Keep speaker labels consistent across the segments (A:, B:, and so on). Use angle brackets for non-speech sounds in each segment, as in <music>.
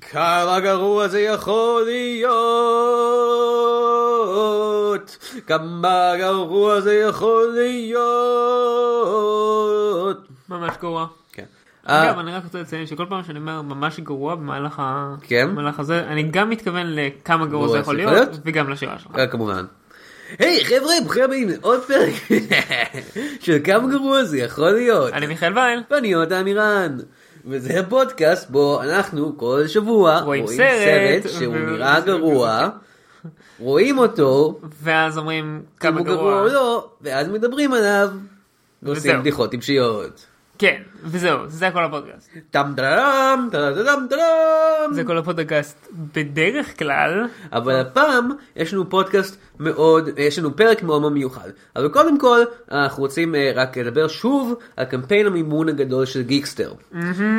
A: כמה גרוע זה יכול להיות, כמה גרוע זה יכול להיות.
B: ממש גרוע.
A: כן.
B: אגב,
A: אה,
B: אני רק רוצה לציין שכל פעם שאני אומר ממש גרוע במהלך ה-
A: כן?
B: במהלך הזה, אני גם מתכוון לכמה גרוע זה יכול
A: להיות?
B: להיות, וגם לשירה שלך.
A: אה, כמובן. היי חבר'ה, ברוכים הבאים לעוד פרק <laughs> של כמה גרוע זה יכול להיות.
B: אני מיכאל וייל,
A: ואני יונתן מירן. וזה הפודקאסט בו אנחנו כל שבוע
B: רואים סרט,
A: שהוא
B: ו-
A: נראה גרוע, רואים אותו,
B: ואז אומרים
A: אם
B: כמה
A: הוא גרוע
B: גרוע.
A: או לא, ואז מדברים עליו, ועושים
B: וזהו.
A: בדיחות טיפשיות.
B: כן, וזהו, זה כל הפודקאסט.
A: טם טם טם טם טם
B: זה כל הפודקאסט בדרך כלל.
A: אבל הפעם יש לנו פודקאסט מאוד, יש לנו פרק מאוד מאוד מיוחד. אבל קודם כל, אנחנו רוצים אה, רק לדבר שוב על קמפיין המימון הגדול של גיקסטר.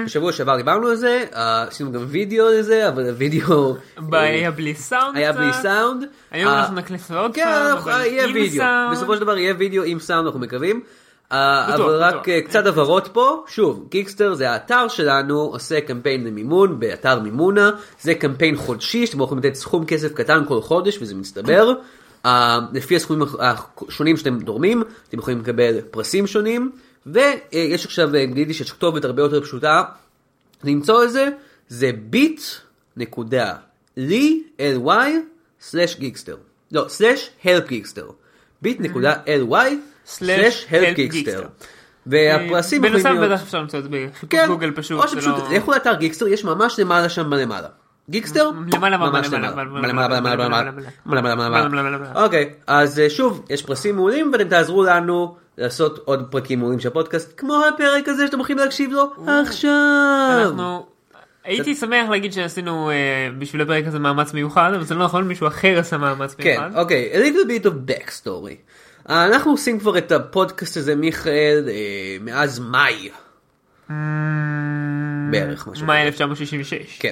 A: בשבוע שעבר דיברנו על זה, אה, עשינו גם וידאו לזה, אבל הוידאו
B: היה בלי סאונד
A: היה
B: קצת.
A: בלי סאונד.
B: היום
A: אה,
B: אנחנו נקליף עוד
A: כן,
B: פעם,
A: אנחנו-
B: אבל
A: יהיה
B: עם
A: וידאו.
B: סאונד.
A: בסופו של דבר יהיה וידאו עם סאונד, אנחנו מקווים. אה,
B: בטוח,
A: אבל רק
B: בטוח.
A: אה, קצת הבהרות פה, שוב, גיקסטר זה האתר שלנו, עושה קמפיין למימון באתר מימונה, זה קמפיין חודשי, שאתם יכולים לתת סכום כסף קטן כל חודש וזה מצטבר. אה, לפי הסכומים השונים שאתם תורמים, אתם יכולים לקבל פרסים שונים, ויש עכשיו, אה, גיליתי שיש כתובת הרבה יותר פשוטה למצוא את זה, זה ביט נקודה לי אל וואי סלאש גיקסטר. לא, סלאש הלפ גיקסטר. ביט נקודה אל וואי סלאש הלפ גיקסטר.
B: helpgeekster.
A: והפרסים
B: אה, בנוסף
A: יכולים להיות-
B: בטח אפשר למצוא את זה בחיפוש
A: כן,
B: גוגל פשוט.
A: או
B: זה
A: שפשוט
B: לא-
A: לכו לאתר גיקסטר, יש ממש למעלה שם למעלה. גיקסטר?
B: למעלה,
A: ממש
B: למעלה,
A: למעלה.
B: למעלה,
A: למעלה,
B: למעלה,
A: למעלה,
B: למעלה,
A: למעלה, למעלה,
B: למעלה,
A: למעלה.
B: למעלה.
A: אוקיי, אז אה, שוב, יש פרסים מעולים ואתם תעזרו לנו לעשות עוד פרקים מעולים של הפודקאסט, כמו הפרק הזה שאתם הולכים להקשיב לו עכשיו.
B: אנחנו... הייתי שמח להגיד שעשינו אה, בשביל הפרק הזה מאמץ מיוחד, אבל זה לא נכון, מישהו אחר עשה מאמץ
A: כן,
B: מיוחד.
A: אוקיי, a little bit of backstory. אה, אנחנו עושים כבר את הפודקאסט הזה, מיכאל, אה, מאז מאי.
B: אמ-
A: בערך משהו.
B: מאי 1966.
A: כן.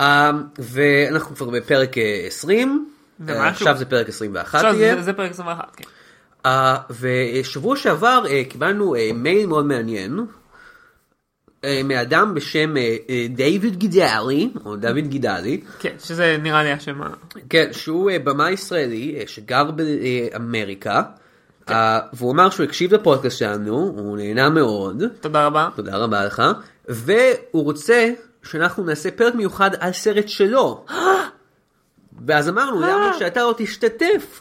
A: אה, ואנחנו כבר בפרק אה, 20.
B: זה
A: אה,
B: משהו.
A: עכשיו זה פרק 21
B: עכשיו
A: יהיה.
B: זה- זה פרק 21, כן.
A: אה, ושבוע שעבר אה, קיבלנו אה, מייל מאוד מעניין. אה, מאדם בשם אה, אה, דיוויד גידלי, או דוד גידלי,
B: כן, שזה נראה לי השם ה...
A: כן, שהוא אה, במאי ישראלי אה, שגר באמריקה,
B: כן.
A: אה, והוא אמר שהוא הקשיב לפודקאסט שלנו, הוא נהנה מאוד,
B: תודה רבה.
A: תודה רבה לך, והוא רוצה שאנחנו נעשה פרק מיוחד על סרט שלו. ואז אמרנו, למה שאתה לא תשתתף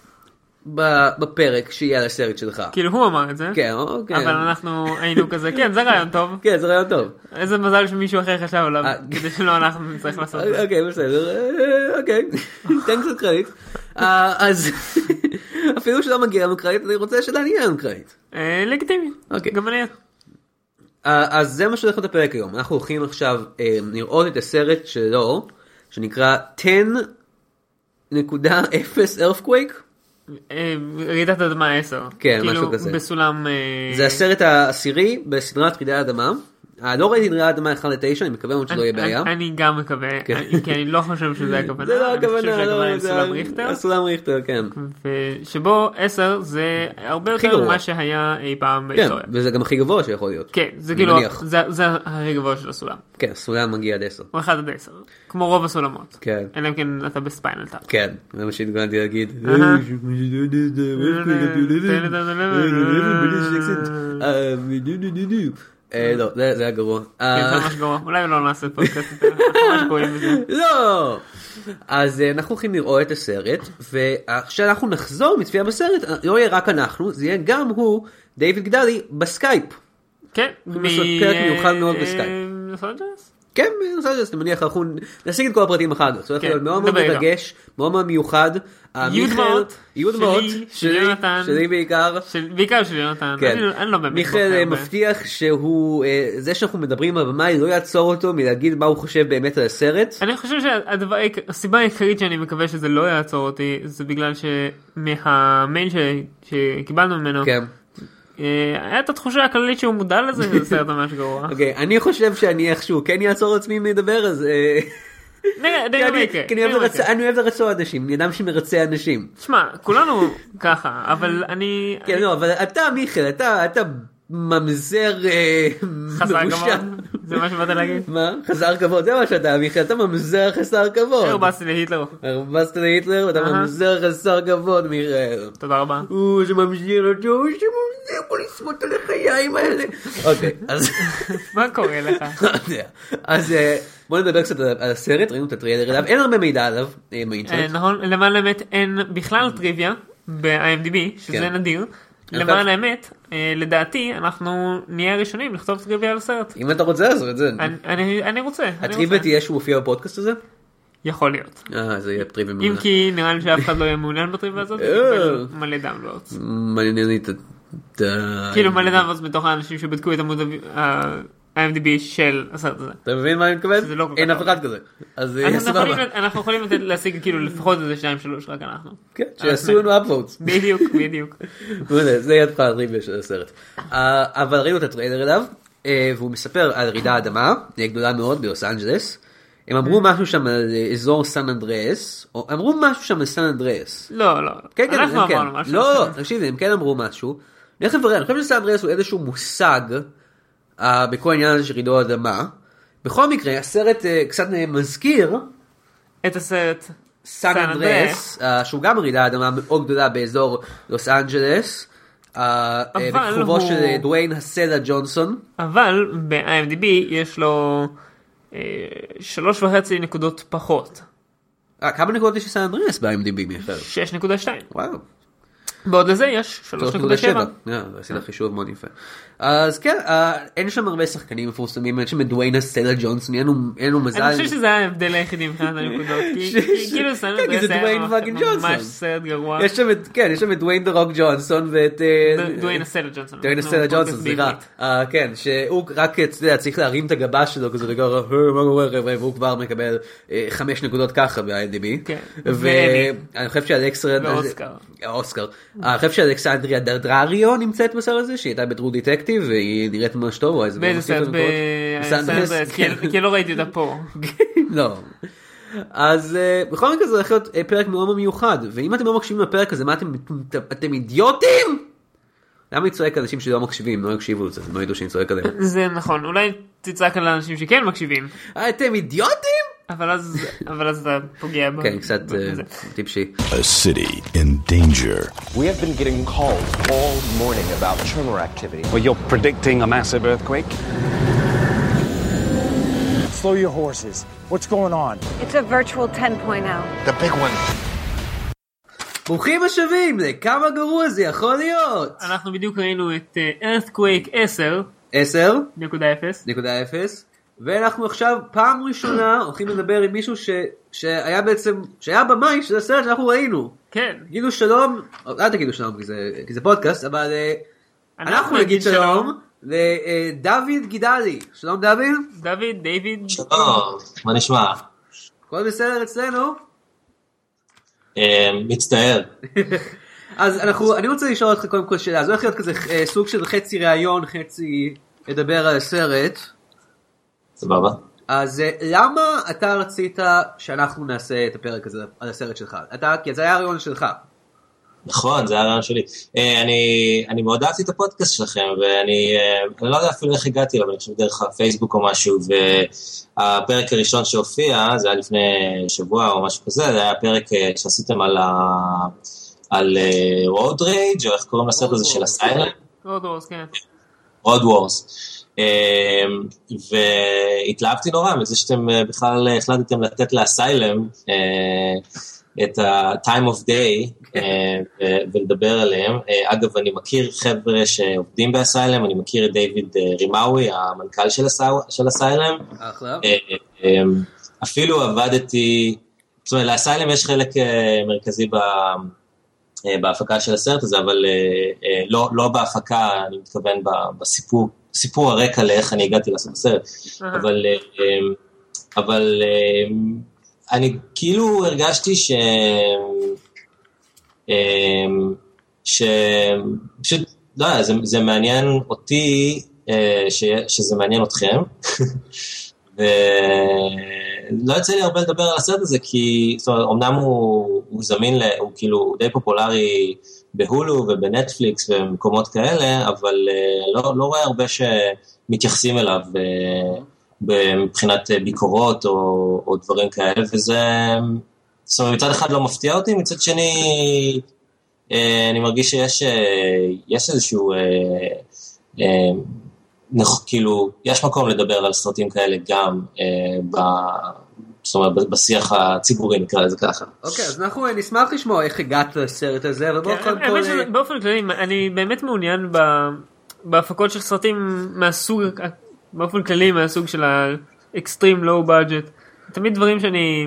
A: ב- בפרק שיהיה על הסרט שלך?
B: כאילו הוא אמר את זה.
A: כן, אוקיי.
B: אבל אנחנו היינו כזה, כן, זה רעיון טוב.
A: כן, זה רעיון טוב.
B: איזה מזל שמישהו אחר חשב עליו,
A: אה.
B: כדי שלא אנחנו נצטרך לעשות את זה.
A: אוקיי, בסדר, אה, אוקיי, תן קצת קרדיט. אה, אז <laughs> אפילו שלא מגיע לנו קרדיט, אני רוצה שלנו יהיה לנו קרדיט.
B: אה, לגיטימי.
A: אוקיי.
B: גם אני...
A: אה, אז זה מה שהולך להיות הפרק היום. אנחנו הולכים עכשיו אה, לראות את הסרט שלו, שנקרא 10.0 earthquake.
B: אה, רעידת אדמה 10.
A: כן, משהו כזה.
B: כאילו בסולם... אה,
A: זה הסרט העשירי בסדרת רעידת אדמה. אה, לא ראיתי את רעידת אדמה 1 ל-9, אני מקווה מאוד שלא לא יהיה
B: אני-
A: בעיה.
B: אני- אני גם מקווה,
A: כן.
B: אני- כי אני לא חושב שזה הכוונה.
A: זה לא
B: אני
A: הכוונה,
B: חושב שהכוונה היא
A: לא, זה
B: סולם ריכטר.
A: הסולם ריכטר, כן.
B: ושבו 10 זה הרבה
A: הכי
B: יותר
A: גרוע.
B: ממה שהיה אי פעם
A: כן,
B: בהיסטוריה.
A: וזה גם הכי גבוה שיכול להיות.
B: כן, זה
A: אני
B: כאילו,
A: מניח.
B: זה זה הכי גבוה של הסולם.
A: כן, סולם מגיע עד 10.
B: הוא 1 עד 10, כמו רוב הסולמות.
A: כן.
B: אלא אם כן אתה בספיינל טאפ.
A: כן, זה מה שהתכוונתי להגיד.
B: אהה.
A: לא אה, לא, זה זה היה גרוע.
B: כן,
A: אה,
B: זה ממש גרוע, אולי לא נעשה פודקאסט יותר, אנחנו
A: <laughs>
B: ממש גרועים בזה.
A: לא! אז אה, אנחנו הולכים לראות את הסרט, וכשאנחנו נחזור מצפייה בסרט, אה, לא יהיה רק אנחנו, זה יהיה גם הוא, דיוויד גדלי, בסקייפ.
B: כן,
A: הולכים לעשות פרק מיוחד מאוד
B: אה,
A: בסקייפ.
B: אה, לוס אנג'לס?
A: כן, בסדר, אז אני מניח אנחנו נשיג את כל הפרטים אחר כך. זה הולך
B: כן,
A: להיות מאוד מאוד
B: נדבר איתם.
A: מרגש, מאוד מאוד מיוחד. אה,
B: י'
A: מיכאל-
B: דמעות.
A: י' דמעות,
B: שלי, של
A: שלי,
B: יונתן.
A: שלי בעיקר.
B: של- בעיקר של יונתן,
A: כן.
B: אני לא- אני לא באמת
A: מיכאל
B: בוחר
A: אה,
B: ב-
A: מבטיח שהוא, אה, זה שאנחנו מדברים על במאי לא יעצור אותו מלהגיד מה הוא חושב באמת על הסרט.
B: אני חושב שהסיבה העיקרית שאני מקווה שזה לא יעצור אותי זה בגלל שמהמייל ש... שקיבלנו ממנו
A: כן.
B: אה, היה את התחושה הכללית שהוא מודע לזה שזה סרט ממש גרוע.
A: <laughs> אוקיי, אני חושב שאני איכשהו כן יעצור את עצמי מלדבר, אז...
B: <laughs>
A: אה,
B: נראה,
A: כי
B: נראה מה
A: אני-
B: יקרה,
A: כי אני אוהב
B: נראה מה יקרה.
A: לרצ- אני אוהב לרצוע אנשים, אני אדם שמרצה אנשים.
B: שמע כולנו ככה אבל אני
A: כן, לא, אבל אתה מיכאל, אתה אתה ממזר אה,
B: חזק
A: מרושע.
B: מאוד. זה מה שבאת להגיד?
A: מה? חסר כבוד, זה מה שאתה אביחי, אתה ממזר חסר כבוד.
B: הרבסתי להיטלר.
A: הרבסת להיטלר ואתה
B: אהה.
A: ממזר חסר כבוד מיכאל.
B: תודה רבה.
A: הוא שממזיר אותו, הוא שממזיר, בוא לסמוט על החיים האלה. אוקיי, אז...
B: מה קורה
A: <laughs>
B: לך?
A: לא יודע. אז אה, בוא נדבר קצת על על הסרט, ראינו את הטריילר אליו, אין הרבה מידע עליו אה,
B: אה,
A: באינטרנט.
B: נכון, למען האמת אין בכלל טריוויה ב-IMDb, שזה
A: כן.
B: נדיר.
A: אגב-
B: למען האמת, אה, לדעתי, אנחנו נהיה הראשונים לכתוב טריוויה על הסרט.
A: אם אתה רוצה לעשות את זה,
B: אני- אני אני רוצה, אני רוצה.
A: הטריוויה תהיה שהוא מופיע בפודקאסט הזה?
B: יכול להיות.
A: אה, זה יהיה טריוויה
B: אם
A: מעולה.
B: כי נראה לי שאף אחד לא יהיה מעוניין בטריוויה הזאת,
A: אה.
B: יקבל מלא דאונלואודס.
A: מעניין לי את ה... את ה-
B: כאילו מלא דאונלואודס בתוך האנשים שבדקו את עמוד ה-IMDb של הסרט הזה.
A: אתה מבין מה אני מתכוון?
B: שזה לא כל כך
A: אין אף
B: הרבה.
A: אחד כזה. אז אה,
B: אנחנו
A: סבבה.
B: יכולים- אנחנו יכולים לתת- להשיג כאילו לפחות איזה שניים שלוש רק אנחנו.
A: כן, שיעשו לנו upvotes.
B: בדיוק, בדיוק.
A: לא יודע, זה יהיה התחלה הטריוויה של הסרט. אה, אבל ראינו את הטריילר אליו, אה, והוא מספר על רעידת אדמה אה, גדולה מאוד בלוס אנג'לס. הם אמרו
B: אוקיי.
A: משהו שם על אה, אזור סן אנדריאס, או אמרו משהו שם על סן אנדריאס.
B: לא, לא.
A: כן, כן,
B: אנחנו
A: הם כן.
B: אמרנו משהו.
A: לא, לא, תקשיבי, הם כן אמרו משהו. אני חושב, אני חושב שסן אנדריאס הוא איזשהו מושג אה, בכל העניין הזה של רעידות אדמה. בכל מקרה, הסרט אה, קצת אה, מזכיר
B: את הסרט.
A: סן אנדרס, אה, שהוא גם רעידה אדמה מאוד גדולה באזור לוס אנג'לס, אה, אה,
B: אבל
A: בכיכובו
B: הוא-
A: של אה, דוויין הסלע ג'ונסון.
B: אבל ב-IMDb יש לו אה, שלוש וחצי נקודות פחות.
A: אה, כמה נקודות יש לסן אנדרס ב-IMDb מיכאל?
B: 6.2.
A: וואו.
B: בעוד לזה יש 3.7.
A: 3.7. אה, עשית חישוב מאוד יפה. אז כן, אה, אין שם הרבה שחקנים מפורסמים, אין שם את דוויין הסלע ג'ונסון, אין לו- אין לו מזל.
B: אני חושב שזה היה ההבדל היחידי מבחינת הנקודות. כי-
A: <laughs> ש-
B: כי
A: ש-
B: כאילו
A: כן,
B: סן
A: כי
B: אנדרס
A: זה
B: היה
A: דוויין
B: ממש-
A: פאקינג ג'ונסון.
B: ממש סרט גרוע.
A: יש שם את, כן, יש שם את דוויין דה רוק ג'ונסון ואת... אה,
B: ד- דוויין הסלע ג'ונסון.
A: דוויין
B: אנחנו
A: הסלע
B: פודקאסט
A: ג'ונסון, סליחה.
B: בעברית.
A: אה, כן, שהוא רק אתה יודע, צריך להרים את הגבה שלו כזה לגמרי, "אה, מה קורה חבר'ה, והוא כבר מקבל אה, חמש נקודות ככה ב-IMDb.
B: כן.
A: ואני חושב שאלכסרד...
B: ואוסקר.
A: אוסקר. אה, אני חושב שאלכסנדריה דרדריו נמצאת בסרט הזה, שהיא הייתה בטרו דטקטיב והיא נראית ממש טוב. וואי, זה
B: באיזה
A: מוסיף לנו
B: סרט?
A: נקודות.
B: בסן
A: בסנדרס,
B: אנדרס.
A: כן.
B: <laughs> כי- כי לא ראיתי אותה פה.
A: לא. אז אה, בכל מקרה זה הולך להיות אה, פרק מאוד מאוד מיוחד, ואם אתם לא מקשיבים לפרק הזה, מה אתם, אתם אידיוטים? למה אני צועק על אנשים שלא מקשיבים, לא יקשיבו לזה, הם לא ידעו שאני צועק עליהם.
B: זה נכון. אולי תצעק על האנשים שכן מקשיבים.
A: אה, אתם אידיוטים?
B: אבל אז אבל אז אתה פוגע ב...
A: כן, קצת אה,
B: בזה.
A: טיפשי.
C: A city in danger.
D: We have been getting calls all morning about tremor activity.
E: Well, you're predicting a massive earthquake?
F: Slow your horses. What's going on?
G: It's a virtual 10.0.
H: The big one.
A: ברוכים השבים לכמה גרוע זה יכול להיות.
B: אנחנו בדיוק ראינו את אה, earthquake 10.0
A: 10.0 ואנחנו עכשיו פעם ראשונה הולכים לדבר עם מישהו ש... שהיה בעצם, שהיה במאי של הסרט שאנחנו ראינו.
B: כן.
A: תגידו שלום, או, אל תגידו שלום כי זה, כי זה פודקאסט, אבל אה, אנחנו נגיד שלום לדוד גידלי. שלום דוד,
B: דוד, דיוויד,
I: טוב, מה נשמע?
A: הכל בסדר אצלנו?
I: אה, מצטער.
A: אז אנחנו, אני רוצה לשאול אותך קודם כל שאלה, זה הולך להיות כזה אה, סוג של חצי ראיון, חצי לדבר על הסרט.
I: סבבה.
A: אז אה, למה אתה רצית שאנחנו נעשה את הפרק הזה על הסרט שלך? אתה, כי זה היה הרעיון שלך.
I: נכון, זה הרעיון שלי. אה, אני, אני מאוד אהבתי את הפודקאסט שלכם, ואני אה, אני לא יודע אפילו איך הגעתי אליו, אני חושב דרך הפייסבוק או משהו, והפרק הראשון שהופיע, זה היה לפני שבוע או משהו כזה, זה היה פרק אה, שעשיתם על ה... על רוד רייג' או איך קוראים לסרט הזה של הסיילנט?
B: רוד וורס, כן.
I: רוד וורס. אמ, והתלהבתי נורא מזה שאתם אה, בכלל אה, החלטתם לתת לאסיילם אה, את ה-time of day אה, ו- ולדבר עליהם. אה, אגב, אני מכיר חבר'ה שעובדים באסיילם, אני מכיר את דיוויד אה, רימאווי, המנכ"ל של הסאו- של אסיילם.
A: אחלה.
I: אה, אה, אפילו עבדתי, זאת אומרת, לאסיילם יש חלק אה, מרכזי ב, אה, בהפקה של הסרט הזה, אבל אה, אה, לא, לא בהפקה, אני מתכוון ב- בסיפור, סיפור הרקע לאיך אני הגעתי לעשות את הסרט,
B: אהה.
I: אבל, אה, אה, אבל אה, אני כאילו הרגשתי ש... אמ, שפשוט, לא יודע, זה, זה מעניין אותי, אה, ש, שזה מעניין אתכם. <laughs> ולא לא יוצא לי הרבה לדבר על הסרט הזה, כי זאת אומרת, אמנם הוא, הוא זמין, ל, הוא כאילו הוא די פופולרי בהולו ובנטפליקס ובמקומות כאלה, אבל אה, לא, לא רואה הרבה שמתייחסים אליו. אה, ב- מבחינת אה, ביקורות או, או דברים כאלה, וזה זאת אומרת, מצד אחד לא מפתיע אותי, מצד שני אה, אני מרגיש שיש אה, יש איזשהו, אה, אה, נכ- כאילו, יש מקום לדבר על סרטים כאלה גם אה, ב... זאת אומרת, ב- בשיח הציבורי נקרא לזה ככה.
A: אוקיי, אז אנחנו אה, נשמח לשמוע איך הגעת לסרט הזה, אבל בואו
B: כן,
A: קודם כל...
B: האמת שזה-
A: אה,
B: באופן כללי אני באמת מעוניין ב- בהפקות של סרטים מהסוג באופן כללי מהסוג של האקסטרים לואו בbudget תמיד דברים שאני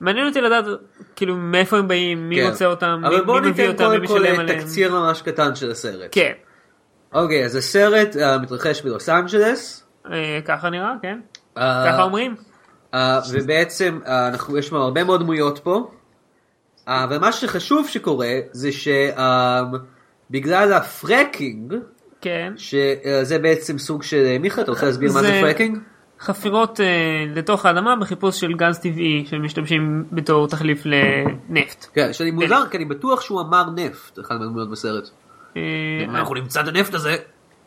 B: מעניין אותי לדעת כאילו מאיפה הם באים מי
A: כן.
B: רוצה אותם מי-
A: אבל בואו
B: מי מביא
A: ניתן
B: אותם מי
A: קודם כל
B: משלם
A: אה,
B: עליהם
A: תקציר ממש קטן של הסרט.
B: כן
A: אוקיי, אז הסרט אה, מתרחש בלוס אנג'לס.
B: אה, ככה נראה כן
A: אה,
B: ככה אומרים
A: אה, ובעצם אה, אנחנו, יש לנו הרבה מאוד דמויות פה. אה, ומה שחשוב שקורה זה שבגלל הפרקינג,
B: כן
A: שזה בעצם סוג של... אה, מיכה, אתה רוצה להסביר מה זה
B: זה-
A: פרקינג?
B: חפירות אה, לתוך האדמה בחיפוש של גז טבעי שמשתמשים בתור תחליף לנפט.
A: כן, שאני מוזר, כי אני בטוח שהוא אמר נפט, אחד מהדמויות בסרט.
B: אה,
A: אנחנו נמצא את הנפט הזה.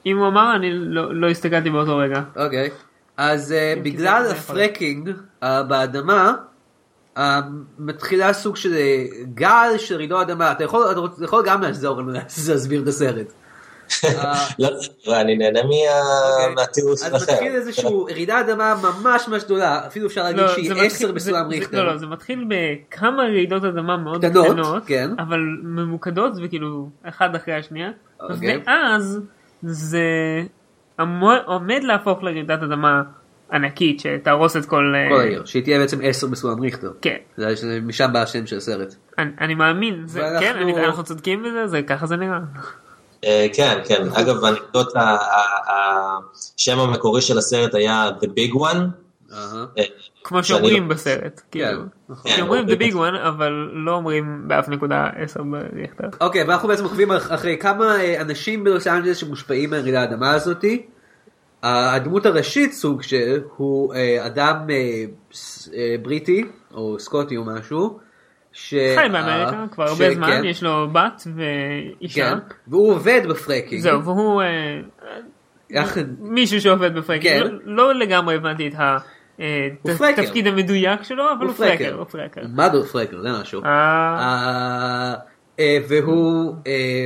B: אם הוא אמר אני לא לא הסתכלתי באותו רגע.
A: אוקיי. אז אה,
B: אם
A: בגלל
B: כי זה-
A: הפרקינג אה, באדמה, אה, מתחילה סוג של אה, גל של רעידות אדמה. אתה יכול- אתה רוצ- אתה יכול גם לעזור לנו <laughs> להסביר את הסרט.
I: לא, לא, אני נהנה מה- מהתיאור שלכם.
A: אוקיי. אז מתחיל איזשהו רעידת אדמה ממש ממש גדולה, אפילו אפשר להגיד
B: לא,
A: שהיא
B: זה מתחיל-
A: 10
B: זה-
A: בסולם
B: זה-
A: ריכטר.
B: לא, לא, זה מתחיל בכמה רעידות אדמה מאוד
A: קטנות,
B: קטנות,
A: כן.
B: אבל ממוקדות וכאילו אחד אחרי השנייה,
A: אוקיי.
B: ואז זה עמו- עומד להפוך לרעידת אדמה ענקית שתהרוס את כל... אה,
A: כל העיר, שהיא תהיה בעצם 10 בסולם ריכטר.
B: כן.
A: זה- זה- משם בא השם של הסרט.
B: אני אני מאמין, זה-
A: ואנחנו-
B: כן, אני- אנחנו צודקים בזה, זה- ככה זה נראה.
I: אה, כן, כן. אגב, האנקדוטה, ה- ה- ה- השם המקורי של הסרט היה The Big One.
A: אהה.
I: אה,
B: כמו
I: שאני
B: שאומרים
I: לא-
B: בסרט,
A: כן,
B: כאילו.
I: נכון.
B: כי אומרים
I: כן,
B: the big one, אבל לא אומרים באף נקודה 10 בריכטר.
A: אוקיי, ואנחנו בעצם עוקבים אח- אחרי כמה אה, אנשים בלוס אנג'לס שמושפעים מהרעידה האדמה הזאתי. אה, הדמות הראשית סוג של הוא אה, אדם אה, ס- אה, בריטי או סקוטי או משהו. ש-
B: חי באמריקה
A: אה,
B: כבר הרבה
A: ש-
B: זמן,
A: כן,
B: יש לו בת ואישה.
A: כן, והוא עובד בפרקינג.
B: זהו, והוא אה,
A: יחד-
B: מישהו שעובד
A: כן.
B: בפרקר. לא- לא לגמרי הבנתי את ה- אה,
A: הוא
B: ת-
A: פרקר.
B: התפקיד המדויק שלו, אבל הוא פרקר. הוא פרקר.
A: מה זה פרקר? זה משהו.
B: אה,
A: אה, אה, והוא אה,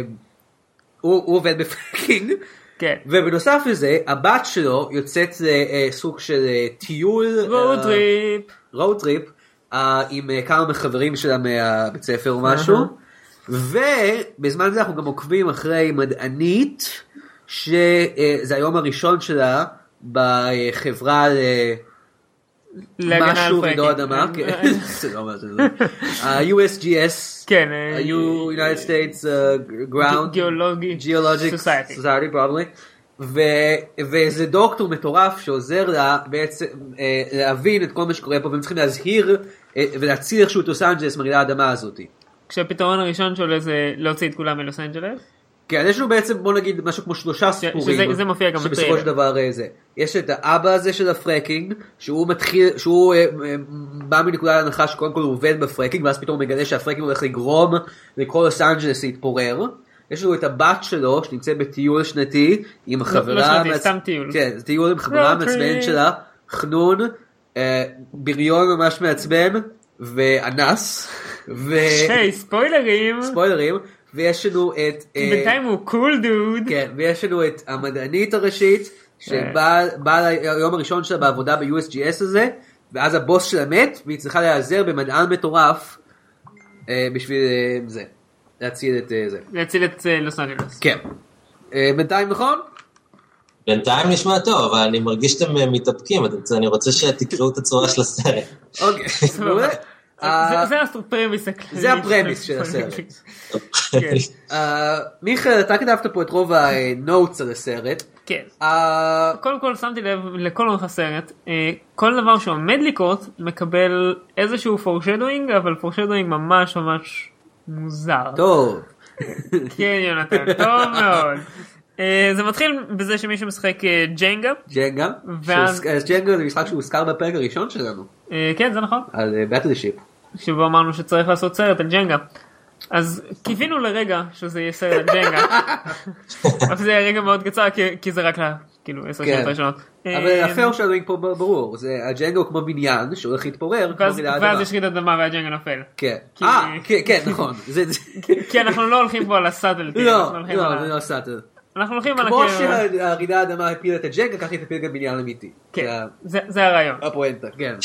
A: הוא הוא עובד בפרקינג.
B: כן.
A: ובנוסף לזה, הבת שלו יוצאת לסוג של אה, טיול.
B: והוא טריפ.
A: רואו טריפ. עם אה, כמה מחברים שלה מהבית ספר או משהו. ובזמן זה אנחנו גם עוקבים אחרי מדענית, שזה היום הראשון שלה בחברה אה, ל-
B: להגנה על
A: משהו
B: פרקר.
A: רעידות אדמה, כן. <laughs>
B: אה,
A: זה לא מה זה,
B: <laughs>
A: זה. ה-USGS,
B: כן, אה,
A: ה-U- United States uh, Ground,
B: גיאולוגי.
A: Geologic
B: Society.
A: Society probably, ו- ואיזה דוקטור מטורף שעוזר לה בעצם אה, להבין את כל מה שקורה פה, והם צריכים להזהיר אה, ולהציל איכשהו את לוס אנג'לס מרעידת האדמה הזאת.
B: כשהפתרון הראשון שלו זה להוציא את כולם מלוס אנג'לס.
A: כן, יש לנו בעצם בוא נגיד משהו כמו שלושה סיפורים.
B: שזה- זה מופיע גם
A: שבסופו
B: בטריילר.
A: של דבר אה, זה. יש את האבא הזה של הפרקינג, שהוא מתחיל, שהוא אה, אה, בא מנקודת הנחה שקודם כל הוא עובד בפרקינג, ואז פתאום הוא מגלה שהפרקינג הולך לגרום לכל לוס אנג'לס להתפורר. יש לנו את הבת שלו שנמצאת בטיול שנתי עם החברה,
B: לא שנתי,
A: המעצ-
B: סתם טיול. אוקיי.
A: כן, זה טיול עם חברה
B: Road trip.
A: המעצבנת שלה, חנון, אה, בריון ממש מעצבן, ואנס, ו...
B: <laughs> היי, ספוילרים.
A: ספוילרים, ויש לנו את... אה,
B: בינתיים הוא קול דוד.
A: כן, ויש לנו את המדענית הראשית, שבאה ליום הראשון שלה בעבודה ב-USGS הזה, ואז הבוס שלה מת, והיא צריכה להיעזר במדען מטורף אה, בשביל אה, זה, להציל את אה, זה.
B: להציל את אה, לוס אנג'לס.
A: כן. אה, בינתיים נכון?
I: בינתיים נשמע טוב, אבל אני מרגיש שאתם אה, מתאפקים, אתם- אני רוצה שתקראו את הצורה של הסרט.
A: אוקיי,
B: <laughs> סבבה.
A: מעולה.
B: זה-
A: אה,
B: זה הפרמיס הכללי.
A: זה הפרמיס של הסרט. אה, מיכאל, אתה כתבת פה את רוב הנוטס על הסרט.
B: <laughs> כן.
A: אה,
B: קודם כל שמתי לב לכל אורך הסרט, אה, כל דבר שעומד לקרות מקבל איזשהו פורשדווינג, אבל פורשדווינג ממש ממש מוזר.
A: טוב.
B: <laughs> כן יונתן, טוב
A: <laughs>
B: מאוד. אה, זה מתחיל בזה שמישהו משחק אה, ג'נגה,
A: ג'נגה,
B: ואז-
A: שהוזכ- אז ג'נגה זה משחק שהוזכר בפרק הראשון שלנו,
B: אה, כן זה נכון,
A: על אה, בטלשיפ.
B: שבו אמרנו שצריך לעשות סרט על ג'נגה. אז
A: <laughs>
B: קיווינו לרגע שזה יהיה סרט על ג'נגה. אבל זה היה רגע מאוד קצר כי, כי זה רק כאילו עשר
A: כן.
B: שנים ראשונות.
A: אבל
B: אה,
A: הפייר שלנו פה ברור, זה הג'נגו הוא כמו בניין שהולך להתפורר, כמו
B: ואז-
A: רעידת
B: ואז
A: אדמה.
B: יש רעידת אדמה והג'נגל נופל.
A: כן.
B: כי-
A: אה, כן, כן,
B: <laughs>
A: נכון. זה- זה-
B: כי אנחנו לא הולכים פה על הסאטלטי,
A: <laughs> לא,
B: אנחנו הולכים
A: לא,
B: על ה-
A: זה לא סאטר.
B: אנחנו הולכים על
A: כמו
B: הקרן.
A: שהרעידת האדמה הפילה את הג'נגה, ככה היא תפיל גם בניין אמיתי.
B: כן,
A: זה ה-
B: זה- זה הרעיון.
A: הפואנטה, כן.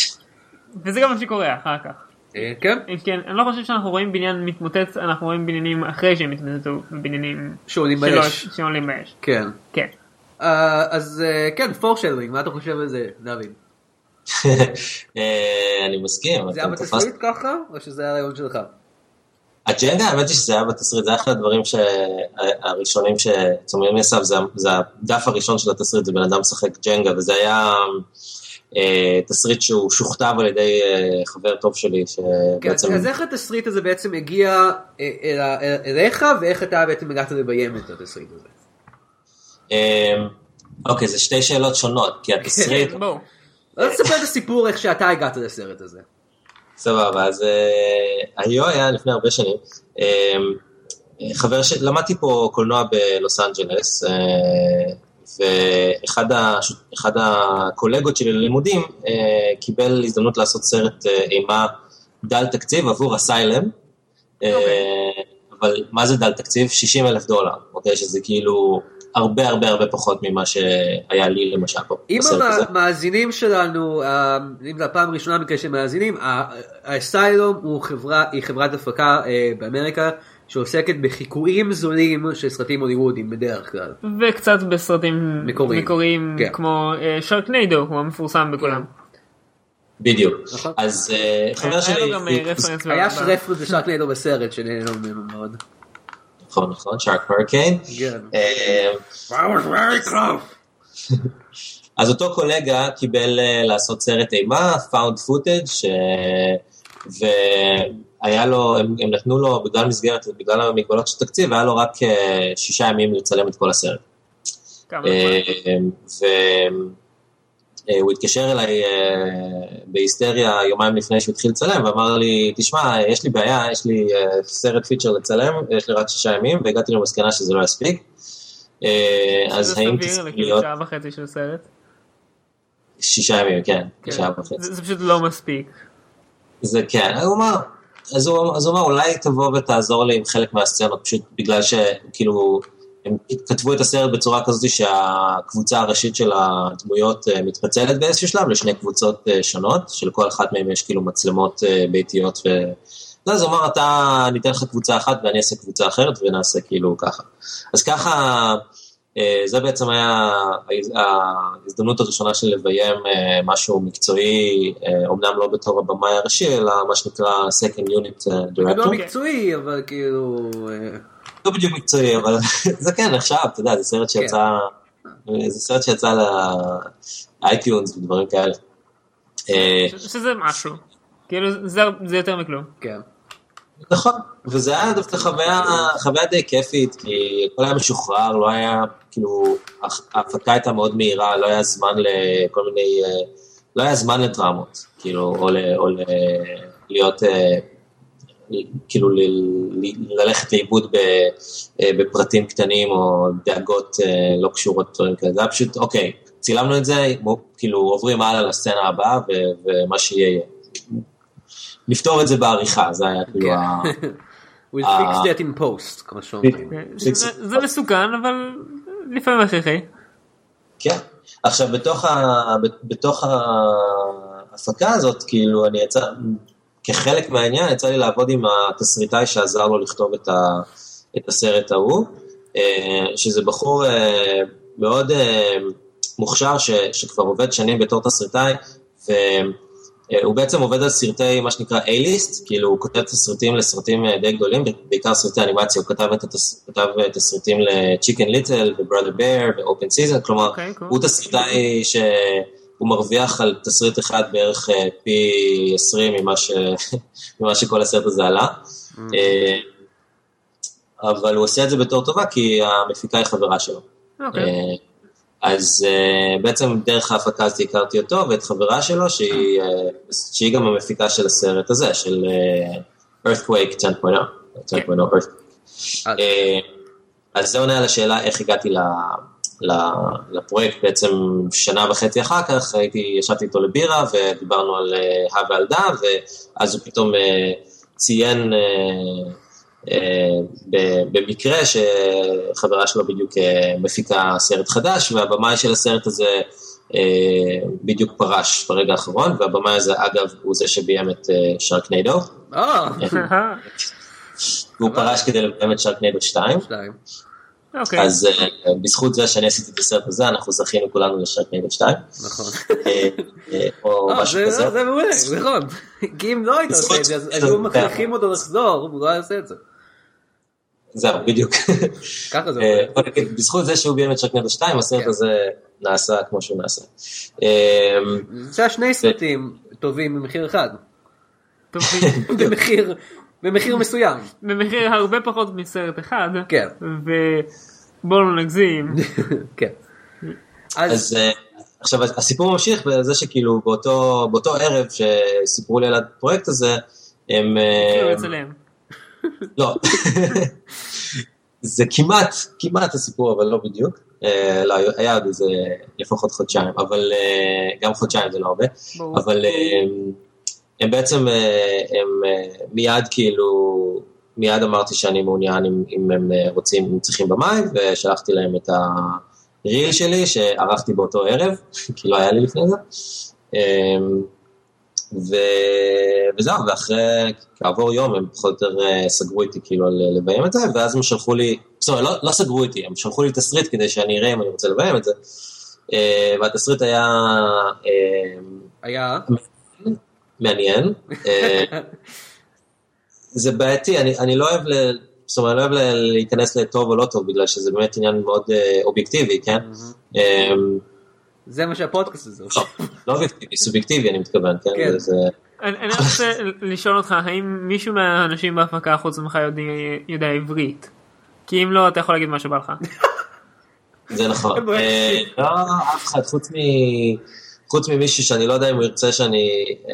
B: וזה גם מה שקורה אחר כך.
A: אה, כן,
B: אם כן, אני לא חושב שאנחנו רואים בניין מתמוטט, אנחנו רואים בניינים אחרי שהם התמוטטו, ובניינים
A: שעולים
B: שלא-
A: באש.
B: שעולים באש.
A: כן.
B: כן.
A: אה, אז אה, כן, פורשלווינג, מה אתה חושב על זה, דוד?
I: <laughs> אה, אני מסכים.
A: זה
I: אתה
A: היה
I: תפסת-
A: בתסריט ככה, או שזה היה הרעיון שלך?
I: אג'נדה, האמת היא שזה היה בתסריט, זה היה אחד הדברים ש- הראשונים שצומרים לי אסף, זה- זה הדף הראשון של התסריט, זה בן אדם משחק ג'נגה, וזה היה אה, תסריט שהוא שוכתב על ידי אה, חבר טוב שלי,
A: כן,
I: שבעצם...
A: אז איך התסריט הזה בעצם הגיע אה, אל ה- אל- אליך, ואיך אתה בעצם הגעת לביים את התסריט הזה?
I: אה, אוקיי, זה שתי שאלות שונות,
A: <laughs>
I: כי
A: כן,
I: התסריט...
B: בואו.
A: אז תספר את הסיפור איך שאתה הגעת לסרט הזה.
I: סבבה, אז אה, היו היה לפני הרבה שנים. אה, חבר ש... למדתי פה קולנוע בלוס אנג'לס, אה, ואחד ה... אחד הקולגות שלי ללימודים אה, קיבל הזדמנות לעשות סרט אה, אימה דל תקציב עבור אסיילם. אה, אבל מה זה דל תקציב? 60 אלף דולר, אוקיי? שזה כאילו הרבה הרבה הרבה פחות ממה שהיה לי למשל פה
A: אם
I: בסרט הזה.
A: המאזינים שלנו, אה, אם זו הפעם הראשונה במקרה של מאזינים, האסיילום היא חברת הפקה אה, באמריקה שעוסקת בחיקויים זולים של סרטים הוליוודים בדרך כלל.
B: וקצת בסרטים
A: מקוריים.
B: מקוריים
A: כן.
B: כמו שרקניידו, הוא המפורסם בכולם.
I: בדיוק.
A: נכון.
I: אז אה, כן. חבר שלי...
B: היה לו גם אה,
I: הוא-
B: רפרנס.
A: היה
B: ב-
A: רפרנס לשארקניידו בסרט שנהנו ממנו מאוד.
I: נכון, נכון, אמ, שרק הוריקן.
A: כן.
I: אז אותו קולגה קיבל אה, לעשות סרט אימה, found footage, ש... והיה לו, הם, הם נתנו לו בגלל מסגרת, בגלל המגבלות של תקציב, היה לו רק אה, שישה ימים לצלם את כל הסרט.
B: כמה
I: אה,
B: זמן.
I: והוא התקשר אליי אה, בהיסטריה יומיים לפני שהוא התחיל לצלם, ואמר לי, תשמע, יש לי בעיה, יש לי אה, סרט פיצ'ר לצלם, יש לי רק שישה ימים, והגעתי למסקנה שזה לא יספיק. אה, אז
B: שזה
I: האם
B: סביר
I: תסכים
B: לכאילו
I: להיות
B: שעה וחצי של סרט.
I: שישה ימים, כן,
B: כן.
I: שעה וחצי.
B: זה זה פשוט לא מספיק.
I: זה כן, הוא אמר, אז הוא, אז הוא אמר, אולי תבוא ותעזור לי עם חלק מהסצנות, פשוט בגלל שכאילו, הם כתבו את הסרט בצורה כזאת שהקבוצה הראשית של הדמויות אה, מתפצלת באיזשהו שלב לשני קבוצות אה, שונות, שלכל אחת מהן יש כאילו מצלמות אה, ביתיות ו... לא, אז הוא אמר, אתה, אני אתן לך קבוצה אחת ואני אעשה קבוצה אחרת ונעשה כאילו ככה. אז ככה, אה, זה בעצם היה ההז- ההזדמנות הראשונה שלי לביים אה, משהו מקצועי, אה, אומנם לא בתור הבמאי הראשי, אלא מה שנקרא second unit אה,
A: זה לא
I: director.
A: מקצועי, אבל כאילו... אה,
I: לא בדיוק מקצועי, אבל <laughs> זה כן עכשיו, אתה יודע, זה סרט שיצא, זה סרט שיצא לאייטיונס ודברים כאלה. אה,
B: ש- שזה משהו. כאילו זה זה יותר מכלום.
A: כן.
I: נכון, וזה היה דווקא חוויה, חוויה די כיפית, כי הכל היה משוחרר, לא היה, כאילו, הח- ההפקה הייתה מאוד מהירה, לא היה זמן לכל מיני, אה, לא היה זמן לדרמות, כאילו, או, ל, או ל, להיות, אה, כאילו, ל, ל, ללכת לאיבוד ב, אה, בפרטים קטנים, או דאגות אה, לא קשורות, דברים כאלה, זה היה פשוט, אוקיי, צילמנו את זה, מו- כאילו, עוברים הלאה לסצנה הבאה, ו, ומה שיהיה יהיה. נפתור את זה בעריכה, זה היה
A: כן.
I: כאילו ה...
A: <laughs> We'll
I: אה.
A: fix that in post, כמו שאומרים.
B: זה
A: אוקיי.
B: זה מסוכן אבל לפעמים הכרחי.
I: כן. עכשיו, בתוך, ה... ב- בתוך ההפקה הזאת, כאילו, אני יצא, כחלק מהעניין, יצא לי לעבוד עם התסריטאי שעזר לו לכתוב את, ה... את הסרט ההוא, אה, שזה בחור אה, מאוד אה, מוכשר, ש... שכבר עובד שנים בתור תסריטאי, ו... אה, הוא בעצם עובד על סרטי, מה שנקרא A-List, כאילו הוא כותב תסריטים לסרטים אה, די גדולים, בעיקר סרטי אנימציה, הוא כתב, את התס... כתב אה, תסריטים ל-Chicken Little ו-Brother Bear ו-Open Season, כלומר,
B: אוקיי, cool.
I: הוא תסריטאי אה, שהוא מרוויח על תסריט אחד בערך אה, פי 20 ממה, ש... <laughs> ממה שכל הסרט הזה עלה.
B: Mm.
I: אה, אבל הוא עושה את זה בתור טובה, כי המפיקה היא חברה שלו.
B: אוקיי.
I: אה, אז אה, בעצם דרך ההפקה הזאת הכרתי אותו ואת חברה שלו, שהיא, אה, שהיא גם המפיקה של הסרט הזה, של אה, Earthquake 10.0.
B: כן.
I: oh, 10.0 Earthquake.
A: אה.
I: אה, אז זה עונה על השאלה איך הגעתי ל... ל- לפרויקט בעצם שנה וחצי אחר כך, הייתי, ישבתי איתו לבירה ודיברנו על אה, הא ועל דא, ואז הוא פתאום אה, ציין אה, אה, ב- במקרה שחברה שלו בדיוק אה, מפיקה סרט חדש, והבמאי של הסרט הזה אה, בדיוק פרש ברגע האחרון, והבמאי הזה אגב הוא זה שביים את אה, שרקניידו,
A: אה,
I: והוא פרש כדי לביים את שרקניידו
A: שתיים.
I: 2.
A: כן.
B: אוקיי.
I: אז אה, בזכות זה שאני עשיתי את הסרט הזה, אנחנו זכינו כולנו לשרקניידו 2.
A: נכון.
I: אה, אה, או
A: אה,
I: משהו
A: זה
I: כזה.
A: זה מעולה, נכון. כי אם לא היית עושה את זה, אז אז היו מכריחים אותו לחזור, והוא לא היה עושה את זה.
I: זהו, בדיוק.
A: ככה זה
I: אה,
A: עובד.
I: בוא נגיד, בזכות זה שהוא ביים את שרקניידו 2, הסרט
A: כן.
I: הזה נעשה כמו שהוא נעשה. אה,
A: זה היה שני סרטים טובים במחיר אחד.
B: טוב,
A: במחיר, במחיר מסוים.
B: במחיר הרבה פחות מסרט אחד.
A: כן.
B: ובואו לא נגזים.
A: כן. אז
I: אז אה, עכשיו הסיפור ממשיך בזה שכאילו באותו באותו ערב שסיפרו לי על הפרויקט הזה, הם... אה,
A: אוקיי,
B: כאילו, לצלם.
I: לא. זה כמעט, כמעט הסיפור, אבל לא בדיוק. אה, לא, היה עוד איזה לפחות חודשיים, אבל אה, גם חודשיים זה לא הרבה.
B: ברור.
I: אבל אה, הם בעצם, אה, הם אה, מיד כאילו, מיד אמרתי שאני מעוניין אם, אם הם אה, רוצים, אם צריכים במים, ושלחתי להם את הריל שלי שערכתי באותו ערב, <laughs> כי לא היה לי לפני זה. אה, ו... וזהו, ואחרי, כעבור יום הם פחות או יותר אה, סגרו איתי כאילו על אה, לביים את זה, ואז הם שלחו לי, בסדר, לא, לא סגרו איתי, הם שלחו לי תסריט כדי שאני אראה אם אני רוצה לביים את זה. אה, והתסריט היה אה,
A: היה,
I: מעניין. אה, זה בעייתי, אני, אני לא אוהב, ל... זאת אומרת, לא אוהב ל... להיכנס לטוב או לא טוב, בגלל שזה באמת עניין מאוד אה, אובייקטיבי, כן? אה,
A: זה מה שהפודקאסט הזה. הוא.
I: לא אובייקטיבי, סובייקטיבי אני מתכוון, כן?
A: כן.
I: זה- זה...
B: אני אני רוצה לשאול אותך, האם מישהו מהאנשים בהפקה חוץ ממך יודע- יודע עברית? כי אם לא, אתה יכול להגיד מה שבא לך.
I: זה נכון.
A: בואי.
I: אה, לא, אף אחד, חוץ מ... חוץ ממישהו שאני לא יודע אם הוא ירצה שאני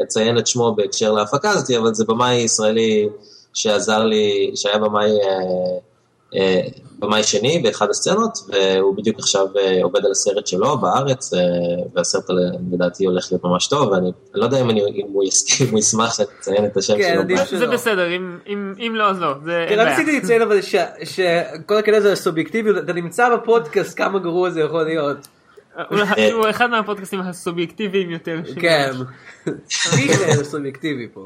I: אציין את שמו בהקשר להפקה הזאת, אבל זה במאי ישראלי שעזר לי, שהיה במאי, אה, אה, במאי שני באחד הסצנות, והוא בדיוק עכשיו אה, עובד על הסרט שלו בארץ, אה, והסרט על- לדעתי הולך להיות ממש טוב, ואני אני לא יודע אם, אני, אם, הוא, יס, אם הוא ישמח שאני אציין את השם
A: כן,
I: שלו.
A: עדיף
I: ב-
A: שלא.
B: זה בסדר, אם- אם אם לא, אז לא. זה אין
A: כן,
B: בעיה.
A: רציתי לציין אבל ש- שכל הקטע הזה הסובייקטיבי, אתה נמצא בפודקאסט כמה גרוע זה יכול להיות.
B: אולי- הוא אחד מהפודקאסטים הסובייקטיביים יותר. שיש.
A: אה. כן. מי זה סובייקטיבי פה.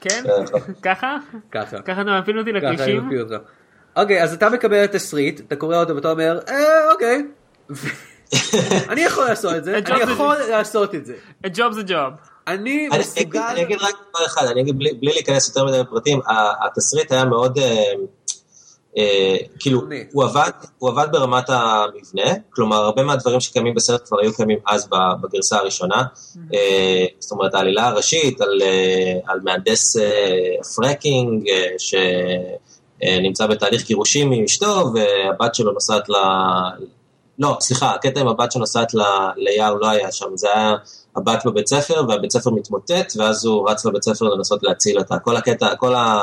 B: כן?
I: אה,
B: ככה?
A: ככה.
B: ככה אתה מפיל אותי
A: ככה אני
B: לכבישים?
A: מפיל אותך. אוקיי, אז אתה מקבל את התסריט, אתה קורא אותו ואתה אומר, אה, אוקיי. <laughs> ו- אני יכול לעשות את זה, אני יכול לעשות את זה.
B: A job זה job.
A: אני
I: אני אגיד-
A: מסוגל...
I: אני אגיד רק דבר אחד, אני אגיד בלי בלי להיכנס יותר מדי לפרטים, ה- התסריט היה מאוד, אה, אה, כאילו,
A: שונה.
I: הוא עבד- הוא עבד ברמת המבנה, כלומר הרבה מהדברים שקיימים בסרט כבר היו קיימים אז ב- בגרסה הראשונה, אה, זאת אומרת העלילה הראשית על, אה, על מהנדס אה, פרקינג אה, שנמצא בתהליך גירושים עם אשתו והבת שלו נוסעת ל... לא, סליחה, הקטע עם הבת שנוסעת ל- ליער לא היה שם, זה היה הבת בבית ספר, והבית ספר מתמוטט, ואז הוא רץ לבית ספר לנסות להציל אותה. כל הקטע, כל ה...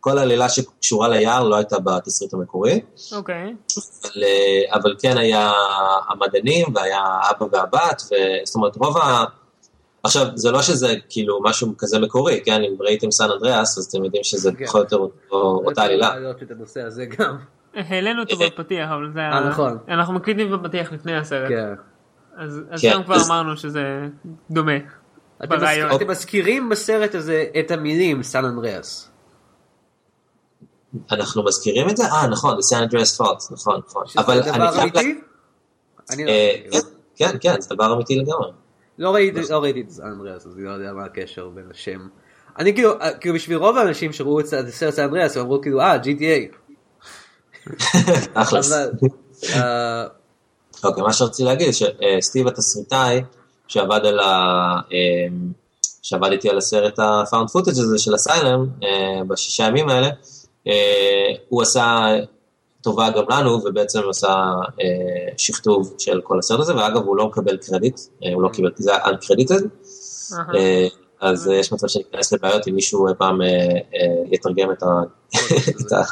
I: כל העלילה שקשורה ליער לא הייתה בתסריט המקורי,
B: אוקיי.
I: אבל, אה, אבל כן היה המדענים והיה אבא והבת, ו... זאת אומרת רוב ה... עכשיו, זה לא שזה כאילו משהו כזה מקורי, כן? אם ראיתם סן אנדריאס, אז אתם יודעים שזה
A: כן.
I: פחות או יותר אותו- אותה עלילה.
A: להעלות את הנושא הזה גם.
B: העלינו אותו
I: אה.
B: בפתיח, אבל זה
A: אה, נכון.
B: אנחנו מקליטים בפתיח לפני הסרט.
A: כן.
B: אז אז
I: כן.
B: שם כבר
I: אז-
B: אמרנו שזה דומה.
A: אתם אוקיי. מזכ-
B: ברעיון.
A: אתם מזכירים בסרט הזה את המילים סן אנדריאס.
I: אנחנו מזכירים את זה? אה, נכון, זה סן אנדריאס פולט, נכון, נכון.
A: שזה דבר
I: חייב לה-
A: אמיתי? אני לא
I: אה,
A: מכיר.
I: כן, כן, כן, זה דבר אמיתי לגמרי.
A: לא ראיתי לא ראיתי את סן אנדריאס, אז אני לא יודע מה הקשר בין השם. אני כאילו, אה, כאילו בשביל רוב האנשים שראו את הסרט סן אנדריאס, הם אמרו כאילו, אה, GTA.
I: אחלה.
A: אבל... אה,
I: אוקיי, מה שרציתי להגיד, שסטיב התסריטאי, שעבד על ה... אה, שעבד איתי על הסרט הפאונד פוטג' הזה של הסיילם, אה, בשישה ימים האלה, אה, הוא עשה טובה גם לנו, ובעצם עשה אה, שכתוב של כל הסרט הזה, ואגב, הוא לא מקבל קרדיט, אה, הוא לא קיבל, זה היה uncredited,
B: אהה.
I: אה, אז אה, יש מצב שניכנס לבעיות אם מישהו אי פעם אה, אה, יתרגם את ה- את ה-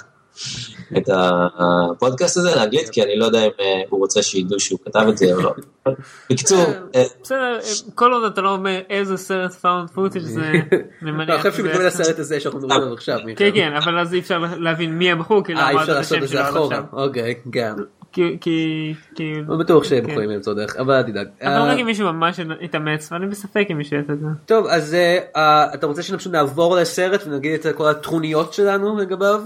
I: את הפודקאסט הזה לאנגלית, כי אני לא יודע אם אה, הוא רוצה שידעו שהוא כתב את זה או לא.
B: <laughs>
I: בקיצור, אה,
B: בסדר, כל עוד אתה לא אומר איזה סרט פאונד פוטג'
A: <laughs>
B: זה... אני
A: לא,
B: מניח
A: אני חושב
B: שזה-
A: שהוא מתכוון לסרט הזה שאנחנו מדברים עליו עכשיו.
B: כן
A: מיכאל.
B: כן אבל אז אי אפשר להבין מי הבחור כי לא
A: אה, אי
B: אמרת
A: אפשר
B: את
A: לעשות
B: השם
A: את זה
B: שלו עד
A: אחורה.
B: עכשיו.
A: אוקיי, גם.
B: כי- כי... כי-
A: לא בטוח שהם
B: כן.
A: יכולים למצוא דרך, אבל אל תדאג.
B: אבל
A: אה,
B: רק אם מישהו ממש התאמץ ואני בספק אם מישהו יעשה את זה.
A: טוב, אז אה, אה, אתה רוצה שנפשוט נעבור לסרט ונגיד את כל הטרוניות שלנו לגביו?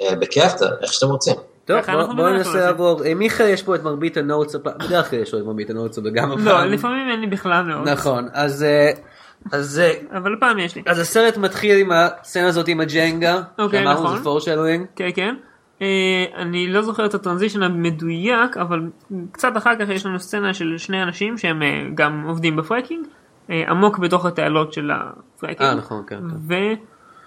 I: אה, בכיף, אתה- איך שאתם רוצים.
A: טוב,
B: ככה
A: בוא-
B: אנחנו
A: בואו
B: בדרך
A: ננסה
B: כלל עושים.
A: לעבור. אה, מיכאל יש פה את מרבית הנוטס, הפ- בדרך כלל יש לו את מרבית הנוטס, אבל גם
B: לא
A: הפעם.
B: לפעמים אין לי בכלל מאוד.
A: נכון, אז אה, אז אה,
B: אבל הפעם יש לי.
A: אז הסרט מתחיל עם הסצנה הזאת עם הג'נגה.
B: אוקיי,
A: שאמרנו
B: נכון.
A: זה פורשלוינג.
B: כן כן. אה, אני לא זוכר את הטרנזישן המדויק אבל קצת אחר כך יש לנו סצנה של שני אנשים שהם אה, גם עובדים בפרקינג אה, עמוק בתוך התעלות של הפרקינג.
A: אה, נכון, כן, כן.
B: והם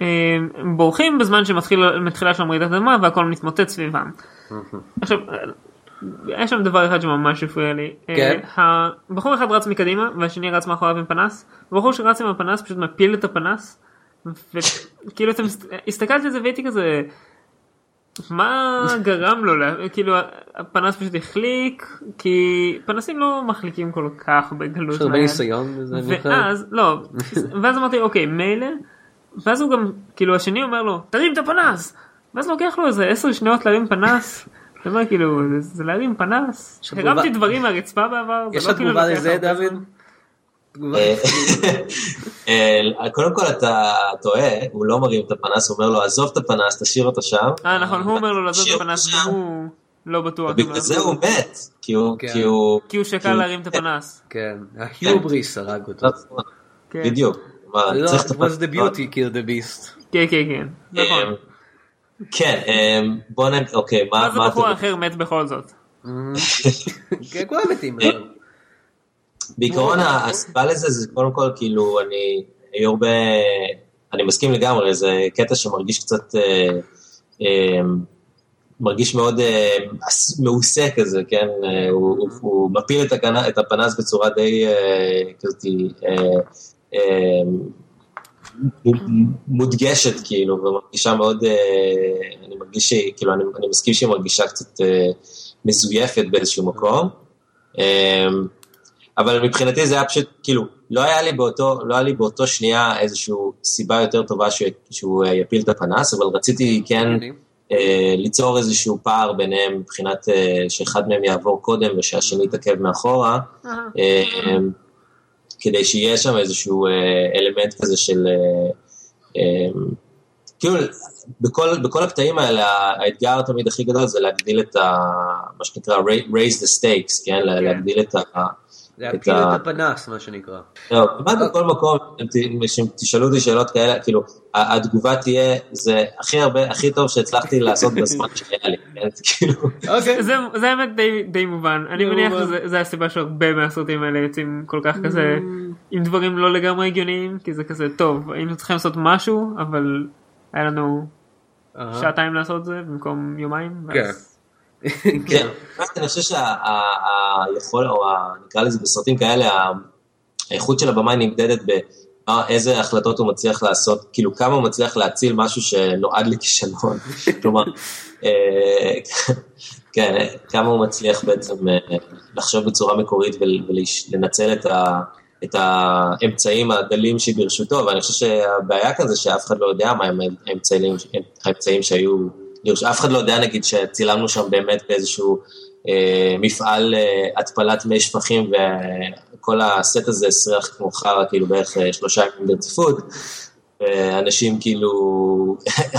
B: אה, בורחים בזמן שמתחילה שם רעידת אדמה והכל מתמוטט סביבם. עכשיו אה, היה שם דבר אחד שממש הפריע לי. אה,
A: כן.
B: ה- בחור אחד רץ מקדימה והשני רץ מאחוריו עם פנס. הבחור שרץ עם הפנס פשוט מפיל את הפנס. וכאילו אתם הסתכלתי על זה והייתי כזה מה גרם לו לה- כאילו הפנס פשוט החליק כי פנסים לא מחליקים כל כך בגלות.
A: יש לך הרבה
B: מהיד.
A: ניסיון בזה, מיכאל?
B: ואז לא ואז אמרתי אוקיי מילא ואז הוא גם כאילו השני אומר לו תרים את הפנס ואז לוקח לו איזה עשר שניות להרים פנס. אתה אומר כאילו "זה- זה להרים פנס
A: יש לך תגובה-
B: הרמתי דברים מהרצפה בעבר זה
A: יש
B: לא
A: לך
B: כאילו
A: תגובה
B: לוקח
A: לזה,
B: הרבה
A: דוד?
B: זמן."
A: תגובה?
I: <laughs> אה, קודם כל אתה טועה, הוא לא מרים את הפנס, הוא אומר לו עזוב את הפנס, תשאיר אותו שם.
B: אה נכון הוא אומר לו לעזוב את
I: תשאיר אותו
B: הפנס
I: שם.
B: והוא לא בטוח
I: בגלל זה הוא מת, כי הוא,
A: כן.
I: כי הוא, לא,
B: כי הוא שקל להרים את הפנס.
A: כן, ההיובריס הרג אותו.
B: כן.
I: בדיוק. מה,
A: לא,
I: צריך
A: it
I: לטפל-
A: was the beauty killed the beast.
B: כן כן כן. נכון.
I: אמ, כן, אמ, בוא נגיד, אוקיי, מה,
B: ואז
I: מה
B: הבחור
I: אתה...
B: האחר מת בכל זאת.
I: אה.
A: כן, כולם מתים. אבל-
I: בעיקרון הסיבה לזה זה קודם כל כאילו אני היו הרבה, אני מסכים לגמרי, זה קטע שמרגיש קצת, אה, אה, מרגיש מאוד אה, אס- מעושה כזה, כן? אה, הוא, הוא, הוא מפיל את, הגנה, את הפנס בצורה די אה, כזאת אה, אה, מ- מודגשת כאילו, ומרגישה מאוד, אה, אני מרגיש שהיא, כאילו, אני, אני מסכים שהיא מרגישה קצת אה, מזויפת באיזשהו מקום. אה, אבל מבחינתי זה היה פשוט, כאילו, לא היה לי באותו, לא היה לי באותו שנייה איזושהי סיבה יותר טובה ש, שהוא אה, יפיל את הפנס, אבל רציתי כן אה, ליצור איזשהו פער ביניהם מבחינת אה, שאחד מהם יעבור קודם ושהשני יתעכב מאחורה, אה, כדי שיהיה שם איזשהו אה, אלמנט כזה של... אה, אה, כאילו, בכל, בכל הקטעים האלה, האתגר תמיד הכי גדול זה להגדיל את ה... מה שנקרא raise the stakes, כן? להגדיל את ה...
A: להפיל
I: ה-
A: את הפנס, מה שנקרא.
I: לא, כמעט בכל מקום, אם ת- אם תשאלו אותי שאלות כאלה, כאילו, ה- התגובה תהיה, זה הכי הרבה, הכי טוב שהצלחתי לעשות בזמן שהיה לי, כן? <laughs> כאילו,
A: אוקיי.
B: זה זה האמת די- די מובן. אני
A: די
B: מניח
A: מובן.
B: שזה זה הסיבה שהרבה מהסרטים האלה יוצאים כל כך כזה
A: Mm.
B: עם דברים לא לגמרי הגיוניים כי זה כזה טוב היינו צריכים לעשות משהו אבל היה לנו
A: אהה.
B: שעתיים לעשות זה במקום יומיים. ואז-
A: אה. כן.
I: כן. רק אני חושב שהיכול, או ה- נקרא לזה בסרטים כאלה, ה- האיכות של הבמאי נמדדת ב... מה- איזה החלטות הוא מצליח לעשות, כאילו כמה הוא מצליח להציל משהו שנועד לכישלון, כלומר, אה, כן, אה, כמה הוא מצליח בעצם אה, לחשוב בצורה מקורית ולנצל את, ה, את האמצעים הדלים שברשותו, ואני חושב שהבעיה כאן זה שאף אחד לא יודע מה הם האמצעים, האמצעים שהיו, לרש- אף אחד לא יודע נגיד שצילמנו שם באמת באיזשהו אה, מפעל אה, התפלת מי שפכים, וכל הסט הזה הסריח כמו חרא, כאילו בערך אה, שלושה ימים ברציפות. ואנשים כאילו <laughs>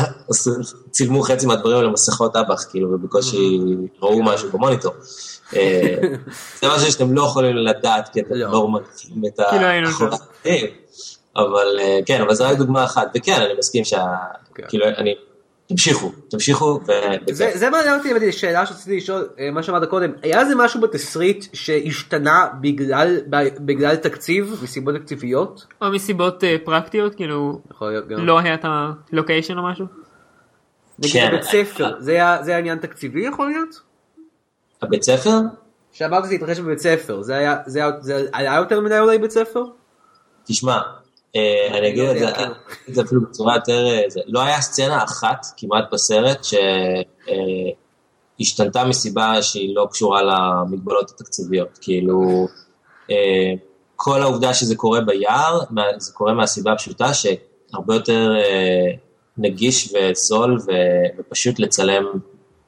I: צילמו חצי מהדברים על מסכות אב"ח, כאילו, ובקושי ראו משהו במוניטור. אה, זה משהו שאתם לא יכולים לדעת, כי אתם
A: לא.
I: לא מרגישים את
B: כי לא היינו
I: ה-
B: שם.
I: החיים. אה, אבל אה, כן, אבל זו רק דוגמה אחת, וכן, אני מסכים שה...
A: כן.
I: כאילו, אני... תמשיכו, תמשיכו, ו...
A: זה זה מה שאמרתי, האמת היא, שאלה שרציתי לשאול, אה, מה שאמרת קודם, היה זה משהו בתסריט שהשתנה בגלל- בגלל תקציב, מסיבות תקציביות?
B: או מסיבות אה, פרקטיות כאילו
A: יכול להיות גם.
B: לא היה את הלוקיישן או
A: <laughs>
B: משהו.
A: נגיד
I: כן.
A: בבית ספר, זה היה- זה היה עניין תקציבי יכול להיות?
I: הבית ספר?
A: שאמרת שזה התרחש בבית ספר, זה היה- זה היה- זה היה יותר מדי אולי בית ספר?
I: תשמע, אה,
A: לא
I: אני אגיד את
A: יודע,
I: זה-
A: כאילו.
I: אני אגיד את זה אפילו בצורה יותר... אה, זה- לא היה סצנה אחת כמעט בסרט ש- אה, השתנתה מסיבה שהיא לא קשורה למגבלות התקציביות. כאילו, אה, כל העובדה שזה קורה ביער, מה- זה קורה מהסיבה הפשוטה שהרבה יותר אה, נגיש וזול ו- ופשוט לצלם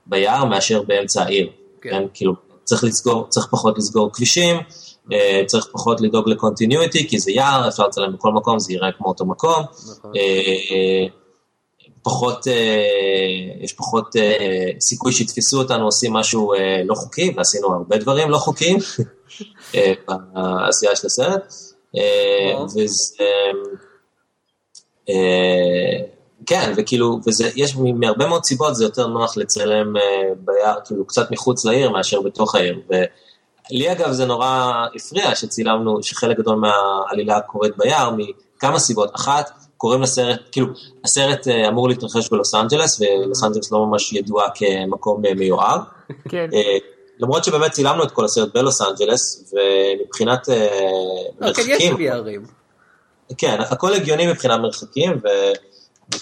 I: ביער מאשר באמצע העיר.
A: כן.
I: כן, כן כאילו, צריך לסגור, צריך פחות לסגור כבישים, אה, צריך פחות לדאוג לקונטיניויטי, כי זה יער, אפשר לצלם בכל מקום, זה ייראה כמו אותו מקום.
A: נכון.
I: אה, אה, פחות, אה, יש פחות אה, סיכוי שיתפסו אותנו עושים משהו אה, לא חוקי, ועשינו הרבה דברים לא חוקיים אה, בעשייה של הסרט. אה,
A: כמו?
I: וזה... אמ, אה, כן, וכאילו, וזה, יש מ- מהרבה מאוד סיבות, זה יותר נוח לצלם אה, ביער, כאילו, קצת מחוץ לעיר מאשר בתוך העיר. ולי אגב זה נורא הפריע שצילמנו, שחלק גדול מהעלילה קורית ביער, מכמה סיבות. אחת, קוראים לסרט, כאילו, הסרט אה, אמור להתרחש בלוס אנג'לס, ולוס אנג'לס לא ממש ידועה כמקום אה, מיוער.
B: כן.
I: אה, למרות שבאמת צילמנו את כל הסרט בלוס אנג'לס, ומבחינת אה,
A: לא, כן, יש
I: מרחקים,
A: ביערים.
I: כן, הכל הגיוני מבחינת מרחקים, ו,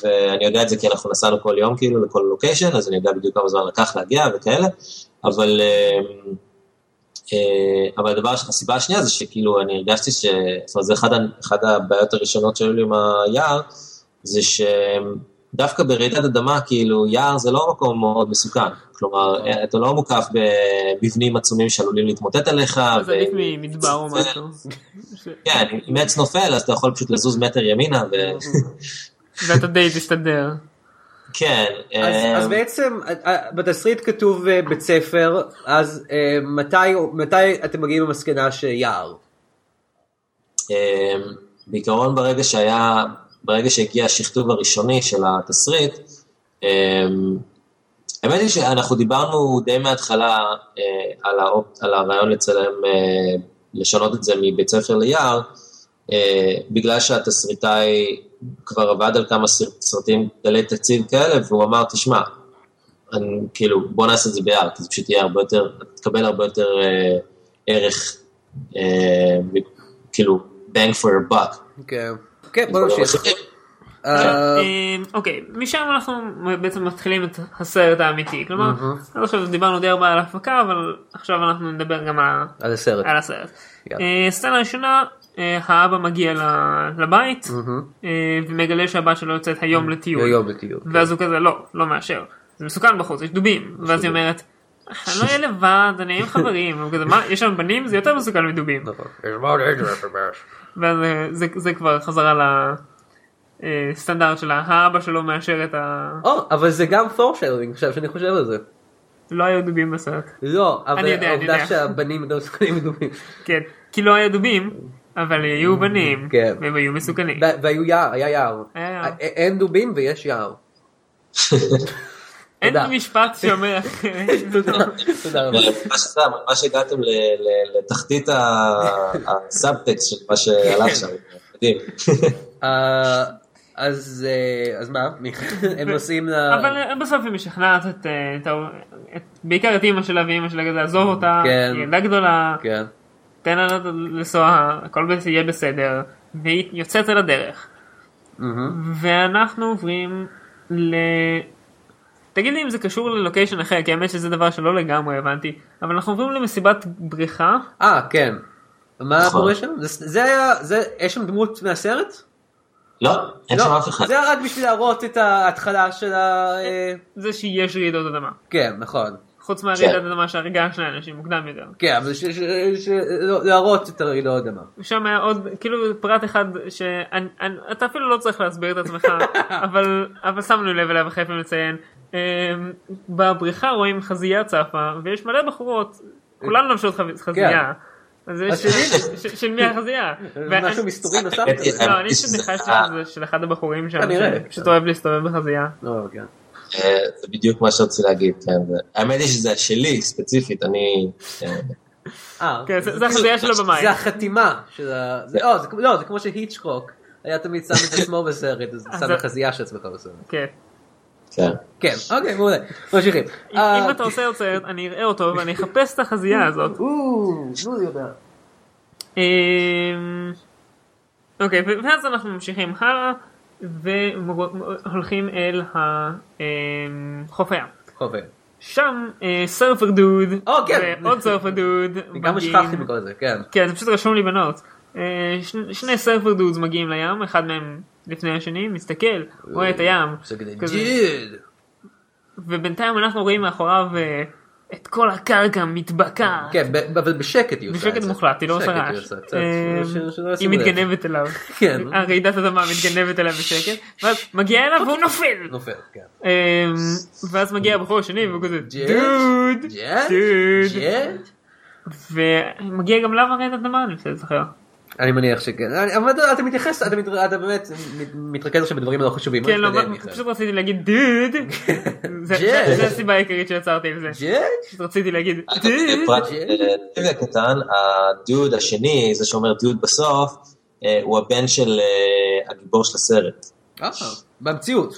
I: ואני יודע את זה כי אנחנו נסענו כל יום כאילו לכל לוקיישן, אז אני יודע בדיוק כמה זמן לקח להגיע וכאלה, אבל, אה, אה, אבל הדבר, הסיבה השנייה זה שכאילו אני הרגשתי ש... זאת אומרת, זה אחד, ה- אחד הבעיות הראשונות שהיו לי עם היער, זה שדווקא ברעידת אדמה, כאילו, יער זה לא מקום מאוד מסוכן. כלומר, אה, אתה לא מוקף במבנים עצומים שעלולים להתמוטט עליך.
B: אז עדיף
I: ו-
B: ממדבר או משהו.
A: <laughs>
I: כן, אם עץ נופל, אז אתה יכול פשוט לזוז מטר ימינה, ו...
A: <laughs>
B: ואתה די תסתדר.
I: כן,
A: אז-
I: אה,
A: אז בעצם אה, אה, בתסריט כתוב אה, בית ספר, אז אה, מתי- מתי אתם מגיעים למסקנה שיער?
I: אה, בעיקרון ברגע שהיה, ברגע שהגיע השכתוב הראשוני של התסריט, אה, האמת היא שאנחנו דיברנו די מההתחלה אה, על, האופ, על הרעיון לצלם, אה, לשנות את זה מבית ספר ליער, אה, בגלל שהתסריטאי כבר עבד על כמה סר- סרטים גלי תקציב כאלה, והוא אמר, תשמע, אני, כאילו, בוא נעשה את זה ביער, כי זה פשוט יהיה הרבה יותר, תקבל הרבה יותר אה, ערך, אה, מ- כאילו, bang for your buck. כאילו,
A: כן. כן, בוא נמשיך. אה,
B: אמ, אוקיי, משם אנחנו בעצם מתחילים את הסרט האמיתי. כלומר, עד עכשיו דיברנו די הרבה על ההפקה, אבל עכשיו אנחנו נדבר גם על ה-
A: על הסרט.
B: על הסרט.
A: יאללה.
B: אה, סצנה ראשונה, אה, האבא מגיע ל- לבית, אה, ומגלה שהבת שלו יוצאת היום לטיול.
A: אה, היום בטיול. כן.
B: ואז הוא כזה, לא, לא מאשר. זה מסוכן בחוץ, יש דובים. ואז היא אומרת, אני לא אהיה לבד, אני אהיה עם חברים.
A: <laughs>
B: והוא כזה, מה, יש שם בנים? זה יותר מסוכן מדובים.
A: נכון. It's more dangerous than that.
B: ואז אה, זה, זה כבר חזרה לסטנדרט שלה. האבא שלו מאשר את ה...
A: או, אבל זה גם פורשלינג עכשיו שאני חושב על זה.
B: לא היו דובים בסרט.
A: לא, אבל
B: אני יודע, אני
A: העובדה
B: יודע.
A: שהבנים לא יותר מסוכנים מדומים.
B: כן, כי לא היה דובים, אבל היו בנים,
A: כן. אה,
B: והם היו מסוכנים.
A: ו- והיו יער, היה יער.
B: היה יער.
A: א- אין דובים ויש יער.
B: אין
A: תודה.
B: משפט
A: <laughs>
B: שאומר <laughs> אחרת.
A: תודה תודה רבה.
I: <laughs> מה שזה, ממש הגעתם ל- ל- לתחתית ה- הסאבטקסט של מה שעלה
A: כן.
I: עכשיו. מדהים. <laughs>
A: אה, אז אה, אז מה, מיכאל? הם נוסעים ל...
B: אבל אה, בסוף היא משכנעת את, אה, את ה- את- בעיקר את אימא שלה ואימא שלה כזה, עזוב אותה,
A: כן.
B: היא ילדה גדולה,
A: כן.
B: תן לה לנסוע, הכל בס- יהיה בסדר, והיא יוצאת אל הדרך. ואנחנו עוברים ל... תגיד לי אם זה קשור ללוקיישן אחר, כי האמת שזה דבר שלא לגמרי הבנתי, אבל אנחנו עוברים למסיבת בריכה,
A: אה, כן. מה
I: נכון.
A: קורה שם? זה- זה היה, זה- יש שם דמות מהסרט?
I: לא, אין
A: לא,
I: שם אף אחד.
A: זה היה רק בשביל להראות את ההתחלה של ה... אה,
B: זה שיש רעידות אדמה.
A: כן, נכון.
B: חוץ מהרעידת אדמה שהרגעה של האנשים מוקדם יותר.
A: כן, אבל ש- ש- ש- לא- להראות את הרעידות אדמה.
B: שם היה עוד כאילו פרט אחד שאתה אפילו לא צריך להסביר את
A: <laughs>
B: עצמך אבל אבל שמנו לב אליו וחייבים לציין אמ, בבריכה רואים חזייה צפה ויש מלא בחורות כולן לובשות חב- חזייה. אז יש
A: כן. אז תגיד.
B: ש- של מי החזייה.
A: משהו
B: ואני-
A: מסתורי נוסף
I: האמת היא-
A: כזה.
B: לא, אני
I: האמת שזה-
B: שניחשתי שזה של אחד הבחורים שם
A: כנראה.
B: שפשוט אוהב להסתובב בחזייה.
A: לא, כן.
I: אה, זה בדיוק מה שרציתי להגיד, כן. זה- האמת היא שזה שלי, ספציפית, אני... אה,
A: אה,
B: כן, זה זה החזייה שלו במים.
A: זה החתימה של ה... זה- לא, זה כמו- לא, זה כמו שהיצ'קוק היה תמיד שם את עצמו בסרט, אז
B: אז
A: שם
B: זה-
A: החזייה של עצמך בסרט.
B: כן.
I: כן.
A: כן, אוקיי, מעולה. ממשיכים.
B: אם
A: אה,
B: אם אתה עושה עוד סרט אני אראה אותו ואני אחפש את החזייה הזאת.
A: או, נו, אני יודע.
B: אמ, אוקיי, ו- ואז אנחנו ממשיכים הלאה והולכים אל ה- אמ, חוף הים.
A: חובב.
B: שם אה, סרפר דוד,
A: או, כן.
B: ועוד סרפר דוד,
A: אני גם
B: מגיעים-
A: השכחתי מכל זה, כן.
B: כן, זה פשוט רשום לי בנוט. אה, שני- שני סרפר דודס מגיעים לים, אחד מהם לפני השני, מסתכל, רואה את הים,
A: זה כדי
B: כזה.
A: ג'יד.
B: ובינתיים אנחנו רואים מאחוריו אה, את כל הקרקע מתבקעת.
A: כן, ב- אבל בשקט היא עושה את זה.
B: בשקט מוחלט, היא לא עושה
A: בשקט היא
B: רעש.
A: עושה, קצת,
B: אה,
A: שלא- שלא
B: היא
A: ישימו לב.
B: מתגנבת אליו.
A: כן.
B: הרעידת אדמה מתגנבת אליו בשקט, ואז מגיעה אליו
A: אוקיי.
B: והוא נופל.
A: נופל, כן.
B: אמ, ואז מגיע הבחור השני והוא כזה
A: ג'ט?
B: דוד,
A: ג'ט?
B: דוד,
A: ג'ט?
B: ומגיע גם למה רעידת אדמה אני חושב זוכר.
A: אני מניח שכן. אני- אבל אתה- אתה מתייחס, אתה מת- אתה באמת מת- מתרכז עכשיו בדברים הלא חשובים.
B: כן, לא,
A: אז תתקדם,
B: מה-
A: מיכאל.
B: פשוט רציתי להגיד דוד, זה- זה- זה הסיבה העיקרית שיצרתי עם זה,
A: ג'ט?
B: פשוט רציתי להגיד
I: אגב,
B: דוד,
I: פרט אה, קטן, הדוד השני, זה שאומר דוד בסוף, אה, הוא הבן של אה, הגיבור של הסרט,
A: אה, במציאות.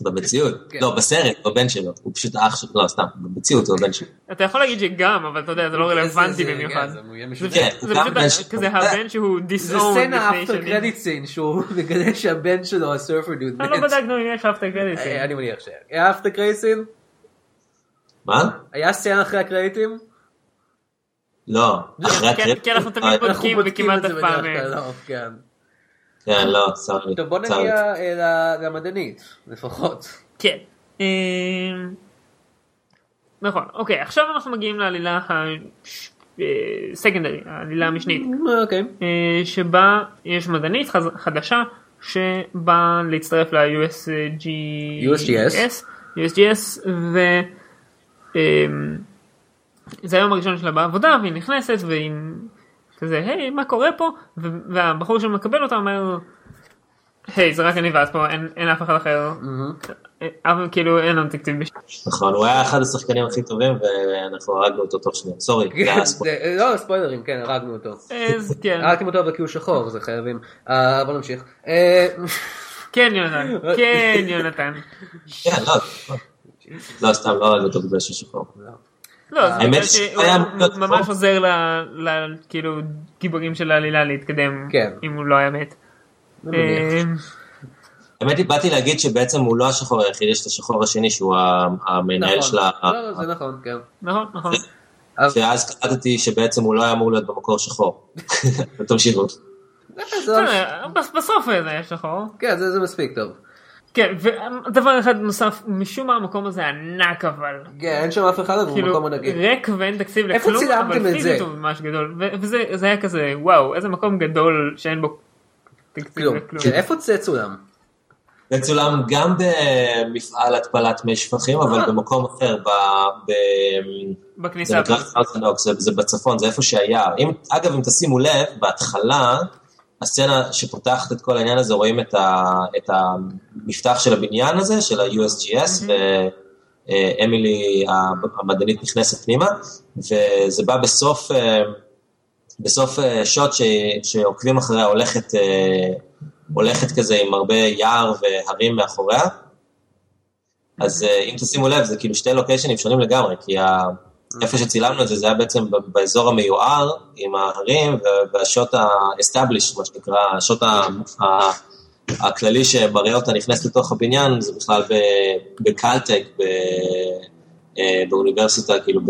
I: במציאות.
A: כן.
I: לא, בסרט, הוא הבן שלו, הוא פשוט אח שלו, לא, סתם, במציאות הוא הבן שלו.
B: אתה יכול להגיד שגם אבל אתה יודע זה לא
A: זה-
B: רלוונטי
A: זה- זה-
B: במיוחד,
A: כן, זה יהיה
B: זה
A: משוגע.
I: כן,
B: פשוט
I: הוא
B: זה
I: גם
B: פשוט
I: בן של-
B: כזה הבן שהוא
A: זה
B: דיסאום
A: סצנה
B: לא, לפני
A: אפטר
B: שנים,
A: קרדיט סין שהוא <laughs> מגלה שהבן שלו הסרפר דוד
B: אה, לא בדקנו אם יש אפטר קרדיט,
A: אה, אני מניח שהיה. היה אפטר קרדיט סין?
I: מה?
A: היה סצנה אחרי הקרדיטים?
I: לא, אחרי
B: כן,
I: הקרדיט.
B: כי אנחנו תמיד
I: אה,
B: בודקים.
A: אנחנו בודקים
B: וכמעט
A: את זה
B: אף
A: בדרך
B: פעם אה. אין.
A: כלל, לא, כן.
I: כן, לא, סורי.
A: טוב בוא
I: סורי.
A: נגיע אה, ל- למדענית לפחות.
B: כן. אמ, נכון, אוקיי, עכשיו אנחנו מגיעים לעלילה הסקנדרי, העלילה המשנית,
A: אוקיי.
B: אה, שבה יש מדענית חז- חדשה שבאה להצטרף ל-USG...
A: USGS.
B: USGS, ו... אמ, זה היום הראשון שלה בעבודה, והיא נכנסת, והיא כזה, היי, מה קורה פה? ו- והבחור שמקבל אותה אומר, היי, זה רק אני ואת פה, אין, אין אף אחד אחר. אה, אבל כאילו, אין לנו תקציב בשביל...
I: נכון, הוא היה אחד השחקנים הכי טובים, ואנחנו הרגנו אותו תוך שניה. סורי, זה היה ספורט.
A: זה- אה, לא ספוילרים כן הרגנו אותו.
B: אז כן,
A: הרגתם אותו אבל כי הוא שחור זה חייבים. אה, בוא נמשיך. אה,
B: כן יונתן, כן יונתן.
I: כן, לא, נכון. לא, סתם, לא הרגנו אותו בגלל שהוא שחור.
B: לא, זה בגלל
I: האמת שהיה
B: שהוא
I: מאוד
B: ממש
I: טוב.
B: עוזר ל... ל- כאילו, גיבורים של העלילה להתקדם,
A: כן.
B: אם הוא לא היה מת.
A: לא מניח.
B: אה,
I: האמת היא, באתי להגיד שבעצם הוא לא השחור היחיד, יש את השחור השני שהוא ה- המנהל
A: נכון.
I: של ה... כן.
A: לא, לא, זה נכון כן.
B: נכון, נכון.
A: אז-
I: ואז קלטתי שבעצם הוא לא היה אמור להיות במקור שחור. <laughs> תמשיכו.
A: זה לא-
B: בסדר, בס- בסוף זה היה שחור.
A: כן זה זה מספיק טוב.
B: כן, ודבר אחד נוסף, משום מה המקום הזה ענק אבל.
A: כן אין שם אף אחד אבל הוא
B: כאילו,
A: מקום ענקי.
B: ריק ואין תקציב
A: איפה
B: לכלום,
A: צילמתם
B: אבל
A: את
B: פיזית
A: זה?
B: הוא ממש גדול. ו- וזה זה היה כזה, וואו, איזה מקום גדול שאין בו תקציב
A: כלום.
B: לכלום.
A: כן, איפה זה צולם?
I: זה צולם גם במפעל התפלת מי שפכים, אבל במקום אחר, ב- ב- זה
B: בכניסה.
I: נקרא ארטנוק, זה, זה בצפון, זה איפה שהיה. אם, אגב, אם תשימו לב, בהתחלה, הסצנה שפותחת את כל העניין הזה, רואים את, ה, את המפתח של הבניין הזה, של ה-USGS, ואמילי המדענית נכנסת פנימה, וזה בא בסוף, אה, בסוף אה, שוט ש, שעוקבים אחריה, הולכת, אה, הולכת כזה עם הרבה יער והרים מאחוריה. אז אה, אם תשימו לב, זה כאילו שתי לוקיישנים שונים לגמרי, כי ה-
A: Mm.
I: איפה שצילמנו את זה, זה היה בעצם ב- באזור המיוער, עם ההרים, ו- והשוט ה-established, מה שנקרא, השוט ה- ה- הכללי שמראה אותה נכנסת לתוך הבניין, זה בכלל ב- בקלטק, ב- אה, באוניברסיטה, כאילו ב...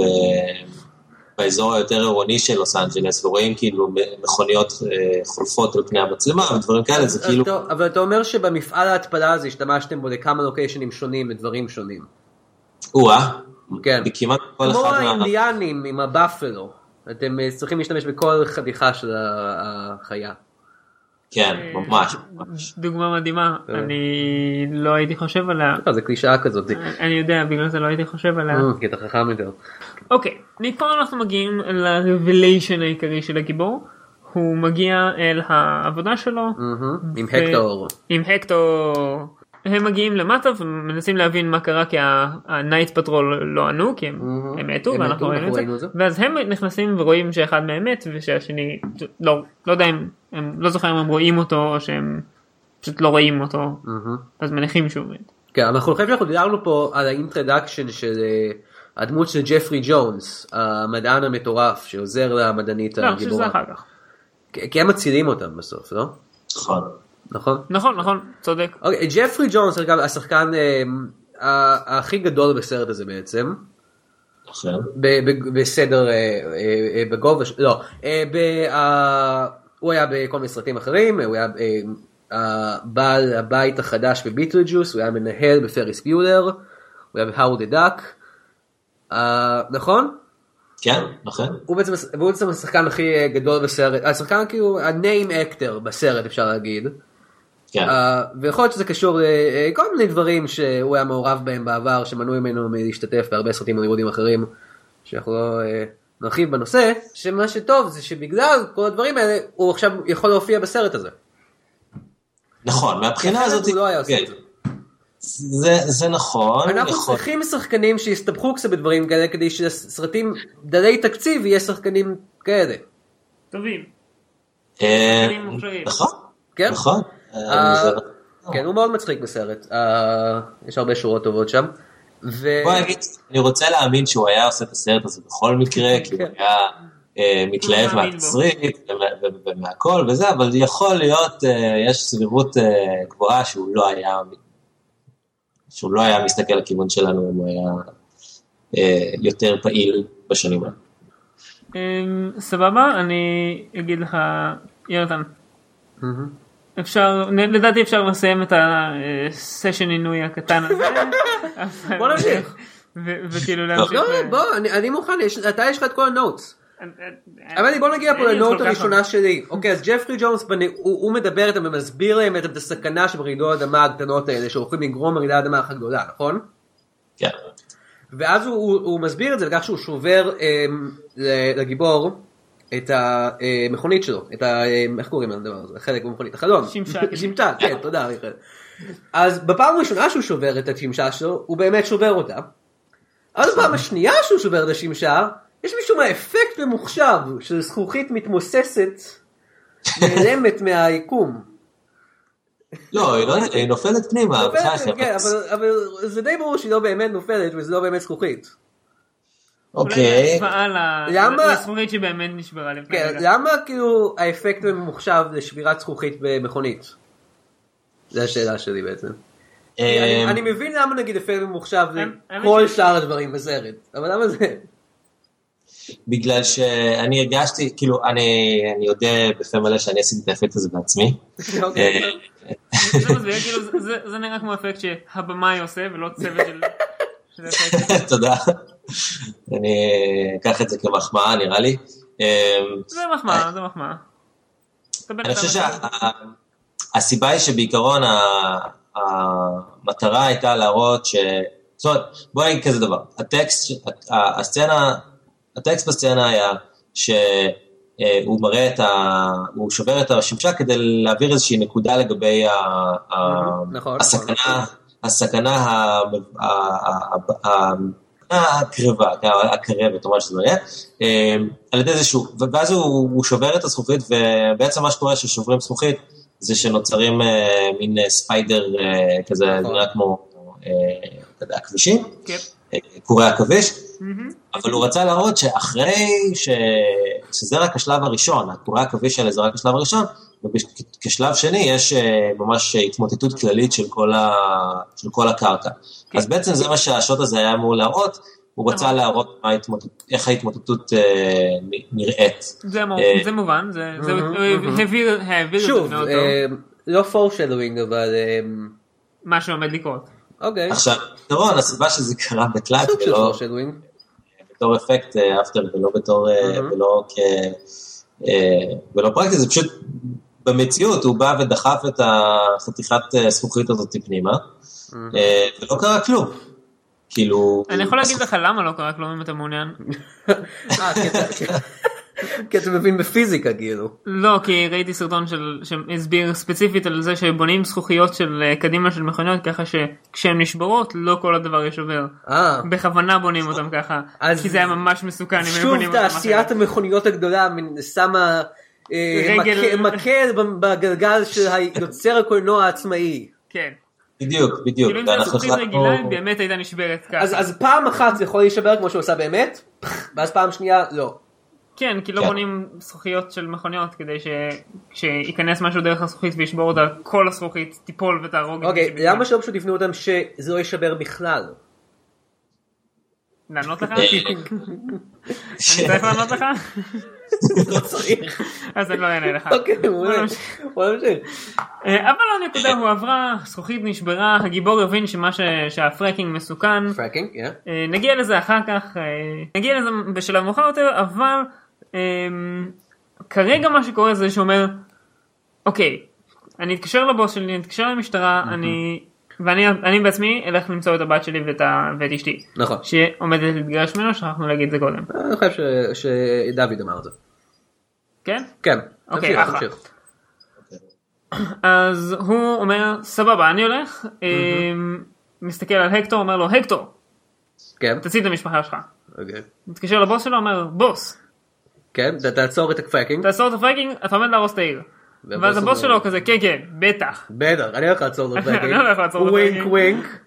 I: באזור היותר עירוני של לוס אנג'לס, ורואים כאילו מ- מכוניות אה, חולפות על פני המצלמה ודברים כאלה, זה כאילו...
A: אתה- אבל אתה אומר שבמפעל ההתפלה הזה השתמשתם בו לכמה לוקיישנים שונים לדברים שונים.
I: או-אה.
A: כן.
I: בכמעט כל
A: כמו
I: אחד מה...
A: האינדיאנים עם הבאפלו. אתם אה, צריכים להשתמש בכל חתיכה של ה- החיה.
I: כן,
A: אה,
I: ממש, ממש.
B: אה, דוגמה מדהימה, אני לא הייתי חושב עליה.
A: לא, זה קלישאה כזאת. זה-
B: אני יודע, בגלל זה לא הייתי חושב עליה.
A: אה, כי אתה חכם יותר.
B: אוקיי, מפה אנחנו מגיעים לרבליישן העיקרי של הגיבור. הוא מגיע אל העבודה שלו.
A: מהמם, עם
B: ו-
A: הקטור.
B: עם הקטור. הם מגיעים למטה ומנסים להבין מה קרה כי הנייט פטרול לא ענו כי הם,
A: Mhm.
B: הם מתו
A: הם מתו,
B: ואנחנו ראינו את
A: ראינו את
B: זה.
A: זה.
B: ואז הם נכנסים ורואים שאחד מהם מת ושהשני לא, לא יודע אם הם לא זוכר אם הם רואים אותו או שהם פשוט לא רואים אותו
A: אה.
B: אז מניחים שהוא מת.
A: כן, אבל אנחנו חושבים שאנחנו דיברנו פה על האינטרדקשן של אה, הדמות של ג'פרי ג'ונס, המדען המטורף שעוזר למדענית
B: לא, אני חושב שזה
A: הגיבורה.
B: אחר כך.
A: כי- כי הם מצילים אותם בסוף, לא?
I: נכון.
A: נכון?
B: נכון נכון צודק.
A: אוקיי, ג'פרי ג'ונס, אגב, השחקן, אה, ה- הכי גדול בסרט הזה בעצם,
I: עכשיו.
A: ב- ב- בסדר, אה, אה, אה, בגובה, ש- לא, אה, ב- אה, הוא היה בכל מיני סרטים אחרים, הוא היה אה, אה, בעל הבית החדש בביטלג'וס, הוא היה מנהל בפריס ביולר, הוא היה בהאורד הדאק, נכון?
I: כן, נכון.
A: הוא בעצם, והוא בעצם השחקן הכי אה, גדול בסרט, השחקן כאילו ה-name actor בסרט אפשר להגיד.
I: כן.
A: אה, ויכול להיות שזה קשור לכל מיני דברים שהוא היה מעורב בהם בעבר שמנעו ממנו מלהשתתף בהרבה סרטים ולימודים אחרים שאנחנו לא אה, נרחיב בנושא שמה שטוב זה שבגלל כל הדברים האלה הוא עכשיו יכול להופיע בסרט הזה.
I: נכון, מהבחינה
A: אחרת
I: הזאת...
A: הוא לא היה עושה
I: כן.
A: את זה.
I: זה, זה נכון,
A: אנחנו
I: יכול-
A: צריכים שחקנים שיסתבכו קצת בדברים כאלה כדי שסרטים דלי תקציב יהיה שחקנים כאלה.
B: טובים.
I: אה,
B: שחקנים מוכשרים.
I: נכון,
A: כן?
I: נכון.
A: אה,
I: אה, זה-
A: כן, הוא מאוד מצחיק בסרט. אה, יש הרבה שורות טובות שם. ו...
I: בוא נגיד, אני רוצה להאמין שהוא היה עושה את הסרט הזה בכל מקרה, כי הוא
A: כן.
I: היה אה, מתלהב
B: מאמין בו.
I: מהתסריט ומה- ו- ומהכל וזה, אבל יכול להיות, אה, יש סבירות אה, גבוהה שהוא לא היה, שהוא לא היה מסתכל לכיוון שלנו אם הוא היה אה, יותר פעיל בשנים האלה.
B: אמ, סבבה, אני אגיד לך, יונתן. אפשר, נ- לדעתי אפשר לסיים את הסשן עינוי הקטן הזה. אבל-
A: בוא נמשיך.
B: ו- וכאילו
A: לא,
B: להמשיך.
A: לא,
B: ל-
A: בוא, אני- אני מוכן, יש- אתה יש לך את כל הנוטס.
B: אני-
A: אבל בוא נגיע פה
B: אין לי
A: לנוט
B: כל כך
A: הראשונה שלי. אוקיי, אז ג'פרי ג'ונס, בנ- הוא- הוא מדבר איתם ומסביר להם את הסכנה שברעידות האדמה הקטנות האלה, שהולכים לגרום לרעידת האדמה אחת גדולה, נכון?
I: כן,
A: ואז הוא, הוא, הוא מסביר את זה בכך שהוא שובר אה, לגיבור את המכונית שלו, את ה... אה, איך קוראים לדבר הזה? חלק במכונית, החלון. <laughs>
B: שמשק.
A: שמשק, כן, תודה מיכאל. אז בפעם הראשונה שהוא שובר את השמשה שלו, הוא באמת שובר אותה. אז בפעם השנייה שהוא שובר את השמשה, יש משום מה אפקט ממוחשב של זכוכית מתמוססת, נעלמת מהיקום.
I: לא, היא לא- היא נופלת פנימה, בחייך.
A: נופלת, כן, אבל- אבל זה די ברור שהיא לא באמת נופלת וזה לא באמת זכוכית.
I: אוקיי,
B: אולי הצבעה ל-
A: למה-
B: לספורית שבאמת נשברה לפני
A: כן,
B: רגע.
A: למה כאילו האפקט ממוחשב לשבירת זכוכית במכונית? זו השאלה שלי בעצם. אני-
I: אה,
A: אני מבין למה נגיד אפקט ממוחשב
B: האמת
A: לכל
B: ש-
A: שאר הדברים בסרט, אבל למה זה? <laughs>
I: בגלל שאני הרגשתי, כאילו, אני אני יודע בפה מלא שאני עשיתי את האפקט הזה בעצמי.
A: אוקיי.
I: אה,
B: זה מזוהה, כאילו, זה- זה- זה נראה כמו אפקט שהבמאי עושה ולא צוות של...
A: <laughs>
B: של אפקט.
I: <laughs> תודה. אני אקח את זה כמחמאה, נראה לי. אמ,
B: זה מחמאה, זה מחמאה. אתה בן
I: אני
B: אדם
I: חושב
B: אחד.
I: שהסיבה היא שבעיקרון ה- המטרה הייתה להראות ש... זאת אומרת, בוא נגיד כזה דבר, הטקסט, ה- הסצנה, הטקסט בסצנה היה שהוא מראה את ה... הוא שובר את השמשה כדי להעביר איזושהי נקודה לגבי ה- ה-
A: נכון,
I: הסכנה, הסכנה ה- ה- ה- ה- הקרבה, הקרבת, או מה שזה לא יהיה, אה, על ידי זה שהוא, ואז הוא, הוא שובר את הזכוכית, ובעצם מה שקורה ששוברים זכוכית, זה שנוצרים אה, מין אה, ספיידר אה, כזה, זה
A: נכון.
I: נראה כמו, אה, אתה יודע, כבישים,
B: כן.
I: אה, קורי עכביש, אבל הוא רצה להראות שאחרי, ש... שזה רק השלב הראשון, הקורי עכביש האלה זה רק השלב הראשון, וכשלב שני יש אה, ממש התמוטטות כללית של כל, ה... של כל הקרקע.
B: כן.
I: אז בעצם זה מה שהשוט הזה היה אמור להראות, הוא רצה
B: נכון.
I: להראות מה ההתמוטט- איך ההתמוטטות אה, נ- נראית.
B: זה מו-
I: אה,
B: זה מובן, זה זה- הוא העביר העביר את זה
A: שוב,
B: מאוד טוב,
A: אה, לא פורשדווינג אבל אמ,
B: מה שעומד לקרות.
A: אוקיי.
I: עכשיו, לא. ירון, הסיבה שזה קרה בקלאץ'
A: סוג של
I: ולא
A: foreshadowing.
I: בתור אפקט אה, אפטר ולא בתור, אה,
B: Mm-hmm.
I: ולא כ... אה, ולא פרקטי, זה פשוט במציאות, הוא בא ודחף את החתיכת אה, זכוכית הזאת פנימה, אה, ולא קרה כלום. כאילו...
B: Mm-hmm. אני יכול להגיד לך למה לא קרה כלום אם אתה מעוניין.
A: אה, כי אתה- <laughs> כי אתה מבין בפיזיקה כאילו.
B: לא, כי ראיתי סרטון של- שהסביר ספציפית על זה שבונים זכוכיות של אה, קדימה של מכוניות ככה שכשהן נשברות לא כל הדבר ישובר.
A: אה.
B: בכוונה בונים אותם ככה,
A: אז-
B: כי זה היה ממש מסוכן אם היו
A: שוב
B: בונים אותם
A: תעשיית
B: אחרת.
A: המכוניות הגדולה מן- שמה אה,
B: רגל-
A: מקל- מקל ב- בגלגל של היוצר הקולנוע העצמאי.
B: כן.
I: בדיוק, בדיוק.
B: כאילו אם זה היה
I: ואנחנו
B: זכוכית
I: החלטנו-
B: רגילה היא באמת הייתה נשברת ככה.
A: אז אז פעם אחת זה יכול להישבר כמו שהוא עשה באמת, פח, ואז פעם שנייה לא.
B: כן, כי לא
I: כן.
B: בונים זכוכיות של מכוניות כדי שכשייכנס משהו דרך הזכוכית וישבור אותה, כל הזכוכית תיפול ותהרוג את מי
A: אוקיי,
B: שבפנים.
A: למה שלא פשוט יפנו אותם שזה לא יישבר בכלל?
B: לענות לך?
I: ש-
B: צריך לענות לך?
A: לא <laughs> צריך.
B: אז אני לא אענה לך.
A: אוקיי,
B: בוא
A: מעולה. לא
B: נמשיך.
A: בוא נמשיך.
B: אה, אבל הנקודה הועברה, הזכוכית נשברה, הגיבור הבין שמה ש... שהפרקינג מסוכן.
A: פרקינג, כן.
B: אה, נגיע לזה אחר כך, אה, נגיע לזה בשלב מאוחר יותר, אבל אה, כרגע מה שקורה זה שאומר, אוקיי, אני אתקשר לבוס שלי, אני אתקשר למשטרה, אני... ואני אני בעצמי אלך למצוא את הבת שלי ואת, ה, ואת אשתי.
A: נכון.
B: שעומדת להתגרש ממנו, שכחנו להגיד את זה קודם.
A: אני חושב ש- שדוד אמר את זה.
B: כן?
A: כן.
B: אוקיי,
A: תמשיך,
B: אחלה.
A: תמשיך.
B: אז הוא אומר, סבבה, אני הולך, אה, מסתכל על הקטור, אומר לו, הקטור,
A: כן.
B: תציל את המשפחה שלך.
A: אוקיי.
B: מתקשר לבוס שלו, אומר, בוס,
A: כן, ת- תעצור את הפרקינג.
B: תעשור את הפרקינג, אתה עומד להרוס את העיר.
A: והבוס
B: ואז הבוס
A: אומר-
B: שלו כזה, כן כן, בטח.
A: בטח, אני הולך לעצור את הפרקינג.
B: <laughs> אני לא הולך לעצור את
A: ווינק
B: הפרקינג.
A: ווינק.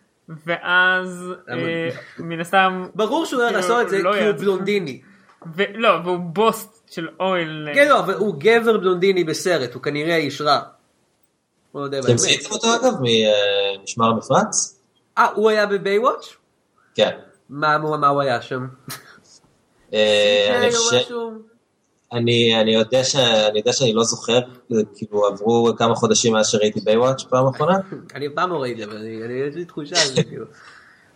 B: ואז
A: למה?
B: אה, מן הסתם,
A: ברור שהוא הולך
B: כאילו,
A: לעשות את זה
B: לא
A: כי הוא
B: יעצור.
A: בלונדיני.
B: ו- לא, והוא בוס של אוהל. אה,
A: כן, לא, אבל הוא גבר בלונדיני בסרט, הוא כנראה איש רע. הוא לא יודע
I: אתם
A: באמת.
I: זיהיתם אותו אגב ממשמר המפרץ?
A: אה, הוא היה בביי וואץ'?
I: כן.
A: מה מה- מה הוא היה שם?
B: כן,
I: אה, אני
A: היי, הוא
I: חושב-
A: משהו.
I: אני אני יודע ש- אני יודע שאני לא זוכר, כאילו עברו כמה חודשים מאז שראיתי ביי-וואץ' פעם אחרונה.
B: <laughs>
A: אני אף פעם לא ראיתי, אבל אני- אני- יש לי תחושה על זה, כאילו.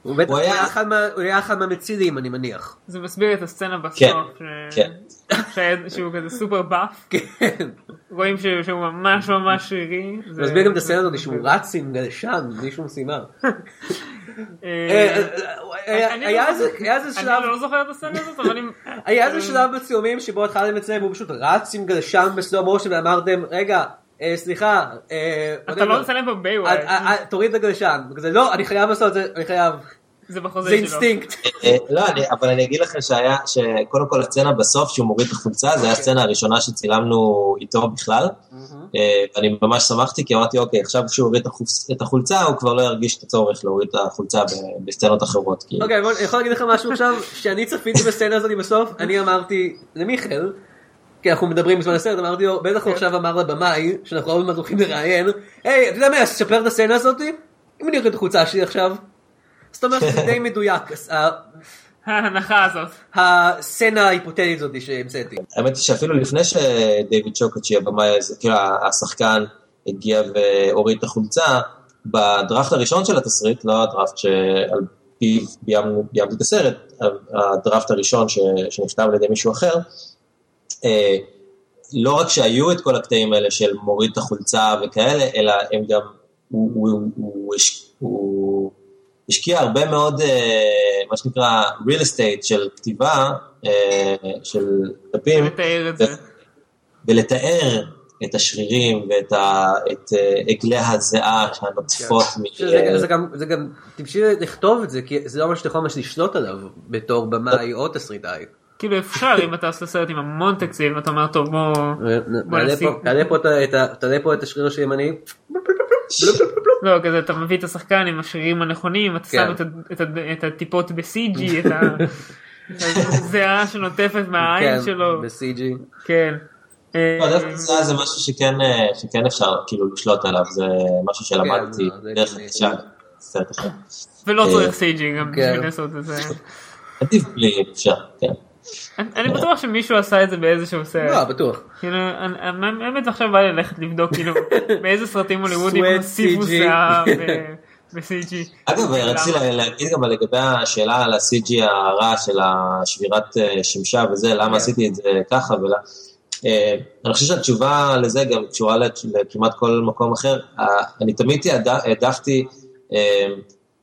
A: הוא בטח
I: הוא היה-
A: היה אחד מה- הוא היה אחד מהמצילים, אני מניח.
B: <laughs> זה מסביר את הסצנה
I: כן,
B: בסוף. ש-
I: כן.
B: שהיה- שהוא כזה סופר באף,
A: כן.
B: רואים שהוא שהוא ממש ממש שרירי. זה-
A: מסביר גם את הסצנה הזאת
B: זה-
A: שהוא רץ עם גלשן, בלי שום סימן.
B: אה,
A: אה, אה, אה,
B: אני
A: היה
B: לא-
A: איזה- היה איזה שלב...
B: אני לא זוכר את הסצנה הזאת, אבל אם...
A: היה איזה שלב בצילומים שבו התחלתם את זה והוא פשוט רץ עם גלשן בסלום מושן ואמרתם רגע אה, סליחה אה,
B: אתה לא
A: whatever,
B: מצלם
A: אה,
B: בבייוואי,
A: אה, אה, תוריד את הגלשן כזה לא אני חייב לעשות את זה אני חייב
B: זה
A: זה
B: בחוזה שלו.
A: אינסטינקט
I: אה, לא, אני- אבל אני אגיד לכם שהיה, שקודם כל הסצנה בסוף שהוא מוריד את החולצה, זו הייתה הסצנה הראשונה שצילמנו איתו בכלל. אה, אני ממש שמחתי, כי אמרתי, אוקיי, עכשיו כשהוא הוריד את החופס- את החולצה, הוא כבר לא ירגיש את הצורך להוריד את החולצה ב- בסצנות אחרות. כאילו.
A: אוקיי בוא אני יכול להגיד לך משהו עכשיו שאני צפיתי בסצנה הזאת בסוף אני אמרתי למיכאל כי אנחנו מדברים בזמן הסרט אמרתי לו בטח הוא עכשיו אמר לבמאי שאנחנו עוד מעט הולכים לראיין היי אתה יודע מה שפר את הסצנה הזאת אם אני אוריד את החולצה שלי עכשיו זאת אומרת שזה די מדויק ה-
B: <laughs> ההנחה הזאת.
A: הסצנה ההיפותטית הזאת שהמצאתי.
I: האמת היא שאפילו לפני שדייוויד שוקצ'י, הבמאי, הזה, כאילו השחקן, הגיע והוריד את החולצה, בדראפט הראשון של התסריט, לא הדראפט שעל פיו ביימנו- ביימתי את הסרט, הדראפט הראשון ש- שנכתב על ידי מישהו אחר, אה, לא רק שהיו את כל הקטעים האלה של מוריד את החולצה וכאלה, אלא הם גם, הוא, הוא, הוא, הוא, הש- הוא השקיע הרבה מאוד, אה, מה שנקרא, real estate של כתיבה, אה, של דפים.
B: לתאר את זה.
I: ולתאר את השרירים ואת ה, את, אה, עגלי הזיעה הנוטפות.
B: כן.
I: מ-
A: שזה-
I: אה,
A: זה גם, זה גם, תמשיך לכתוב את זה, כי זה לא מה שאתה יכול ממש לשלוט עליו בתור במאי או תסריטאי.
B: כאילו אפשר אם אתה עושה סרט עם המון תקציב אתה אומר טוב בוא
A: תעלה
B: נפסיק.
A: אה, פה- תעלה פה את ה- את ה- תעלה פה את השריר שימני,
B: לא כזה אתה מביא את השחקן עם השרירים הנכונים אתה
A: כן.
B: שם את ה- את ה- את הטיפות בסיג'י את הזיעה שנוטפת
A: כן,
B: מהעין שלו
A: ב-CG.
B: כן. אה,
I: לא, דווקא זה זה משהו שכן, אה, שכן אפשר כאילו לשלוט עליו, זה משהו שלמדתי
A: לא, זה
I: דרך
A: הגיוני.
I: עכשיו. סרט אחר.
B: ולא
I: אה,
B: צריך סיג'י גם
A: כן.
B: בשביל לעשות את זה.
I: עדיף בלי, אם אפשר, כן.
B: אני- אני בטוח שמישהו עשה את זה באיזשהו
A: לא,
B: סרט.
A: בטוח.
B: כאילו אני- אני- האמת עכשיו בא לי ללכת לבדוק
A: <laughs>
B: כאילו באיזה סרטים הוליוודים
A: Sweat
B: הוסיפו
A: CG.
B: שיער
A: <laughs>
B: ב- בסיג'י.
I: אגב, רציתי
B: למה?
I: לה- להגיד גם לגבי השאלה על ה-CG הרע של השבירת אה, שמשה וזה, למה עשיתי את זה ככה ול... אה, אני חושב שהתשובה לזה גם קשורה לת- לכמעט כל מקום אחר. אה, אני תמיד תעד- העדפתי אה,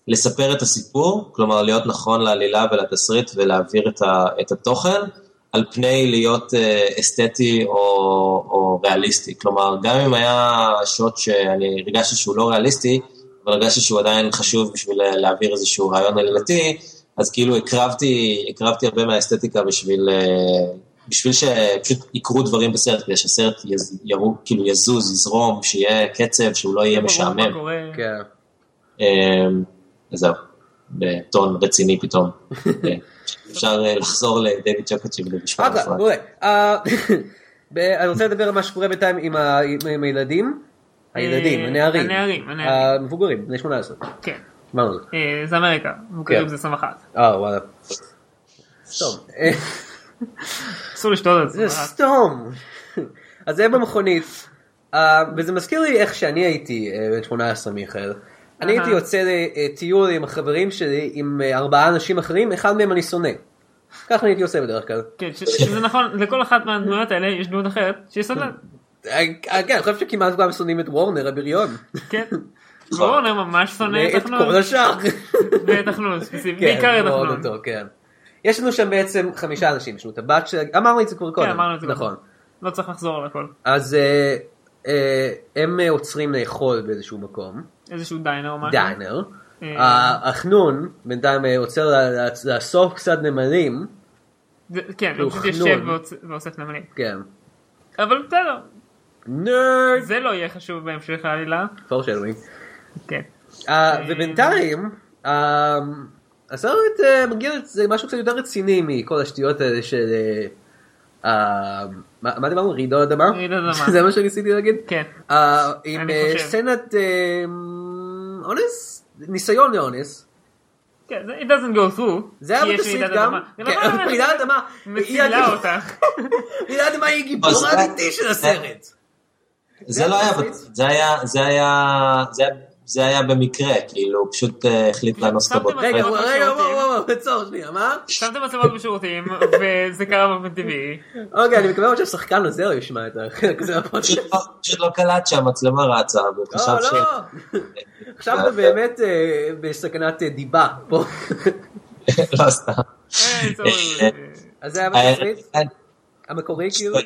I: לספר את הסיפור, כלומר להיות נכון לעלילה ולתסריט ולהעביר את ה- את התוכן, על פני להיות אה, אסתטי או, או ריאליסטי. כלומר, גם אם היה שוט שאני הרגשתי שהוא לא ריאליסטי, אבל הרגשתי שהוא עדיין חשוב בשביל אה, להעביר איזשהו רעיון עלילתי, אז כאילו הקרבתי, הקרבתי הרבה מהאסתטיקה בשביל, אה, בשביל שפשוט יקרו דברים בסרט, כדי שהסרט יז, ירו, כאילו יזוז, יזרום, שיהיה קצב, שהוא לא
B: ברור
I: יהיה
B: מה
I: משעמם.
B: קורה.
A: כן.
I: אה, אז זהו. בטון רציני פתאום. כן. אפשר אה, לחזור לדייוויד צ'וקצ'יב למשפט
A: אחלה,
I: נפרד.
A: מעולה. אה, <laughs> ב- אני רוצה לדבר על מה שקורה בינתיים עם ה- עם- עם הילדים. הילדים,
B: אה,
A: הנערים.
B: הנערים, הנערים.
A: המבוגרים, בני 18.
B: כן.
A: מה זה?
B: אה, זה אמריקה, מוכרים
A: כן.
B: זה 21.
A: אה, וואלה.
B: <laughs>
A: סתום. אה,
B: אסור לשתות על זה. אה,
A: זה סתום. אז זה במכונית. אה, וזה מזכיר לי איך שאני הייתי אה, בן 18 מיכאל. אני
B: אהה.
A: הייתי יוצא לטיול עם החברים שלי עם אה, ארבעה אנשים אחרים, אחד מהם אני שונא. ככה אני הייתי עושה בדרך כלל.
B: כן, ש- שזה נכון, לכל אחת מהדמויות האלה יש דמות אחרת שהיא סבלת.
A: אה, אה, כן, אני חושב שכמעט כולם שונאים את וורנר הבריון.
B: כן.
A: נכון.
B: וורנר ממש שונא את
A: את
B: החנון.
A: כל השאר.
B: <laughs> ואת החנון, ספציפית.
A: כן,
B: בעיקר את
A: מאוד
B: החנון.
A: אותו, כן. יש לנו שם בעצם חמישה אנשים, יש לנו את הבת של... אמרנו את זה כבר קודם.
B: כן, אמרנו את זה כבר.
A: נכון.
B: לא צריך לחזור על הכל.
A: אז אה, אה, הם אה, עוצרים לאכול באיזשהו מקום,
B: איזשהו דיינר או משהו.
A: דיינר.
B: אה.
A: החנון בינתיים אה, עוצר לה- לאסוף קצת נמלים,
B: זה- כן,
A: הוא
B: הוא פשוט יושב
A: חנון.
B: ועוצ- ואוסף נמלים.
A: כן.
B: אבל בסדר,
A: נרד!
B: זה לא יהיה חשוב בהמשך העלילה.
A: פורשלווינג.
B: כן.
A: ובינתיים, אה, הסרט אה, מגיע לזה משהו קצת יותר רציני מכל השטויות האלה של... אה, אה, מה מה דיברנו? רעידות אדמה?
B: רעידות אדמה.
A: <laughs> זה מה שניסיתי להגיד?
B: כן.
A: אה, עם
B: אני
A: אה,
B: חושב.
A: סצנת אה, אונס? ניסיון לאונס.
B: כן, זה- it doesn't go through.
A: זה
B: כי
A: היה
B: יש
A: בתסריט
B: רעידת
A: גם.
B: אדמה.
A: כן,
B: לא, לא, לא,
A: <laughs> אבל רעידת אדמה.
B: מצילה אותה.
A: <laughs> רעידת אדמה היא גיבור
I: אז-
A: האמיתי של הסרט.
I: זה לא היה,
A: הבסיס.
I: זה היה, זה היה, זה היה, זה היה במקרה, כאילו, הוא פשוט אה, החליט לאנוס את
B: שמתם
I: הבוט.
B: על
A: רגע,
B: אבל-
A: וואו, רגע,
B: אבל-
A: וואו, וואו, עצור שנייה, מה?
B: שמתם מצלמות בשירותים, וזה קרה באופן טבעי.
A: אוקיי, אני מקווה מאוד שהשחקן הזה לא ישמע את <laughs> החלק הזה.
I: פשוט לא- פשוט לא קלט שהמצלמה רצה, והוא
A: לא,
I: חשב ש...
A: לא. עכשיו אתה באמת אה, בסכנת אה, דיבה פה.
I: <laughs> לא סתם.
B: אה, זה אומר,
A: אז זה היה
I: אה,
A: בתסריט
I: אה,
A: המקורי כאילו?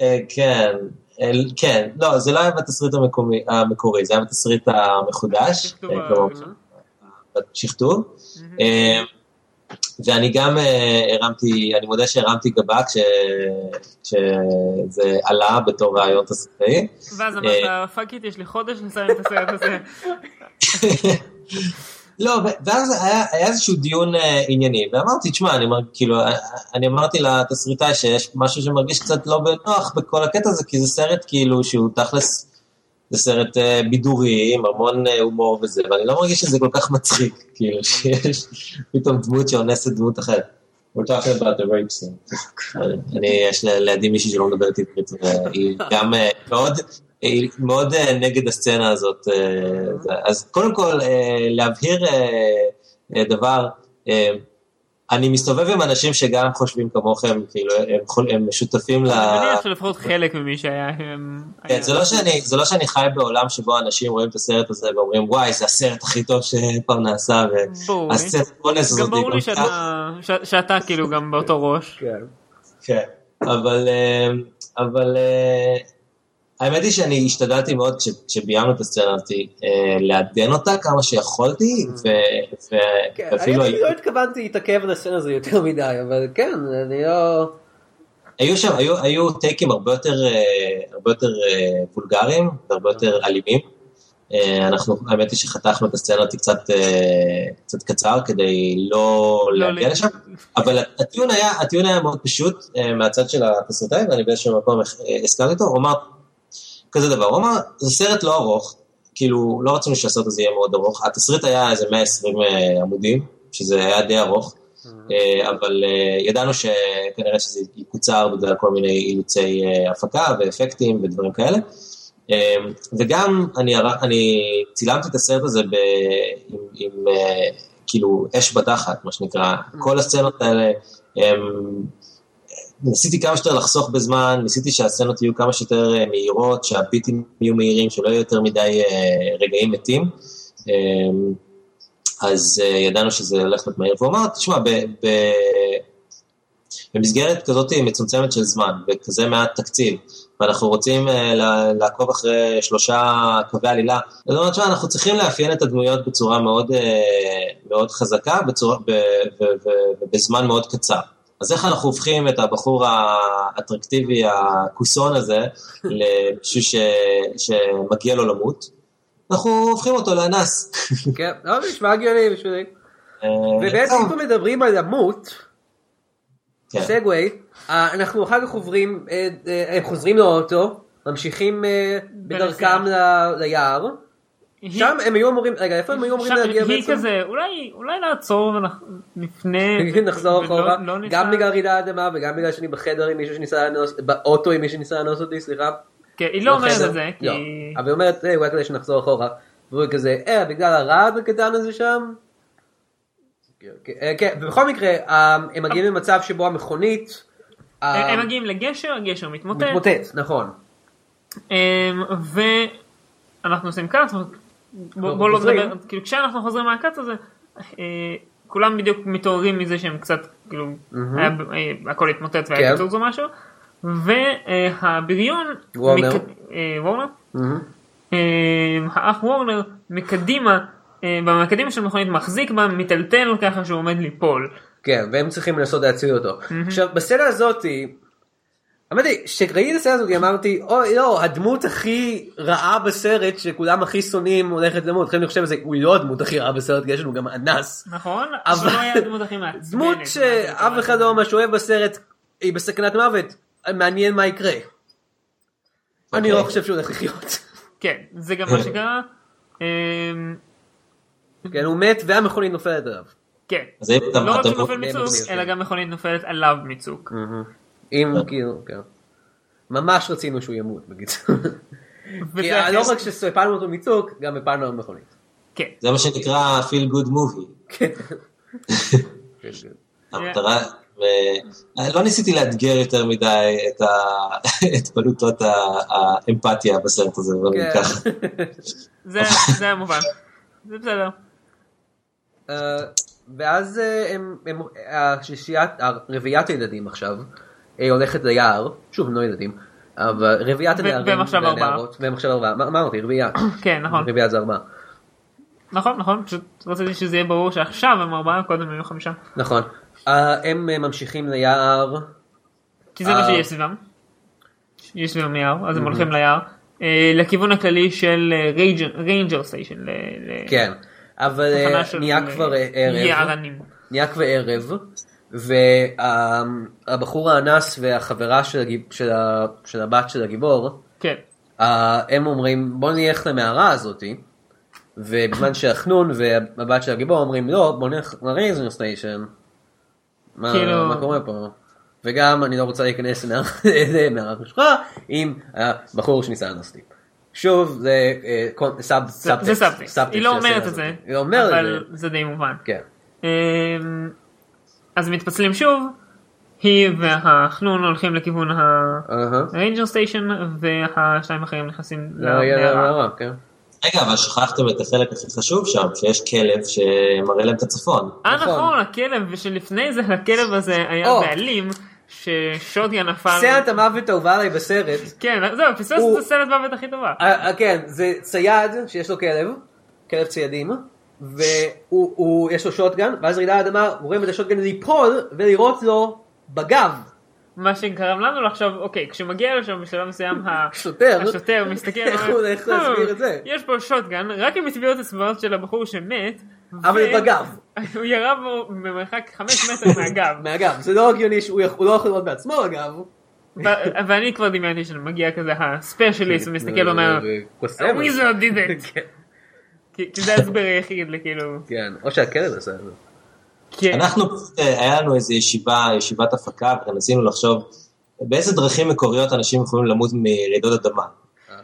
I: אה, כן, אה, כן, לא, זה לא היה בתסריט המקומי- המקורי, זה היה בתסריט המחודש,
B: שכתוב
I: אה, כלומר,
B: ה-
A: לא?
I: בשכתוב. אה, ואני גם אה, הרמתי, אני מודה שהרמתי גבה כש- כשזה עלה בתור רעיון תסריטאי.
B: ואז
I: אה.
B: אמרת, פאק איט, יש לי חודש לסיים את הסרט הזה.
I: לא, ו- ואז היה, היה איזשהו דיון אה, ענייני, ואמרתי, תשמע, אני, מרג- כאילו, אה, אני אמרתי לתסריטאי שיש משהו שמרגיש קצת לא בנוח בכל הקטע הזה, כי זה סרט כאילו שהוא תכלס, זה סרט אה, בידורי, עם המון אה, הומור וזה, ואני לא מרגיש שזה כל כך מצחיק, כאילו, שיש פתאום דמות שאונסת דמות אחרת. We're talking about the rape scene. אני, יש ל- לידי מישהי שלא מדברת עברית, והיא גם אה, מאוד, היא מאוד אה, נגד הסצנה הזאת. אה, זה. אז קודם כל, אה, להבהיר אה, אה, דבר, אה, אני מסתובב עם אנשים שגם חושבים כמוכם, כאילו, הם חול- הם שותפים ל...
B: אני מניח שלפחות חלק ממי שהיה... הם-
I: אה, כן, זה, לא שאני, זה לא שאני חי בעולם שבו אנשים רואים את הסרט הזה ואומרים, וואי, זה הסרט הכי טוב שפעם נעשה,
B: ברור לי.
I: והסצנת אונס הזאת
B: גם ברור לי לא-
I: כל כך-
B: שאתה- ש- שאתה כאילו גם באותו ראש.
A: כן.
I: כן, אבל, אה, אבל אה, האמת היא שאני השתדלתי מאוד כש- כשביימנו את הסצנה הזאת אה, לעדן אותה כמה שיכולתי,
B: Mm.
I: ו-
A: כן,
I: ו- ואפילו
A: אני
I: היו-
A: לא התכוונתי להתעכב על הסצנה הזו יותר מדי, אבל כן, אני לא...
I: היו שם, היו- היו טייקים הרבה יותר אה, הרבה יותר אה, וולגריים והרבה יותר אלימים. אה, אנחנו, האמת היא שחתכנו את הסצנה הזאת קצת, אה, קצת קצר כדי לא
B: לא
I: להגיע
B: ל-
I: לשם, אבל הטיעון היה, הטיעון היה מאוד פשוט אה, מהצד של התסריטאי, ואני באיזשהו מקום אה, הסכמתי איתו, הוא אמר כזה דבר, הוא אמר, זה סרט לא ארוך, כאילו, לא רצינו שהסרט הזה יהיה מאוד ארוך, התסריט היה איזה 120 אה, עמודים, שזה היה די ארוך, אה, אבל אה, ידענו שכנראה שזה יקוצר בגלל כל מיני אילוצי אה, הפקה ואפקטים ודברים כאלה. אה, וגם אני, הר- אני צילמתי את הסרט הזה ב, עם, עם אה, כאילו אש בתחת, מה שנקרא. כל הסצנות האלה, אמ, הם, ניסיתי כמה שיותר לחסוך בזמן, ניסיתי שהסצנות יהיו כמה שיותר אה, מהירות, שהביטים יהיו מהירים, שלא יהיו יותר מדי אה, רגעים מתים. אה, אז אה, ידענו שזה הולך להיות מהיר. והוא אמר, תשמע, ב, ב, במסגרת כזאת מצומצמת של זמן, וכזה מעט תקציב, ואנחנו רוצים אה, ל- לעקוב אחרי שלושה קווי עלילה, אז הוא אמר, תשמע, אנחנו צריכים לאפיין את הדמויות בצורה מאוד, אה, מאוד חזקה, בצורה, ב, ו, ו, ובזמן מאוד קצר. אז איך אנחנו הופכים את הבחור האטרקטיבי,
A: <laughs>
I: הכוסון הזה, למישהו ש, שמגיע לו למות? אנחנו הופכים אותו לאנס.
A: <laughs> כן, לא, זה נשמע הגיוני בשבילי.
I: אה,
A: ובעצם
I: טוב,
A: כבר מדברים על למות,
I: כן.
A: סגווי, אה, אנחנו אחר כך עוברים, אה, אה, הם חוזרים לאוטו, ממשיכים אה, בדרכם ל- ליער,
B: היא-
A: שם הם היו אמורים, רגע איפה הם היו אמורים
B: שם
A: להגיע
B: היא
A: בעצם?
B: כזה, אולי אולי נעצור ונפנה,
A: <laughs> כן, נחזור אחורה,
B: לא
A: גם בגלל
B: בגלל,
A: רעידת אדמה וגם בגלל שאני בחדר עם מישהו שניסה לאנוס, באוטו עם מישהו שניסה לאנוס אותי, סליחה.
B: היא לא אומרת
A: בחדר.
B: את זה, כי
A: לא. אבל היא אומרת, "אה, אולי כדי שנחזור אחורה. והוא כזה, אה, בגלל הרעד הקטן הזה שם? אה, כן, ובכל מקרה, אה, הם מגיעים למצב שבו המכונית... אה,
B: הם- הם מגיעים לגשר, הגשר מתמוטט,
A: מתמוטט, נכון.
B: אמ, ואנחנו עושים קאט, ו- בוא בוא לא
A: חוזרים.
B: נדבר, כאילו כשאנחנו חוזרים מהקאט הזה, אה, כולם בדיוק מתעוררים מזה שהם קצת, כאילו, היה ב- אה, הכל התמוטט
A: כן.
B: והיה פיצוץ או משהו, והבריון,
A: וורנר.
B: מק- אה, וורנר? אה, האח וורנר מקדימה, אה, במקדימה של מכונית מחזיק בה, מיטלטל ככה שהוא עומד ליפול.
A: כן, והם צריכים לנסות להציל אותו. עכשיו, בסצנה הזאתי, אמרתי, כשראיתי את הסצנה הזאת אמרתי, אוי לא, הדמות הכי רעה בסרט שכולם הכי שונאים הולכת למות. לכן אני חושב שזה, הוא לא הדמות הכי רעה בסרט, כי יש לנו גם אנס.
B: נכון?
A: אבל-
B: אבל לא היה הדמות הכי מעצבנת.
A: דמות שאף אחד לא ממש אוהב בסרט, היא בסכנת מוות, מעניין מה יקרה. אני לא חושב שהוא הולך לחיות.
B: כן, זה גם מה שקרה. אמ,
A: כן, הוא מת והמכונית נופלת עליו.
B: כן.
I: אז אם אתה-
B: לא רק
I: אתה-
B: שנופל
A: אתה-
B: מצוק,
A: אתה-
B: אלא גם מכונית נופלת עליו מצוק.
A: אה. אם כאילו, כן. ממש רצינו שהוא ימות, בקיצור. כי
B: וזה
A: לא
B: אחרי-
A: רק שהפלנו אותו מצוק, גם הפלנו על מכונית. כן.
B: כן.
I: זה מה שנקרא feel good movie. המטרה, ו- לא ניסיתי לאתגר יותר מדי את ה- <laughs> את בלוטות ה- האמפתיה בסרט הזה, אבל
A: כן.
I: ככה.
B: זה זה היה מובן. זה בסדר.
A: <laughs> אה, ואז אה, הם, הם- השישיית, הרביעיית הילדים עכשיו, אה, הולכת ליער, שוב הם לא ילדים, אבל רביעיית
B: ו-
A: הנערים,
B: והם עכשיו ארבעה.
A: והנערות, והם עכשיו ארבעה, מה מה אמרתי, רביעייה,
B: כן, נכון.
A: רביעייה זה ארבעה,
B: נכון, נכון, פשוט רציתי שזה יהיה ברור שעכשיו הם ארבעה, קודם היו חמישה.
A: נכון, אה, הם אה, ממשיכים ליער,
B: כן. כי זה מה
A: אה. אוקיי.
B: שיש סביבם. יש סביבם יער, אז הם הולכים ליער. אה, לכיוון הכללי של אה, ריינג'ר סטיישן.
A: כן, אבל אה, נהיה כבר אה, ערב,
B: יערנים.
A: נהיה כבר ערב, והבחור האנס והחברה של הגיב- של ה- של הבת של הגיבור,
B: כן.
A: אה, הם אומרים בוא נלך למערה הזאתי. ובזמן שהחנון והבת של הגיבור אומרים לא בוא נלך לרייזר סטיישן. מה,
B: כאילו-
A: מה קורה פה? וגם אני לא רוצה להיכנס למערה משפחה עם הבחור שניסה לאנוס אותי. שוב זה אה, קונ- סאב- סאבטקסט.
B: זה סאבטקסט. היא לא
A: של הסצנה
B: אומרת את
A: הזאת.
B: זה.
A: היא לא אומרת
B: אבל
A: את זה.
B: זה די מובן.
A: כן.
B: אמ, אז מתפצלים שוב, היא והחנון הולכים לכיוון
A: אהה.
B: הריינג'ר סטיישן, והשניים האחרים נכנסים
A: לא, היא לא-
B: למערה.
A: לא, כן.
I: רגע, אבל שכחתם את החלק הכי חשוב שם, שיש כלב שמראה להם את הצפון.
B: אה
A: נכון.
B: נכון, הכלב, שלפני זה הכלב הזה היה
A: או.
B: בעלים, ששוטגן נפל.
A: סצנת המוות האהובה עליי בסרט
B: כן, זהו, פספס
A: הוא-
B: את הסרט מוות הכי טובה.
A: אה, אה, כן, זה צייד שיש לו כלב, כלב ציידים, והוא הוא- יש לו שוטגן, ואז רעידה האדמה גורם את השוטגן ליפול ולראות לו בגב.
B: מה שגרם לנו לחשוב, אוקיי, כשמגיע לשם בשלב מסוים ה-
A: שוטר.
B: השוטר מסתכל,
A: איך הוא
B: <laughs> ואומר,
A: הולך להסביר
B: "אה,
A: את זה?"
B: יש פה שוטגן, רק עם טביעות אצבעות של הבחור שמת.
A: אבל
B: ו-
A: בגב.
B: <laughs> הוא ירה בו במרחק חמש מטר מהגב,
A: <laughs> מהגב, זה לא הגיוני שהוא יכ- הוא לא יכול לראות בעצמו אגב.
B: ו- ואני כבר דמיינתי שמגיע כזה
A: <laughs>
B: הספיישליסט ומסתכל ואומר,
A: וקוסם. <laughs>
B: הוויזרד did it,
A: כן,
B: כי כי זה ההסבר היחיד לכאילו,
A: כן, או שהכלב עשה את זה.
B: כן,
I: אנחנו, פשוט, אה, היה לנו איזו ישיבה, ישיבת הפקה, וניסינו לחשוב באיזה דרכים מקוריות אנשים יכולים למות מרעידות אדמה.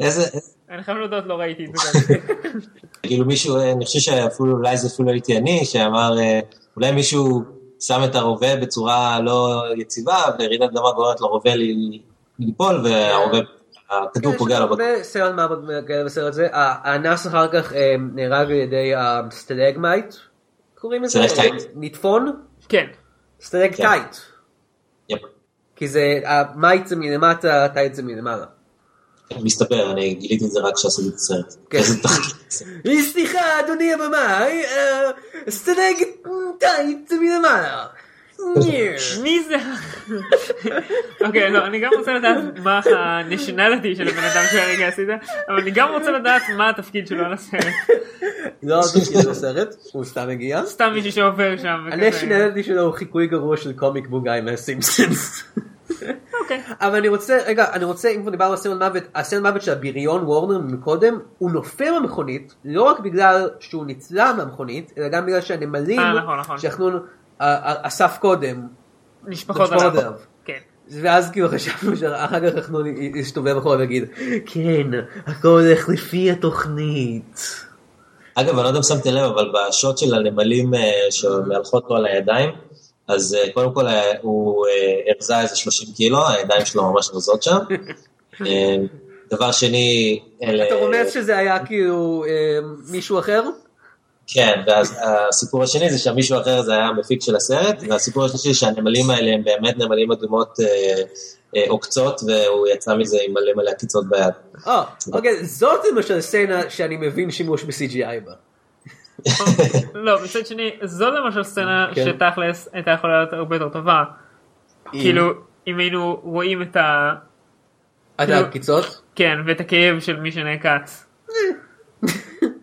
I: איזה,
B: אני חייב להודות לא ראיתי את זה, <laughs>
I: כאילו מישהו, אה, אני חושב שאפילו, אולי זה אפילו הייתי אני, שאמר, אה, אולי מישהו שם את הרובה בצורה לא יציבה, ורעידת אדמה גורמת לרובה ל- ליפול, והרובה,
A: כן,
I: הכדור פוגע לו. בגב.
A: סרט מעבוד כאלה בסרט זה. האנס אחר כך אה, נהרג על ידי הסטלגמייט, קוראים לזה?
I: סטלקטייט.
A: נטפון?
B: כן,
A: סטלגטייט.
I: כן. יפ.
A: כי זה, המייט זה מלמטה, הטייט זה מלמעלה.
I: מסתבר, אני גיליתי את זה רק כשעשיתי את הסרט.
A: כן.
I: איזה תחקיר.
A: אה, סליחה, אדוני הבמאי, אה, סטלג טייט זה מלמעלה.
B: מי זה? <laughs> אוקיי, לא, אני גם רוצה לדעת מה הנשנליטי של הבן אדם שהרגע עשית, אבל אני גם רוצה לדעת מה התפקיד שלו על הסרט.
A: לא התפקיד של הסרט, הוא סתם הגיע.
B: סתם מישהו שעובר שם. וכזה.
A: הנשנליטי שלו הוא חיקוי גרוע של קומיק בוק גיא מהסימפסונס.
B: אוקיי.
A: אבל אני רוצה, רגע, אני רוצה, אם כבר דיברנו על סצנת מוות, הסצנת מוות של הבריון וורנר מקודם, הוא נופל במכונית, לא רק בגלל שהוא נצלה מהמכונית, אלא גם בגלל שהנמלים,
B: אה, נכון, נכון.
A: שיחנון אסף קודם,
B: נשפחות
A: נשפכות
B: עליו.
A: עליו.
B: כן.
A: ואז כאילו חשבנו שאחר כך אנחנו נסתובב אחורה ויגיד כן הכל הולך לפי התוכנית.
I: אגב, אני לא יודע אם שמתם לב, אבל בשוט של הנמלים אה, שמהלכות לו על הידיים, אז אה, קודם כל אה, הוא אה, הרזה איזה 30 קילו, הידיים שלו ממש
A: <laughs>
I: רזות שם. אה, דבר שני,
B: אה.
I: אלה...
A: אתה רומז שזה היה כאילו אה, מישהו אחר?
I: כן, ואז הסיפור השני זה שמישהו אחר זה היה המפיק של הסרט, והסיפור השלישי שהנמלים האלה הם באמת נמלים אדומות אה, אה, עוקצות, והוא יצא מזה עם מלא מלא עקיצות ביד.
A: אה, אוקיי, זאת למשל סצנה שאני מבין שימוש ב-CGI בה.
B: לא, מצד שני, זו למשל סצנה
A: כן.
B: שתכלס הייתה יכולה להיות הרבה יותר טובה. כאילו, אם היינו רואים את ה...
A: עד
B: כאילו-
A: הקיצות?
B: כן, ואת הכאב של מי שנעקץ.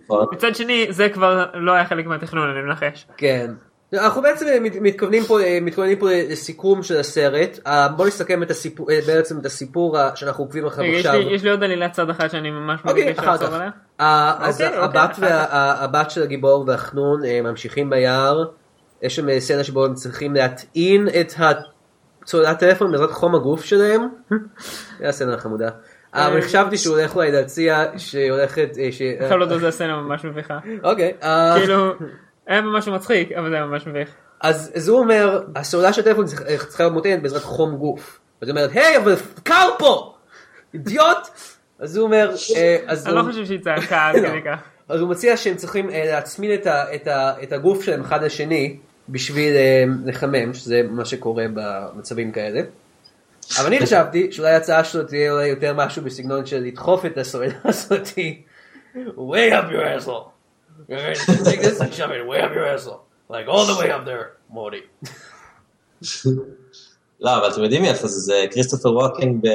I: נכון?
B: מצד שני, זה כבר לא היה חלק מהתכנון, אני מנחש.
A: כן. אנחנו בעצם אה, מת- מתכוונים פה, אה, מתכוננים פה לסיכום של הסרט. אה, בוא נסכם את הסיפור, אה, בעצם את הסיפור אה, שאנחנו עוקבים אחריו
B: רגע, יש
A: עכשיו.
B: לי- יש לי עוד עלילת צד אחת שאני ממש
A: אוקיי,
B: מרגיש
A: אחר
B: לעצור
A: כך.
B: עליה.
A: אה, אז
B: אוקיי, אוקיי,
A: הבת
B: אחר
A: וה-
B: כך.
A: ה- הבת של הגיבור והחנון אה, ממשיכים ביער. יש שם אה, סצנה שבו הם צריכים להטעין את הצוללת טלפון בעזרת חום הגוף
B: <laughs>
A: שלהם. זה הסצנה החמודה. אה, אבל חשבתי שהוא הולך אולי להציע שהולכת... אה, ש-
B: בכלל לא זו הסצנה ממש
A: <laughs>
B: מביכה.
A: אוקיי. אה,
B: כאילו, היה ממש מצחיק, אבל זה היה ממש מביך.
A: אז אז הוא אומר, הסוללה של הטלפון צריכה- אה, צריכה להיות מוטענת בעזרת חום גוף. אז היא אומרת, היי, אבל קר פה! אידיוט! אז הוא אומר, אה, אז
B: אני לא
A: הוא... לא.
B: חושב שהיא צעקה עד כדי כך.
A: אז הוא מציע שהם צריכים אה, להצמיד את, ה, את, ה, את הגוף שלהם אחד לשני בשביל אה, לחמם, שזה מה שקורה במצבים כאלה. אבל אני חשבתי שאולי ההצעה שלו תהיה אולי יותר משהו בסגנון של לדחוף את הסוללה <laughs> הזאתי. way up your asshole. You're ready to take this and shove it way up your asshole. Like all the way up there, מודי.
I: לא, אבל אתם יודעים מי עשה זה, זה כריסטופר ווקינג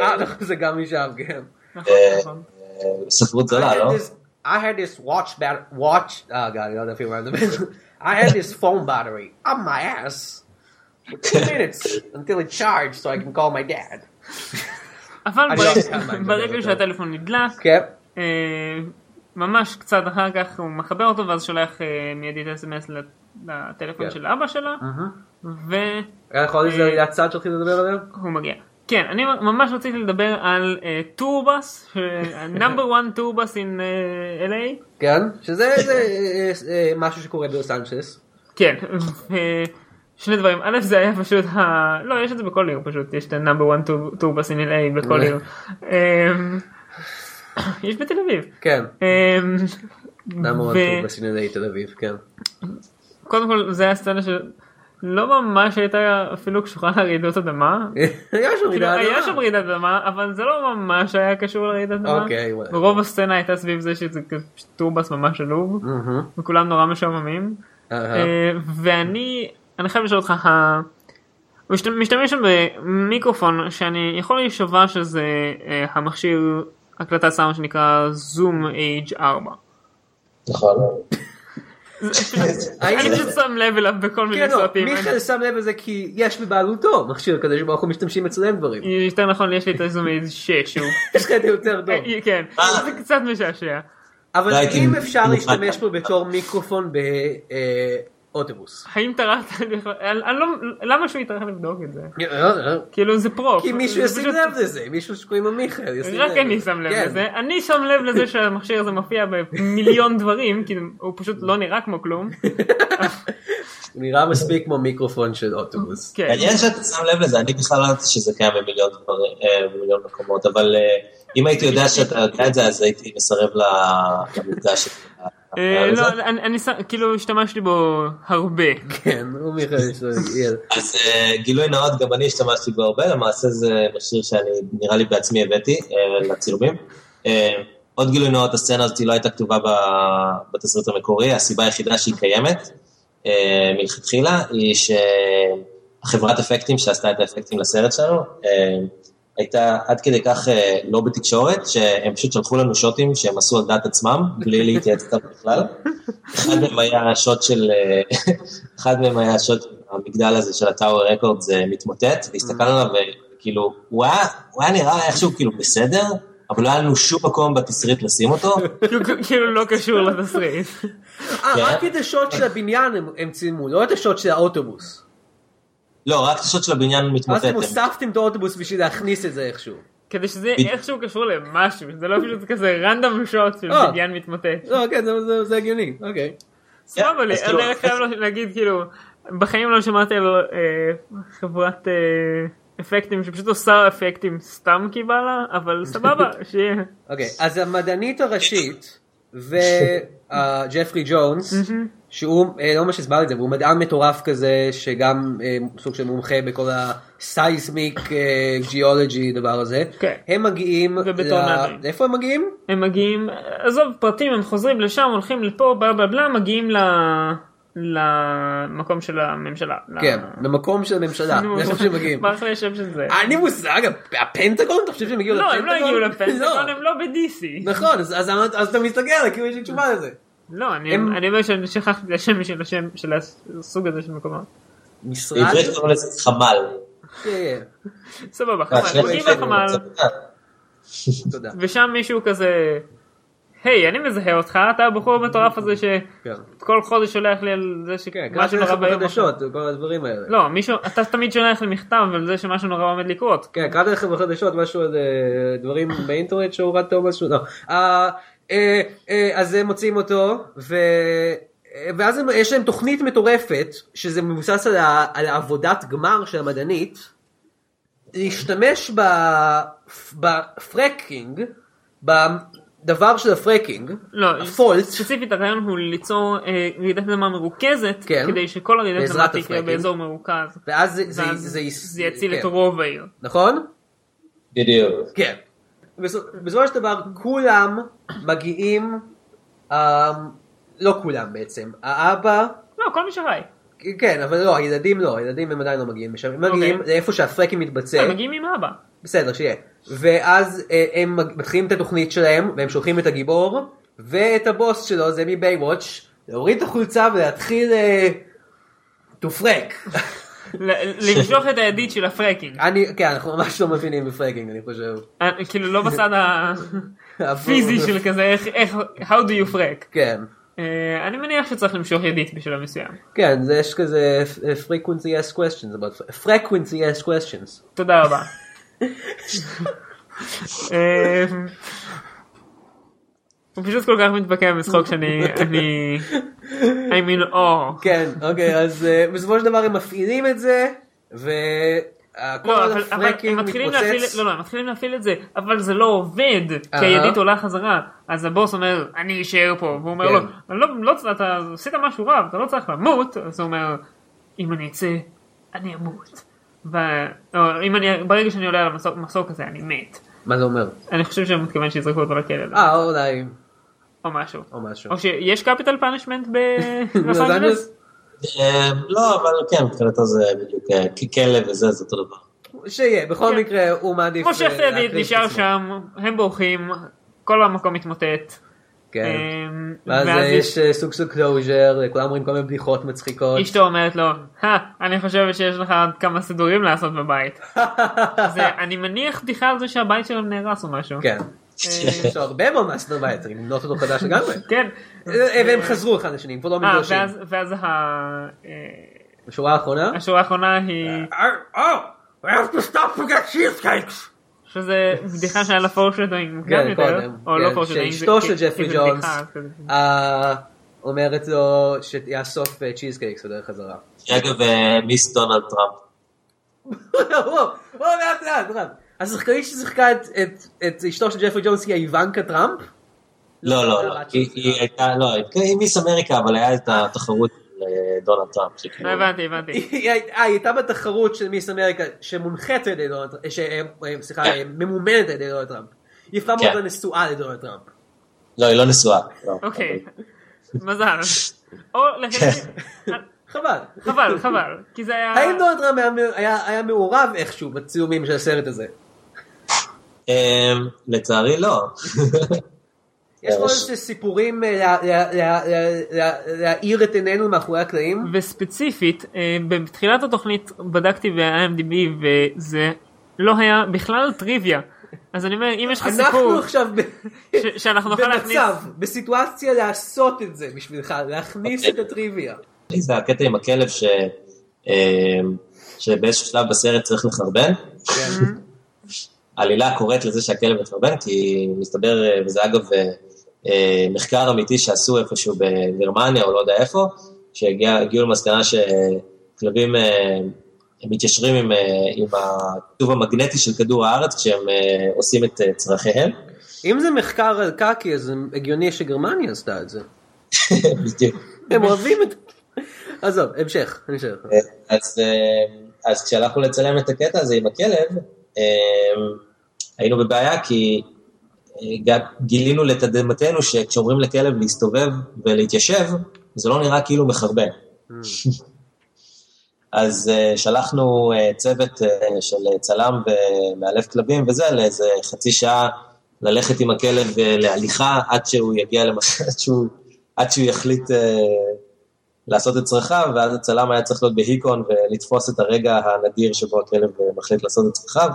A: אה, נכון, זה גם משם, כן.
B: נכון,
I: בספרות
A: I
I: זולה,
A: had
I: לא?
A: this- I had this watch bat watch oh god I don't know if you remember <laughs> I had this phone battery on my ass for two minutes until it charged so I can call my dad.
B: אבל
A: אני לא
B: ברגע-
A: מסכים עם זה,
B: ברגע
A: זה
B: שהטלפון נדלק,
A: כן.
B: אה, ממש קצת אחר כך הוא מחבר אותו ואז שולח אה, מיידית אס.אם.אס לטלפון
A: כן.
B: של אבא שלה, והוא
A: אנחנו עוד איזה עילת צד שהולכים לדבר עליה?
B: מגיע. כן, אני ממש רציתי לדבר על אה, טורבס, נאמבר 1 טורבס in אה, LA.
A: כן. שזה זה, אה, אה, משהו שקורה בלוס אנצ'ס.
B: כן, ו- שני דברים. א', זה היה פשוט ה... לא, יש את זה בכל עיר פשוט, יש את ה-number one טורבס in LA בכל עיר. אמ, <coughs> יש בתל אביב.
A: כן.
B: אמ,
A: למה הוא
B: ו-
A: עצוב בסינדאי תל אביב? כן. <laughs>
B: קודם כל, זה היה סצנה שלא ממש הייתה אפילו קשורה לרעידות אדמה.
A: היה שם
B: כאילו,
A: רעידת
B: היה
A: אדמה.
B: שם רעידת אדמה, אבל זה לא ממש היה קשור לרעידת אדמה.
A: אוקיי, וואלה.
B: ורוב הסצנה הייתה סביב זה שזה כזה טורבס ממש עלוב, וכולם נורא משועממים.
A: אהה.
B: אה, ואני אני חייב לשאול אותך, ה- הוא משת- משתמש שם במיקרופון שאני יכול להישבע שזה אה, המכשיר הקלטת סאונד שנקרא זום אייג' 4.
I: נכון.
A: האם
B: אני
A: זה-
B: פשוט שם לב אליו בכל מיני
A: כן, לא,
B: סרטים.
A: מיכאל שם לב לזה כי יש בבעלותו מכשיר כזה שבו אנחנו משתמשים אצלם
B: <laughs>
A: דברים.
B: יותר נכון יש לי את הזום אייג' 6 שהוא,
A: יש לך את זה יותר <laughs> טוב.
B: כן,
I: אה.
B: זה קצת משעשע.
A: אבל
I: לא הייתי
A: האם אפשר
I: מוכן.
A: להשתמש בו בתור מיקרופון אה, באוטובוס?
B: האם טרחת בכלל? אני לא... למה שהוא יטרח לבדוק את זה? כאילו זה פרו.
A: כי מישהו
B: זה
A: ישים
B: פשוט-
A: לב לזה, מישהו שקוראים לו מיכאל ישים לב.
B: רק אני שם לב
A: כן.
B: לזה. אני שם לב
A: <laughs>
B: לזה שהמכשיר הזה מופיע במיליון דברים, כי הוא פשוט לא נראה כמו
A: <laughs>
B: כלום.
A: הוא נראה מספיק כמו מיקרופון של אוטובוס.
B: כן.
I: מעניין שאתה שם לב לזה, אני בכלל לא ידעתי שזה קיים במיליון דברים, אה, במיליון מקומות, אבל אה, אם הייתי יודע שאתה יודע את זה, אז הייתי מסרב ל- למפגש של
B: אה, לא, אני אני שם- כאילו השתמשתי בו הרבה.
A: כן, הוא מיכאל יש לו ילד.
I: אז אה, גילוי נאות, גם אני השתמשתי בו הרבה, למעשה זה מכשיר שאני נראה לי בעצמי הבאתי אה, לצילומים. אה, עוד גילוי נאות, הסצנה הזאת לא הייתה כתובה ב- בתסריט המקורי, הסיבה היחידה שהיא קיימת אה, מלכתחילה, היא שחברת אפקטים שעשתה את האפקטים לסרט שלנו, אה, הייתה עד כדי כך אה, לא בתקשורת, שהם פשוט שלחו לנו שוטים שהם עשו על דעת עצמם, בלי להתייעץ איתם בכלל. אחד מהם היה השוט של, אה, <laughs> אחד מהם היה השוט, המגדל הזה של הטאוור רקורד, זה מתמוטט, והסתכלנו עליו וכאילו, הוא היה- הוא היה נראה איכשהו כאילו בסדר, אבל לא היה לנו שום מקום בתסריט לשים אותו.
B: כאילו- כאילו לא קשור לתסריט.
A: אה,
I: כן.
A: רק את השוט של הבניין הם- הם צילמו, לא את השוט של האוטובוס.
I: לא, רק את השוט של הבניין מתמוטט.
A: אז הם
I: הם-
A: הוספתם את האוטובוס בשביל להכניס את זה איכשהו.
B: כדי שזה
I: בדיוק.
B: איכשהו קשור למשהו, זה לא פשוט כזה רנדום שוט של
A: אה.
B: בניין מתמוטט.
A: לא, כן, זה- זה- זה הגיוני, אוקיי.
B: סבבה,
I: אז
B: אני
I: כאילו-
B: רק חייב לה- להגיד כאילו, בחיים לא שמעתי על אה, חברת אה, אפקטים שפשוט עושה אפקטים סתם כי בא לה, אבל סבבה, שיהיה.
A: אוקיי, אז המדענית הראשית וג'פרי ג'ונס,
B: Mm-hmm.
A: שהוא, אה, לא ממש הסברתי את זה, והוא מדען מטורף כזה, שגם אה, סוג של מומחה בכל הסייסמיק ג'יאולוגי דבר הזה,
B: כן.
A: הם מגיעים,
B: ובטורנדואים.
A: ל- איפה הם מגיעים?
B: הם מגיעים, עזוב פרטים, הם חוזרים לשם, הולכים לפה, בלה בלה בלה, מגיעים ל... למקום של הממשלה. ל-
A: כן, לא, למקום של הממשלה,
B: נו,
A: זה איפה שהם מגיעים.
B: אה. מה אחרי השם של זה?
A: אין לי מושג, הפ- הפנטגון? אתה חושב שהם הגיעו
B: לא,
A: לפנטגון?
B: הם לא הגיעו
A: כאילו, לא.
B: לפנטגון, הם לא ב-DC.
A: נכון, אז- אז אמרת- אז אתה מסתכל, עליי, כאילו יש לי תשובה לזה.
B: לא, אני
A: הם-
B: אני אומר שאני שכחתי את השם של השם של הסוג הזה של מקומות.
A: משרד?
I: בעברית קוראים לזה חמ"ל. כן,
A: כן,
B: סבבה, חבל,
I: השם
B: מגיעים
I: שלו,
B: לחמ"ל,
I: צדקה.
A: כן. תודה.
B: ושם מישהו כזה, היי, אני מזהה אותך, אתה הבחור המטורף הזה
A: כן.
B: שכל חודש שולח לי על זה
A: כן, קראתי
B: שמשהו
A: לך
B: נורא ואיום.
A: בחדשות, כל הדברים האלה.
B: לא, מישהו, אתה תמיד שולח לי מכתב על זה שמשהו נורא עומד לקרות.
A: כן, קראתי לכם בחדשות משהו על אה, דברים באינטרנט שהורדת או משהו, לא. אה, אה, אה, אז הם מוצאים אותו, ו... אה, ואז הם, יש להם תוכנית מטורפת, שזה מבוסס על, ה, על העבודת גמר של המדענית, להשתמש ב, בפרקינג, בדבר של הפרקינג,
B: לא,
A: הפולט,
B: ספציפית הרעיון הוא ליצור אה, רעידת אדמה מרוכזת,
A: כן.
B: כדי שכל רעידת אדמה
A: בעזרת
B: תקרה
A: הפרקים.
B: באזור מרוכז,
A: ואז זה, זה,
B: ואז
A: זה, יס-
B: זה יציל את
A: כן.
B: רוב העיר.
A: נכון?
I: בדיוק.
A: כן. בסופ- בסופו של דבר כולם מגיעים, אמ, לא כולם בעצם, האבא,
B: לא, כל מי שחי.
A: כן, אבל לא, הילדים לא, הילדים הם עדיין לא מגיעים לשם, הם
B: אוקיי.
A: מגיעים לאיפה שהפרקים
B: הם
A: מתבצע,
B: מגיעים עם אבא.
A: בסדר, שיהיה. ואז אה, הם מג- מתחילים את התוכנית שלהם, והם שולחים את הגיבור, ואת הבוס שלו, זה מביי וואץ', להוריד את החולצה ולהתחיל אה, to frack.
B: ל- למשוך את הידית של הפרקינג.
A: <laughs> אני, כן, אנחנו ממש לא מבינים בפרקינג, אני חושב.
B: אה, כאילו לא בצד
A: <laughs>
B: ה- הפיזי של כזה, איך, איך, how do you frack.
A: כן.
B: אה, אני מניח שצריך למשוך ידית בשלב מסוים.
A: כן, זה יש כזה uh, frequency asked questions about frequency asked questions.
B: תודה רבה. אה, הוא פשוט כל כך מתבקע מצחוק שאני, אני, I mean, oh. או.
A: כן, אוקיי, אז uh, בסופו של דבר הם מפעילים את זה, וכל
B: לא, אבל- אבל הם
A: הפרקינג
B: מתחילים להפעיל,
A: מתפוצץ.
B: לא, לא, הם מתחילים להפעיל את זה, אבל זה לא עובד, כי
A: אהה.
B: הידית עולה חזרה, אז הבוס אומר, אני אשאר פה, והוא אומר
A: כן.
B: לו, "אני לא, לא, אתה עשית משהו רע, אתה לא צריך למות, אז הוא אומר, אם אני אצא, אני אמות. ו- או, אם אני, ברגע שאני עולה על המסוק- המסוק הזה, אני מת.
A: מה זה אומר?
B: אני חושב שהוא מתכוון שיזרקו אותו לכלא,
A: אה, אולי,
B: או משהו.
A: או משהו. לא,
B: או שיש קפיטל פאנשמנט בלוס
A: <laughs> לוס
B: אנגלס?
A: אנג'לס?
I: אה, לא, אבל כן, מבחינתו זה בדיוק אה, כלב וזה, זה אותו דבר.
A: שיהיה, בכל
B: כן.
A: מקרה הוא מעדיף...
B: מושך
A: אה,
B: את הידית,
A: להקריב את
B: נשאר
A: עצמו.
B: שם, הם בורחים, כל המקום מתמוטט.
A: כן.
B: אמ,
A: ואז אה,
B: ואז
A: יש אה, סוג של קלוז'ר, כולם אומרים כל מיני בדיחות מצחיקות.
B: אשתו אומרת לו, "הא, אני חושבת שיש לך עוד כמה סידורים לעשות
A: <laughs>
B: בבית. זה, אני מניח בדיחה על זה שהבית שלהם נהרס או משהו.
A: כן.
B: אה,
A: יש לו הרבה מאוד מהסטרבייט, צריך לבנות אותו חדש לגמרי.
B: כן.
A: אה, והם חזרו אחד לשני, הם כבר לא
B: אה,
A: מתגרשים.
B: ואז- אה, ואז ה- אה,
A: בשורה האחרונה?
B: השורה האחרונה היא,
A: Oh, we have to stop to get cheesecakes.
B: שזה בדיחה שהיה לה פורשדוינג מוקדם
A: אה. כן,
B: יותר,
A: קודם,
B: או לא
A: כן,
B: פורשדוינג,
A: שאשתו של ג'פרי ג'ונס אה, אומרת לו שיאסוף אה, צ'יזקייקס בדרך חזרה.
I: אגב, אה, מיס דונלד טראמפ.
A: <laughs> וואו, וואו, לאט לאט, לאט. השחקנית ששיחקה את- את- את אשתו של ג'פרי ג'ונס היא האיוונקה טראמפ? <laughs>
I: לא, לא, לא.
A: הבת
I: היא
A: שלו.
I: היא הייתה, לא, היא- היא מיס אמריקה, אבל היה את התחרות לדונלד טראמפ. שכאילו-
B: אה, הבנתי,
A: <laughs>
B: הבנתי.
A: היא הי- אה, היא הייתה בתחרות של מיס אמריקה שמונחית על ידי דונלד טראמפ, ש- אה, אה, סליחה, אה, ממומנת על ידי דונלד טראמפ. היא אף פעם
I: כן.
A: עוד לא נשואה לדונלד טראמפ.
I: לא, היא לא נשואה. לא.
A: <laughs>
B: אוקיי, מזל. או לחלופין,
A: חבל.
B: חבל, חבל. כי זה היה...
A: כן. האם לא נועד רם היה מ- היה היה מעורב איכשהו בצילומים של הסרט הזה?
I: אה, לצערי לא.
A: יש לו איזה סיפורים אה, לה- לה- לה- לה- לה- להאיר את עינינו מאחורי הקלעים?
B: וספציפית, אה, בתחילת התוכנית בדקתי ב-IMDb וזה לא היה בכלל טריוויה. אז אני אומר, אם יש לך סיפור
A: אנחנו עכשיו ב-
B: ש- שאנחנו נוכל להכניס...
A: במצב, בסיטואציה לעשות את זה בשבילך, להכניס את הטריוויה.
I: לי זה הקטע עם הכלב ש... אה, שבאיזשהו שלב בסרט צריך לחרבן. העלילה קוראת לזה שהכלב מחרבן, כי מסתבר, אה, וזה אגב אה, אה, מחקר אמיתי שעשו איפשהו בגרמניה או לא יודע איפה, שהגיעו למסקנה שכלבים אה, הם מתיישרים עם, אה, עם הכתוב המגנטי של כדור הארץ כשהם אה, עושים את אה, צרכיהם. <laughs>
A: אם זה מחקר על קקי אז הגיוני שגרמניה עשתה את זה.
I: בדיוק.
A: הם אוהבים את... עזוב, המשך, המשך.
I: אה, אז, אה, אז כשהלכנו לצלם את הקטע הזה עם הכלב, אה, היינו בבעיה כי אה, גם גילינו לתדהמתנו שכשאומרים לכלב להסתובב ולהתיישב, זה לא נראה כאילו מחרבן. אז אה, שלחנו אה, צוות אה, של צלם ומאלף כלבים וזה, לאיזה חצי שעה ללכת עם הכלב אה, להליכה עד שהוא יגיע למשל, <laughs> עד שהוא, עד שהוא יחליט אה, לעשות את צרכיו, ואז הצלם היה צריך להיות בהיקון ולתפוס את הרגע הנדיר שבו הכלב אה, מחליט לעשות את צרכיו.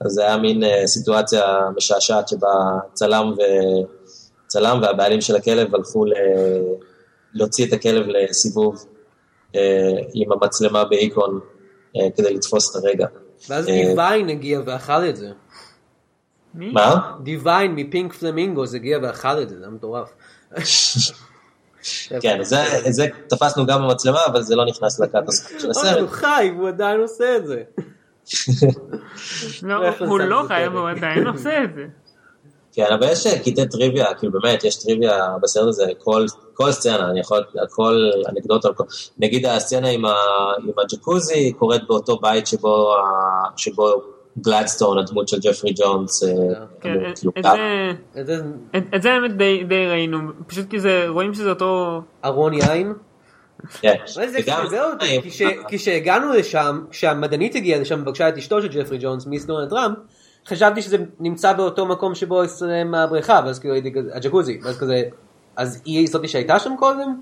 I: אז זה היה מין אה, סיטואציה משעשעת שבה צלם, ו... צלם והבעלים של הכלב הלכו ל... להוציא את הכלב לסיבוב אה, עם המצלמה בהיקון אה, כדי לתפוס את הרגע.
A: ואז
I: אה,
A: דיוויין הגיע ואכל את זה.
B: מי?
I: מה?
A: דיוויין מפינק פלמינגוס הגיע ואכל את זה, זה מטורף.
I: כן, זה, זה תפסנו גם במצלמה, אבל זה לא נכנס לקאטה של
A: אוי,
I: הסרט.
A: הוא חי, הוא עדיין עושה את זה.
B: לא,
A: איך
B: הוא
A: לסיים
B: לא
A: את
B: חייב,
A: הפרק.
B: הוא עדיין עושה את זה.
I: כן, אבל יש אה, קטעי טריוויה, כאילו באמת, יש טריוויה בסרט הזה, כל, כל סצנה, אני יכול, כל אנקדוטה, על כל- נגיד הסצנה עם, ה, עם הג'קוזי קורית באותו בית שבו, ה, שבו גלדסטון, הדמות של ג'פרי ג'ונס, אה,
B: כן,
I: כאילו, כאילו,
B: את זה...
A: את זה
B: את- את זה האמת די, די ראינו, פשוט כי זה, רואים שזה אותו...
A: ארון יין.
I: כן.
A: אבל זה
I: וגם-
A: חיבר אותי, כי כש- כשהגענו לשם, כשהמדענית הגיעה לשם ובקשה את אשתו של ג'פרי ג'ונס, מיס דונלד טראמפ, חשבתי שזה נמצא באותו מקום שבו הסתיים הבריכה, ואז כאילו הייתי כזה, הג'קוזי, ואז כזה, אז היא זאתי שהייתה שם קודם?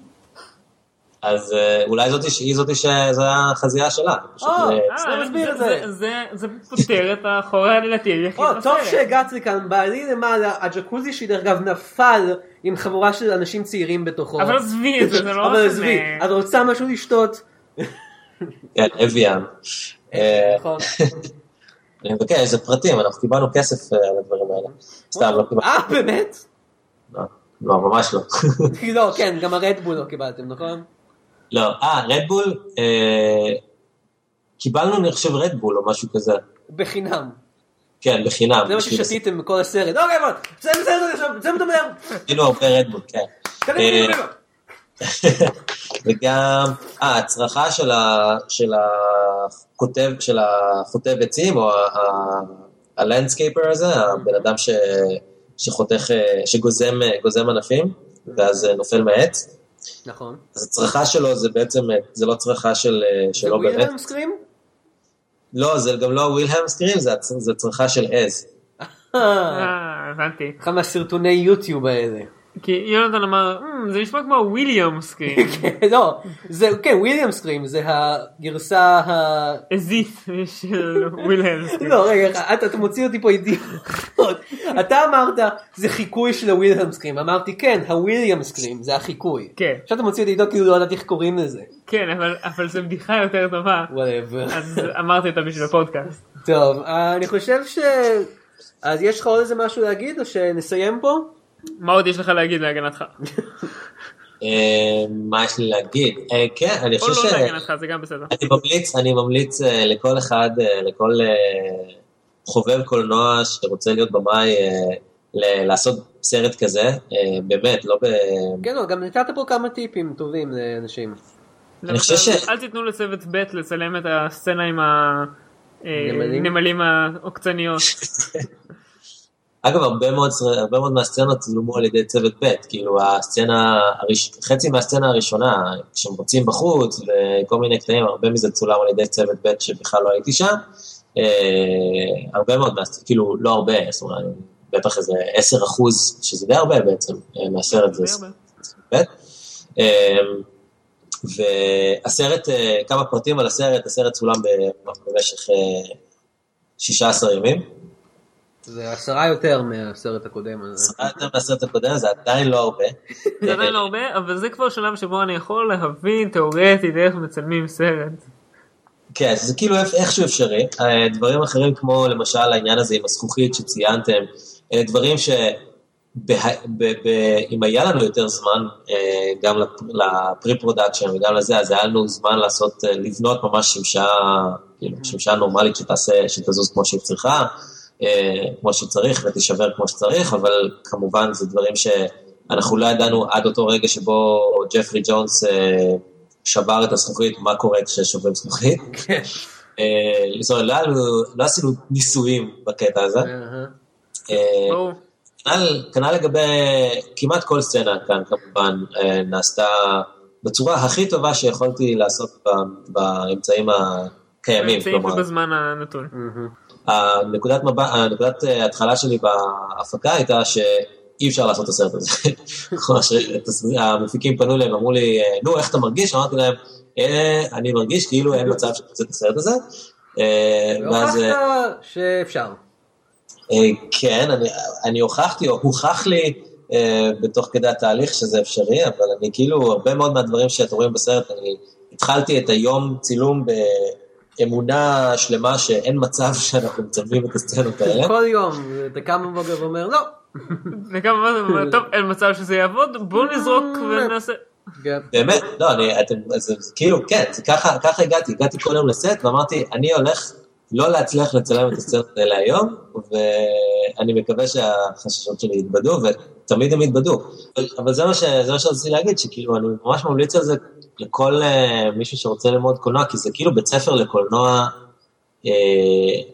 I: אז אה, אולי זאתי, ש- היא זאתי שזו החזייה שלה. פשוט,
A: אה,
I: אה,
A: אז אתה מסביר את
B: זה,
A: זה.
B: זה, זה פותר את החור העלילתי היחיד
A: או, טוב
B: בסרט.
A: שהגעת לכאן, בעלי למעלה, הג'קוזי שלי דרך אגב נפל עם חבורה של אנשים צעירים בתוכו.
B: אבל עזבי את זה, זה לא...
A: אבל
B: משנה.
A: עזבי, את רוצה משהו לשתות?
I: כן, אביאן. אה,
A: נכון.
I: אני מבקש, זה פרטים, אנחנו קיבלנו כסף אה, על הדברים האלה. סתם, לא קיבלנו.
A: אה, באמת? <laughs>
I: לא, לא, ממש לא. <laughs>
A: לא, כן, גם הרדבול לא קיבלתם, נכון?
I: לא, אה, רדבול? אה, קיבלנו, אני חושב, רדבול או משהו כזה.
A: בחינם.
I: כן, בחינם.
A: זה מה
I: בשביל
A: ששתיתם בכל הסרט. אוקיי, בוא, זה בסדר עכשיו, זה מדבר.
I: הס- כאילו הרבה רדבול, כן.
A: תן
I: אה,
A: לי לדבר.
I: <laughs> וגם, אה, הצרחה של ה- של הכותב, של החוטב עצים, או ה- ה- הלנדסקייפר הזה, הבן אדם ש- שחותך, אה, שגוזם אה, גוזם ענפים, ואז אה, נופל מעץ.
A: נכון.
I: אז הצרחה שלו זה בעצם, אה, זה לא צרחה של, אה,
A: זה
I: שלו באמת.
A: ווילם סקרים?
I: לא, זה גם לא ווילהם סקרים, זה הצ- זה צרחה של עז.
B: אה, הבנתי.
A: אחד מהסרטוני יוטיוב האלה. <laughs>
B: כי יונתן אמר, "מ, זה נשמע כמו כאילו."
A: <laughs>
B: וויליאם סקרים.
A: לא, זה, כן, וויליאם סקרים, זה הגרסה ה...
B: הזיף של וויליאם סקרים.
A: לא, רגע, אתה, אתה מוציא אותי פה
B: <laughs>
A: אידיוט. אתה אמרת, זה חיקוי של הוויליאם סקרים. אמרתי, כן, הוויליאם סקרים, זה החיקוי.
B: כן.
A: עכשיו אתה מוציא אותי אידיוט כאילו לא ידעתי איך קוראים לזה.
B: כן, אבל- אבל זו בדיחה יותר טובה.
A: וואטאבר.
B: אז אמרתי אותה בשביל הפודקאסט.
A: טוב, אה, אני חושב ש... אז יש לך עוד איזה משהו להגיד, או שנסיים פה?
B: מה עוד יש לך להגיד להגנתך?
I: אה, מה יש לי להגיד? אה, כן, אני
B: או
I: חושב ש...
B: לא להגנתך, זה גם בסדר.
I: אני ממליץ, אני ממליץ אה, לכל אחד, אה, לכל אה, חובב קולנוע שרוצה להיות במאי, אה, ל- לעשות סרט כזה, אה, באמת, לא ב...
A: כן, לא, גם נתת פה כמה טיפים טובים לאנשים.
I: אני חושב
B: למשל,
I: ש-
B: אל תיתנו לצוות ב' לצלם את הסצנה עם ה- אה,
A: נמלים?
B: נמלים העוקצניות.
I: אגב, הרבה מאוד, סר- הרבה מאוד מהסצנות צולמו על ידי צוות ב', כאילו הסצנה, הראש, חצי מהסצנה הראשונה, כשהם רוצים בחוץ וכל מיני קטעים, הרבה מזה צולם על ידי צוות ב' שבכלל לא הייתי שם. אה, הרבה מאוד, מהס- כאילו לא הרבה, זאת אומרת, בטח איזה 10 אחוז, שזה די הרבה בעצם, אה, מהסרט <laughs> זה
B: די הרבה.
I: צוות ב'. אה, והסרט, אה, כמה פרטים על הסרט, הסרט צולם ב- במשך אה, 16 ימים.
A: זה עשרה יותר מהסרט הקודם. אז-
I: עשרה יותר מהסרט הקודם, זה עדיין לא הרבה.
B: זה
I: يعني
B: עדיין לא הרבה, אבל זה כבר שלב שבו אני יכול להבין תאורטית איך מצלמים סרט.
I: כן, זה כאילו איך- איכשהו אפשרי. אה, דברים אחרים כמו למשל העניין הזה עם הזכוכית שציינתם, אלה דברים ש... בה- ב- ב- אם היה לנו יותר זמן, אה, גם לפ- לפרי-פרודקשן וגם לזה, אז היה לנו זמן לעשות, אה, לבנות ממש שמשה, כאילו, שמשה נורמלית שתעשה, שתזוז כמו שהיא צריכה, אה, כמו שצריך ותישבר כמו שצריך, אבל כמובן זה דברים שאנחנו לא ידענו עד אותו רגע שבו ג'פרי ג'ונס אה, שבר את הזכוכית, מה קורה כששוברים זכוכית. אה, זאת אומרת, לא היה- לא עשינו ניסויים בקטע הזה.
A: אהה.
I: אה,
B: ברור.
I: כנ"ל, כנ"ל לגבי כמעט כל סצנה כאן כמובן אה, נעשתה בצורה הכי טובה שיכולתי לעשות ב- באמצעים הקיימים.
B: נמצאים
I: כלומר, Mm.
B: בזמן הנתון.
I: הנקודת, מבט, הנקודת אה, ההתחלה שלי בהפקה הייתה שאי אפשר לעשות את הסרט הזה. <laughs> כלומר, ש- המפיקים פנו אליהם, אמרו לי, אה, נו, איך אתה מרגיש? אמרתי להם, "אה, אני מרגיש כאילו אין מצב שתעשה את הסרט הזה. אה, ואז... אה,
A: והוכחת שאפשר.
I: אה, כן, אני, אני הוכחתי, או הוכח לי אה, בתוך כדי התהליך שזה אפשרי, אבל אני כאילו, הרבה מאוד מהדברים שאתם רואים בסרט, אני התחלתי את היום צילום באמונה שלמה שאין מצב <laughs> שאנחנו מצלמים את הסצנות האלה.
A: כל יום אתה קם בבוקר ואומר לא.
B: וכמה מה זה
I: <laughs>
B: אומר, טוב, אין מצב שזה יעבוד, בואו
I: Mm,
B: נזרוק ונעשה...
A: כן.
I: באמת, לא, אני, אתם, זה, זה כאילו, כן, זה ככה, ככה הגעתי, הגעתי כל יום לסט ואמרתי, אני הולך לא להצליח לצלם את הסצנות האלה היום, ואני מקווה שהחששות שלי יתבדו, ותמיד הם יתבדו. אבל, אבל זה מה ש- זה מה שרציתי להגיד, שכאילו, אני ממש ממליץ על זה לכל אה, מישהו שרוצה ללמוד קולנוע, כי זה כאילו בית ספר לקולנוע אה,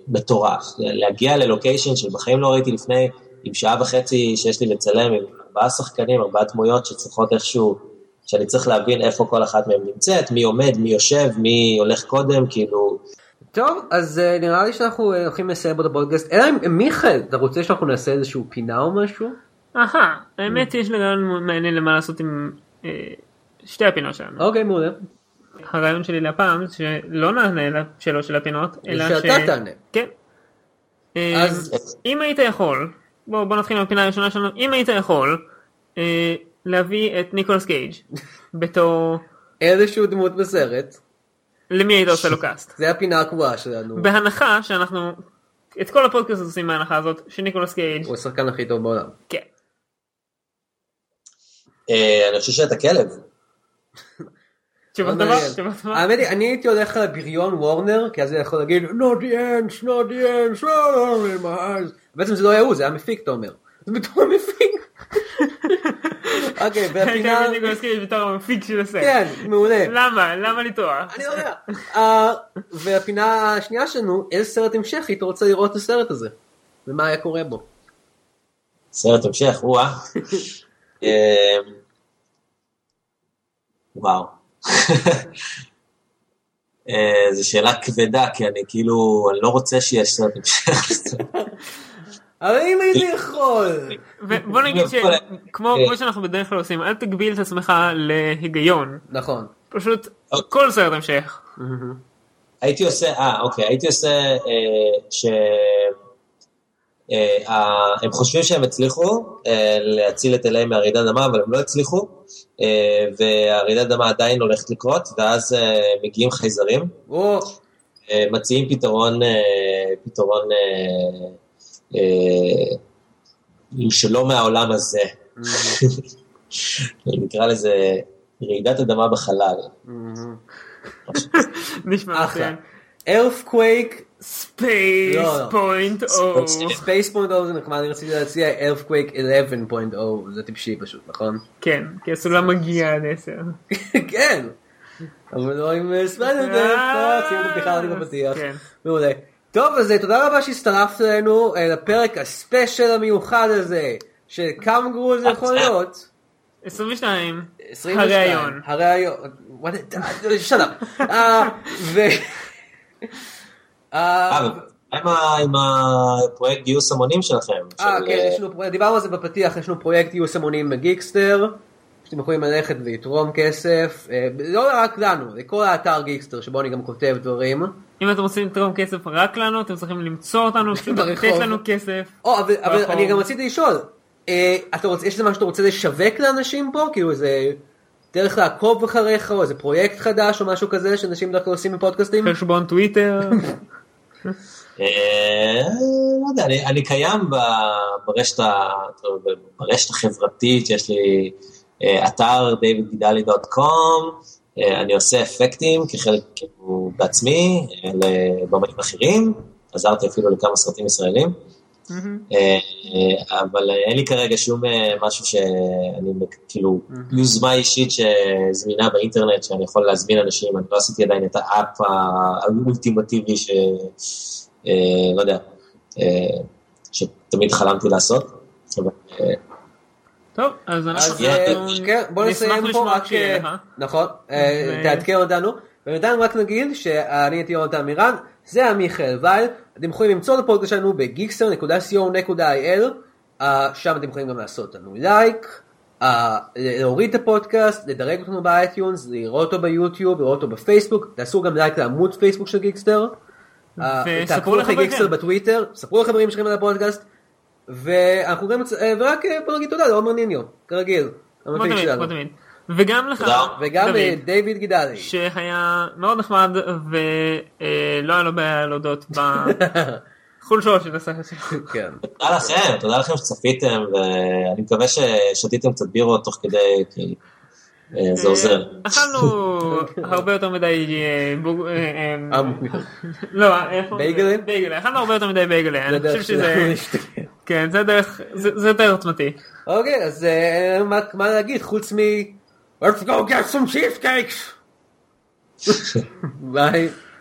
I: מטורף. להגיע ללוקיישן שבחיים לא ראיתי לפני, עם שעה וחצי שיש לי לצלם, עם ארבעה שחקנים, ארבעה דמויות שצריכות איכשהו, שאני צריך להבין איפה כל אחת מהן נמצאת, מי עומד, מי יושב, מי הולך קודם, כאילו...
A: טוב אז אה, נראה לי שאנחנו אה, הולכים לסיים את הפודקאסט. אלא אם מיכאל אתה רוצה שאנחנו נעשה איזשהו פינה או משהו?
B: אהה,
A: כן.
B: האמת יש לי רעיון מעניין למה לעשות עם אה, שתי הפינות שלנו.
A: אוקיי מעולה.
B: הרעיון שלי להפעם זה שלא נענה לשאלות של הפינות, אלא ש...
A: שאתה תענה.
B: כן. אה,
A: אז-
B: אם היית יכול, בוא בוא נתחיל עם הפינה הראשונה שלנו, אם היית יכול אה, להביא את ניקולס
A: <laughs>
B: קייג' בתור...
A: איזשהו דמות בסרט.
B: למי היית עושה לו קאסט?
A: זה הפינה הקבועה שלנו.
B: בהנחה שאנחנו... את כל הפודקאסט עושים מההנחה הזאת, שניקולס קייג'
A: הוא השחקן הכי טוב בעולם.
B: כן.
I: אה, אני חושב שאת הכלב.
B: תשובה
A: מאוד
B: טובה,
A: לא מעניין.
B: תשובה טובה.
A: האמת היא, אני הייתי הולך על הבריון וורנר, כי אז הוא יכול להגיד, not the end, not the end, so long in my eyes. בעצם זה לא היה הוא, זה היה מפיק, אתה אומר. זה בתור המפיק. אוקיי,
B: היית
A: והפינה...
B: מביא את כן, ניקולס קייג' בתור המפיק של הסרט.
A: כן, מעולה.
B: למה? למה לטעות?
A: אני לא יודע. אה, והפינה השנייה שלנו, איזה סרט המשך היית רוצה לראות את הסרט הזה? ומה היה קורה בו?
I: סרט המשך, וואה. אה, וואו. <laughs> אה, זו שאלה כבדה, כי אני כאילו, אני לא רוצה שיש סרט המשך.
A: אבל אם הייתי יכול...
B: ובוא
A: לא,
B: נגיד שכמו
I: אה.
B: כמו שאנחנו בדרך כלל עושים, אל תגביל את עצמך להיגיון.
A: נכון.
B: פשוט
I: אוקיי.
B: כל סרט המשך.
I: הייתי עושה, אה, אוקיי, הייתי עושה אה, ש... אה, ה- הם חושבים שהם הצליחו אה, להציל את אליהם מהרעידת אדמה, אבל הם לא הצליחו, אה, והרעידת אדמה עדיין הולכת לקרות, ואז אה, מגיעים חייזרים,
A: או,
I: אה, מציעים פתרון, אה, פתרון אה, אה, שלא מהעולם הזה. <laughs> נקרא לזה רעידת אדמה בחלל.
B: נשמע
A: אחלה. לא,
B: מצוין.
A: ארפקווייק
B: ספייס
A: לא, לא.
B: פוינט או.
A: ספייס פוינט או זה נחמד, אני רציתי להציע ארפקווייק 11.0, oh, זה טיפשי פשוט, נכון? <laughs>
B: כן, כי הסולם מגיע עד עשר.
A: כן! אבל לא עם ספיידרדף,
B: אה,
A: עשינו את אה, הבדיחה הזאת בפתיח.
B: כן.
A: מעולה. טוב, אז אה, תודה רבה שהצטרפת אלינו אה, לפרק הספיישל המיוחד הזה, של כמה גרוע זה
B: אה,
A: יכול להיות.
B: 22,
A: 22.
B: הראיון.
A: הראיון. <laughs> What a- shut up. אה, ו... אה,
I: אה, מה עם ה- עם הפרויקט גיוס המונים שלכם?
A: אה,
I: של,
A: כן,
I: אה,
A: יש לנו, פרויקט- דיברנו על זה בפתיח, יש לנו פרויקט גיוס המונים בגיקסטר, שאתם יכולים ללכת ולתרום כסף, אה, לא רק לנו, לכל האתר גיקסטר, שבו אני גם כותב דברים.
B: אם אתם רוצים לתרום כסף רק לנו, אתם צריכים למצוא
A: <laughs>
B: אותנו, פשוט לתת
A: ברחוב.
B: לנו כסף.
A: או, אבל, אבל
I: נכון.
B: ברחוב.
A: אני גם רציתי לשאול, אה, אתה רוצה, יש איזה משהו שאתה רוצה לשווק לאנשים פה? כאילו איזה דרך לעקוב אחריך, או איזה פרויקט חדש, או משהו כזה, שאנשים דווקא עושים
I: כן,
A: בפודקאסטים? <laughs>
B: חשבון טוויטר.
I: אה, לא יודע, אני, אני קיים ב- ברשת, ה- ברשת החברתית, יש לי אה, אתר davidgidali.com, אה, אני עושה אפקטים כחלק כאילו, בעצמי אה, לבמאים אחרים, עזרתי אפילו לכמה סרטים ישראלים, אה, אה, אבל אין לי כרגע שום אה, משהו שאני מק- כאילו, יוזמה אישית שזמינה באינטרנט, שאני יכול להזמין אנשים, אני לא עשיתי עדיין את האפ ה- האולטימטיבי ש... אה, לא יודע, אה, שתמיד חלמתי לעשות. אבל, אה,
B: טוב, אז אנחנו...
A: אז אה, כן, בוא
B: נשמח
A: נסיים פה
B: לשמוע
A: רק...
B: שיהיה לך.
A: אה, נכון, אה,
B: ו-
A: תעדכן אותנו. ובינתיים רק נגיד שאני הייתי יונתן מירן, זה היה מיכאל וייל, אתם יכולים למצוא את הפודקאסט שלנו בגיקסר.co.il, אה, שם אתם יכולים גם לעשות לנו לייק, אה, להוריד את הפודקאסט, לדרג אותנו באייטיונס, לראות אותו ביוטיוב, לראות אותו בפייסבוק, תעשו גם לייק לעמוד פייסבוק של גיקסטר. אה,
B: וספרו
A: תעקבו אחרי
B: לחבריכם.
A: גיקסטר בטוויטר, ספרו לחברים שלכם על הפודקאסט, ואנחנו גם, אה, ורק אה, בוא נגיד תודה לעומר ניניו, כרגיל,
B: כמו
A: המפיק
B: תמיד,
A: שלנו.
B: כמו תמיד. וגם לך,
I: תודה.
A: וגם אה,
B: דוד,
A: דיוויד גידלי.
B: שהיה מאוד נחמד, ולא היה לו בעיה להודות
A: <laughs>
B: בחולשו של הסרט שלו.
A: כן.
I: תודה לכם, תודה לכם שצפיתם, ואני מקווה ששתיתם קצת בירות תוך כדי, כי אה, זה עוזר.
A: <laughs>
B: אכלנו הרבה יותר מדי אה, בוג- אה, אה,
A: אמ,
B: לא, איפה?
A: בייגלה?
B: בייגלה. אכלנו הרבה יותר מדי בייגלה. אני
A: הדרך
B: חושב שזה...
A: שלנו להשתגע.
B: כן, זה דרך... זה זה יותר עוצמתי.
A: אוקיי, אז אה, מה- מה להגיד חוץ מ... let's go get some cheesecakes! ביי.